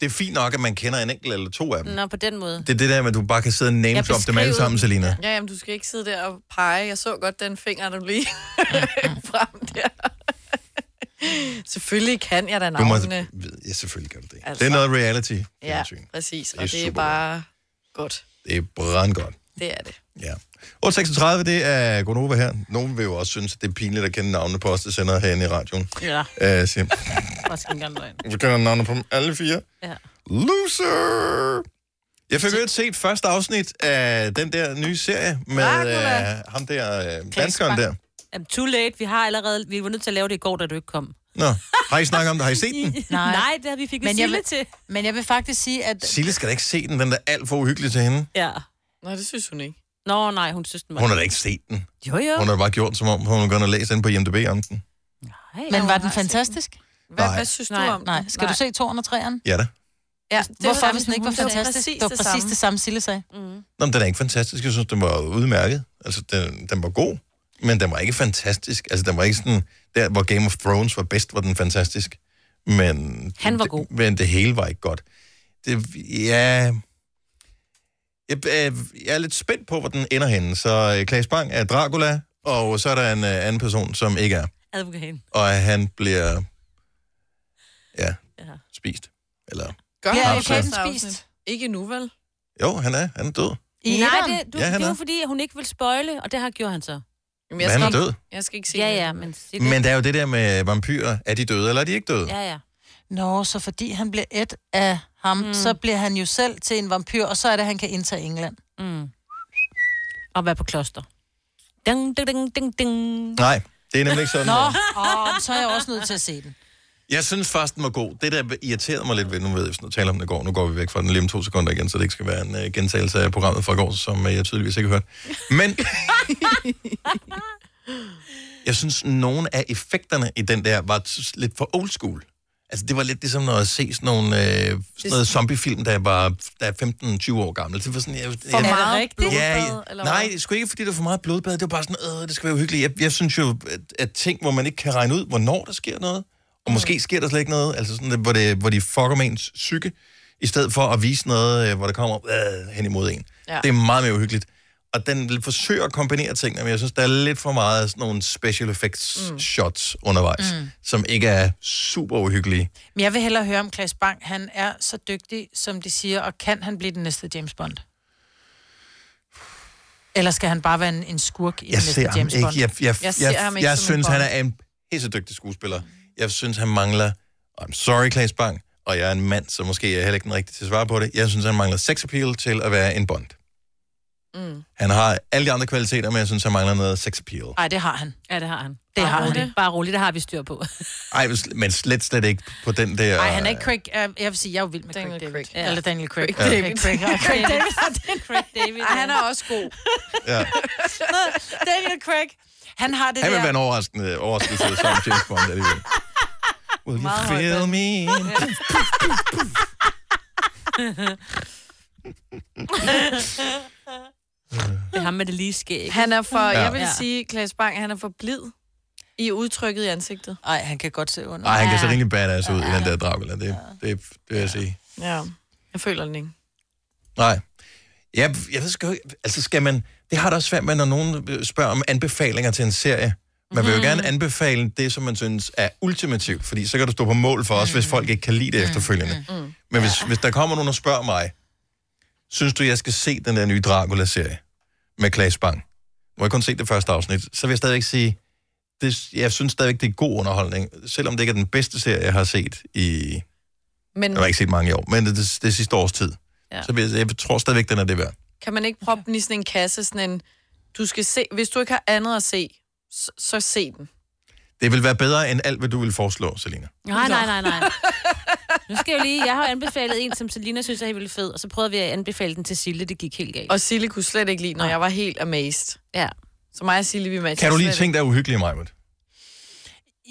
Speaker 1: det er fint nok, at man kender en enkelt eller to af dem.
Speaker 2: Nå, på den måde.
Speaker 1: Det er det der med, at du bare kan sidde og name-droppe dem alle sammen, Selina.
Speaker 3: Ja, jamen, du skal ikke sidde der og pege. Jeg så godt den finger, der lige frem der. Selvfølgelig kan jeg da
Speaker 1: Du må,
Speaker 3: navnene.
Speaker 1: ja, selvfølgelig gør du det. Altså,
Speaker 3: Altså.
Speaker 1: det er noget reality.
Speaker 3: Ja, præcis. Og
Speaker 1: Det er
Speaker 3: det er, det er
Speaker 1: super
Speaker 3: bare godt.
Speaker 1: Det er brandgodt.
Speaker 3: Det er det.
Speaker 1: Ja. 8.36, det er Gonova her. Nogen vil jo også synes, at det er pinligt at kende navnene på os, der sender herinde i radioen.
Speaker 4: Ja.
Speaker 1: Uh, siger,
Speaker 4: Også ikke engang løgn.
Speaker 1: vi kender navnene på dem alle fire.
Speaker 4: Ja.
Speaker 1: Loser! Jeg fik jo set første afsnit af den der nye serie med
Speaker 2: Dracula.
Speaker 1: uh, ham der, uh, danskeren der.
Speaker 2: Jamen, too late. Vi har allerede... Vi var nødt til at lave det i går, da du ikke kom.
Speaker 1: Nå, har I snakket om det? Har I set den?
Speaker 4: Nej,
Speaker 2: Nej det har vi fik
Speaker 4: men jeg
Speaker 2: Sille
Speaker 4: vil, til. Men jeg vil faktisk sige, at...
Speaker 1: Sille skal da ikke se den, den er alt for uhyggelig til hende.
Speaker 2: Ja.
Speaker 3: Nej, det synes hun ikke.
Speaker 2: Nå, nej, hun synes, den var...
Speaker 1: Hun har da ikke set den.
Speaker 2: Jo, jo.
Speaker 1: Hun har bare gjort, som om hun var gået og læst den på IMDb om den.
Speaker 4: Men var den fantastisk?
Speaker 1: Hvad- Nej. hvad
Speaker 3: synes
Speaker 4: du om Nej, skal du se 203'eren?
Speaker 1: Ja da.
Speaker 4: Ja,
Speaker 3: det var
Speaker 4: Hvorfor,
Speaker 3: det
Speaker 4: hvis den
Speaker 3: samme,
Speaker 4: ikke var
Speaker 3: hun sagde.
Speaker 4: fantastisk?
Speaker 3: Præcis
Speaker 4: Det var
Speaker 3: det
Speaker 4: præcis
Speaker 3: samme.
Speaker 4: det samme, Sille sagde.
Speaker 1: Nå, men den er ikke fantastisk. Jeg synes, den var udmærket. Altså, den, den var god, men den var ikke fantastisk. Altså, den var ikke sådan... Der, hvor Game of Thrones var bedst, var den fantastisk. Men...
Speaker 2: Han var
Speaker 1: det-
Speaker 2: god.
Speaker 1: Men det hele var ikke godt. Det, ja... Jeg, øh, jeg er lidt spændt på, hvor den ender henne. Så øh, Claes Bang er Dracula, og så er der en øh, anden person, som ikke er.
Speaker 2: Advokaten.
Speaker 1: Og han bliver... Ja, spist.
Speaker 3: Gør
Speaker 2: Bliver
Speaker 3: han
Speaker 2: det
Speaker 3: det
Speaker 2: katten
Speaker 3: i spist? Ikke nu, vel?
Speaker 1: Jo, han er, han er død.
Speaker 2: I Nej, det, du,
Speaker 1: Ja,
Speaker 2: ja,
Speaker 1: han
Speaker 2: det
Speaker 1: er.
Speaker 2: var fordi, at hun ikke ville spøjle, og det har gjort han så.
Speaker 1: Men jeg Men han skal- er død.
Speaker 2: Jeg skal ikke sige Ja, ja, men... sig det.
Speaker 1: Men der er jo det der med vampyrer. Er de døde, eller er de ikke døde?
Speaker 2: Ja, ja.
Speaker 4: Nå, så fordi han bliver et af ham, mm. så bliver han jo selv til en vampyr, og så er det, at han kan indtage England.
Speaker 2: Mm. Og være på kloster. Ding, ding, ding, ding, ding.
Speaker 1: Nej, det er nemlig ikke sådan.
Speaker 4: Nå,
Speaker 1: noget.
Speaker 4: åh, så er jeg også nødt til at se den.
Speaker 1: Jeg synes faktisk, den var god. Det, der irriterede mig lidt ved, nu ved jeg, hvis nu taler om den i går, nu går vi væk fra den lige om to sekunder igen, så det ikke skal være en uh, gentagelse af programmet fra i går, som uh, jeg tydeligvis ikke har hørt. Men jeg synes, nogle af effekterne i den der var t- lidt for old school. Altså, det var lidt ligesom, når jeg se sådan nogle øh, sådan noget zombiefilm, der var der er 15-20 år gammel. Det var sådan, jeg,
Speaker 17: For
Speaker 1: jeg,
Speaker 17: meget blodbad,
Speaker 1: ja,
Speaker 17: eller
Speaker 1: eller Nej, det skulle ikke, fordi det var for meget blodbad. Det var bare sådan, øh, det skal være uhyggeligt. Jeg, jeg synes jo, at, at ting, hvor man ikke kan regne ud, hvornår der sker noget,
Speaker 17: Mm.
Speaker 1: og måske sker der slet ikke noget, altså sådan, hvor, det, hvor de fucker med ens psyke, i stedet for at vise noget, øh, hvor der kommer øh, hen imod en.
Speaker 17: Ja.
Speaker 1: Ja. Det er meget mere uhyggeligt. Og den vil forsøge at kombinere tingene, men jeg synes, der er lidt for meget af sådan nogle special effects mm. shots undervejs,
Speaker 4: Mm.
Speaker 1: mm. som ikke er super uhyggelige.
Speaker 4: Men jeg vil hellere høre om Klaas Bang. Han er så dygtig, som de siger, og kan han blive den næste James Bond? Eller skal han bare være en, en skurk i
Speaker 1: Jeg
Speaker 4: den næste
Speaker 1: ser ham
Speaker 4: James
Speaker 1: ikke.
Speaker 4: Bond?
Speaker 1: Jeg, jeg, jeg, jeg, jeg synes, han er en pissedygtig skuespiller. Jeg synes, han mangler... I'm sorry, Claes Bang, og jeg er en mand, så måske er jeg heller ikke den rigtige til at svare på det. Jeg synes, han mangler sex appeal til at være en Bond.
Speaker 4: Mm.
Speaker 1: Han har alle de andre kvaliteter, men jeg synes, han mangler noget sex appeal.
Speaker 4: Ej, det har han.
Speaker 2: Ja, det har han.
Speaker 4: Det har han.
Speaker 2: roligt. Bare roligt, det har vi styr på.
Speaker 1: Ej, men sl- men slet, slet ikke på den der...
Speaker 4: Nej, han er ikke Craig... øh, Jeg vil sige, jeg er jo vild med Daniel Craig David. Eller Daniel Craig.
Speaker 1: Craig
Speaker 4: Ja.
Speaker 1: David.
Speaker 4: Craig, Craig, Craig David.
Speaker 2: Craig David.
Speaker 3: Ej, han er også god.
Speaker 1: Ja.
Speaker 4: Daniel Craig. Han har det
Speaker 1: Han vil
Speaker 4: der...
Speaker 1: være en overraskende overraskelse som James Bond alligevel. Will you
Speaker 4: Meget høj
Speaker 1: feel me?
Speaker 2: det er ham med det lige skæg.
Speaker 3: Han er for, ja.
Speaker 1: Ja.
Speaker 3: jeg vil
Speaker 1: Ja.
Speaker 3: sige, Klaas Bang, han er for blid i udtrykket i ansigtet.
Speaker 4: Nej, han kan godt se under.
Speaker 1: Nej, han kan se rimelig badass ud i den der Dracula. Det, det, det vil jeg sige.
Speaker 3: Ja, jeg føler den ikke.
Speaker 1: Nej. Jeg, jeg ved sgu ikke, altså skal man, det har det også svært med, når nogen spørger om anbefalinger til en serie. Man vil jo gerne anbefale det, som man synes er ultimativt, fordi så kan du stå på mål for os, hvis folk ikke kan lide det efterfølgende. Men hvis, hvis der kommer nogen og spørger mig, synes du, jeg skal se den der nye Dracula-serie med Claes Bang? Nu har jeg kun set det første afsnit, så vil jeg stadigvæk sige, det, jeg synes stadigvæk, det er god underholdning, selvom det ikke er den bedste serie, jeg har set i
Speaker 3: Men
Speaker 1: jeg har ikke set mange i år, men det, det, det sidste års tid.
Speaker 3: Ja.
Speaker 1: Ja. Så jeg, jeg tror stadigvæk, den er det værd.
Speaker 3: kan man ikke proppe den i sådan en kasse, sådan en, du skal se, hvis du ikke har andet at se, så, så se den.
Speaker 1: Det vil være bedre end alt, hvad du vil foreslå, Selina.
Speaker 2: Nej, nej, nej, nej. Nu skal jeg jo lige... Jeg har anbefalet en, som Selina synes er helt vildt fed, og så prøvede vi at anbefale den til Sille. Det gik helt galt.
Speaker 3: Og Sille kunne slet ikke lide, når jeg var helt amazed.
Speaker 2: Ja.
Speaker 3: Så mig og Sille, vi matcher
Speaker 1: Kan du lige
Speaker 3: slet
Speaker 1: ting, der er uhyggelige, Majbert?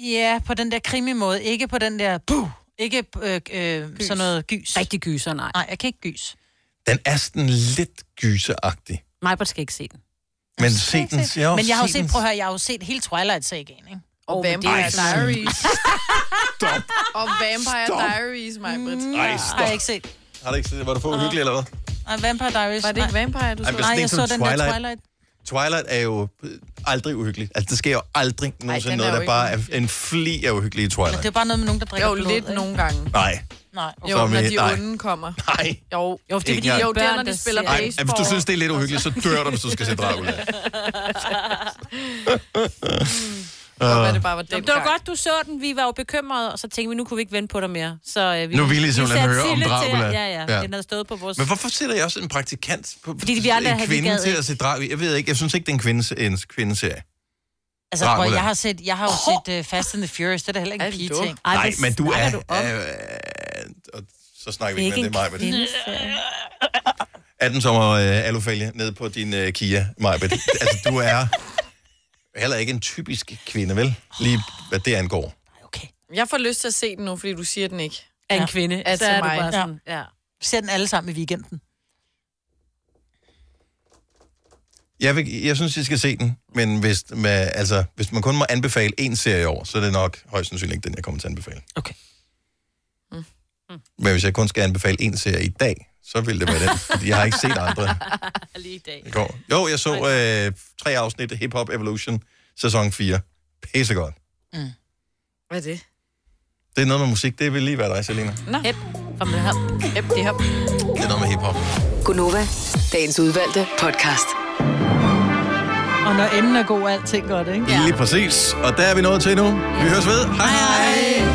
Speaker 4: Ja, på den der krimi-måde. Ikke på den der... Puh! Ikke øh, øh, sådan noget gys.
Speaker 2: Rigtig gyser, nej.
Speaker 4: Nej, jeg kan ikke gys.
Speaker 1: Den er sådan lidt gyseragtig.
Speaker 2: Majbert skal ikke se den.
Speaker 1: Men se den. Jo,
Speaker 4: Men jeg har jo
Speaker 1: se
Speaker 4: set,
Speaker 1: den.
Speaker 4: prøv at høre, jeg har jo set hele Twilight-sagen, ikke?
Speaker 3: Og
Speaker 4: men det er
Speaker 3: Vampire
Speaker 4: altså-
Speaker 3: Diaries. Og Vampire Stop. Diaries, mig, Britt.
Speaker 1: Ej, stop.
Speaker 4: har Mm, jeg ikke set.
Speaker 1: Har du ikke set det? Var du for uhyggelig, eller hvad?
Speaker 4: Nej, Vampire Diaries.
Speaker 3: Var det ikke Vampire, du
Speaker 1: Ej,
Speaker 3: så?
Speaker 1: men hvis
Speaker 4: Nej,
Speaker 1: det
Speaker 4: jeg
Speaker 1: ikke
Speaker 4: så
Speaker 1: som
Speaker 4: den der
Speaker 1: Twilight.
Speaker 4: Twilight.
Speaker 1: Twilight er jo øh, aldrig uhyggelig. Altså, det sker jo aldrig nogensinde
Speaker 4: den er
Speaker 1: noget,
Speaker 4: jo
Speaker 1: der
Speaker 4: ikke
Speaker 1: bare er en fli af uhyggelige i
Speaker 4: Men Det
Speaker 1: Twilight.
Speaker 4: er bare noget med nogen, der drikker
Speaker 3: Jo,
Speaker 4: blod,
Speaker 3: lidt
Speaker 4: ikke?
Speaker 3: nogle gange.
Speaker 1: Nej.
Speaker 4: Nej.
Speaker 1: okay.
Speaker 3: Jo,
Speaker 1: Så er
Speaker 3: når
Speaker 1: vi-
Speaker 3: de
Speaker 1: nej.
Speaker 3: onde kommer.
Speaker 1: Nej.
Speaker 3: Jo, jo det er
Speaker 1: Ikke
Speaker 3: fordi,
Speaker 1: engang.
Speaker 3: jo, det er, når de spiller
Speaker 1: Ej,
Speaker 3: baseball. Altså.
Speaker 1: hvis du synes, det er lidt uhyggeligt, så dør du, hvis du skal se Dracula.
Speaker 3: Hvad
Speaker 1: Uh,
Speaker 3: det bare var den
Speaker 2: Jamen, det var
Speaker 3: gang.
Speaker 2: godt, du så den. Vi var jo bekymrede, og så tænkte vi, nu kunne vi ikke vente på dig mere. Så, øh, vi,
Speaker 1: nu vil I
Speaker 2: satte
Speaker 1: simpelthen høre om
Speaker 2: Sille til-
Speaker 1: Dracula.
Speaker 2: Ja, ja, ja. Den havde stået på vores...
Speaker 1: Men hvorfor sætter jeg også en praktikant på
Speaker 2: Fordi vi aldrig har-
Speaker 1: en
Speaker 2: vi
Speaker 1: kvinde
Speaker 2: gad
Speaker 1: til
Speaker 2: ikke.
Speaker 1: at se Dracula? Jeg ved ikke, jeg synes ikke, det er en, kvindes, en kvindeserie.
Speaker 4: Altså, prøv, jeg har, set, jeg har jo set uh, Fast and the Furious. Det er da heller ikke en pige-ting.
Speaker 1: Ej, Nej, men du er... Du er og så snakker vi ikke mere om det, Majbet. 18 sommer øh, alufælge ned på din øh, Kia, Majbet. altså, du er heller ikke en typisk kvinde, vel? Lige hvad det angår.
Speaker 3: Jeg får lyst til at se den nu, fordi du siger den ikke.
Speaker 2: Af en kvinde.
Speaker 3: Er
Speaker 2: Så
Speaker 3: til
Speaker 2: er du
Speaker 3: mig.
Speaker 2: bare sådan, ja.
Speaker 4: Vi ser den alle sammen i weekenden.
Speaker 1: Jeg, vil, jeg synes, I skal se den, men hvis, man, altså, hvis man kun må anbefale en serie over, så er det nok højst sandsynligt ikke den, jeg kommer til at anbefale.
Speaker 4: Okay.
Speaker 1: Mm. Men hvis jeg kun skal anbefale en serie i dag, så vil det være den, fordi jeg har ikke set andre
Speaker 2: Lige i dag.
Speaker 1: i går. Jo, jeg så øh, tre afsnit af Hip Hop Evolution, sæson 4. Pissegodt.
Speaker 3: Hvad er det?
Speaker 1: Det er noget med musik. Det vil lige være dig, Selina.
Speaker 3: Nå. Hep. Kom med hop. Hep, det hop.
Speaker 1: Det er noget med hiphop.
Speaker 4: Gunova, dagens udvalgte podcast.
Speaker 20: Og når enden er god, er alting godt, ikke?
Speaker 1: Lige præcis. Og der er vi nået til nu. Vi høres ved. Hej hej. hej.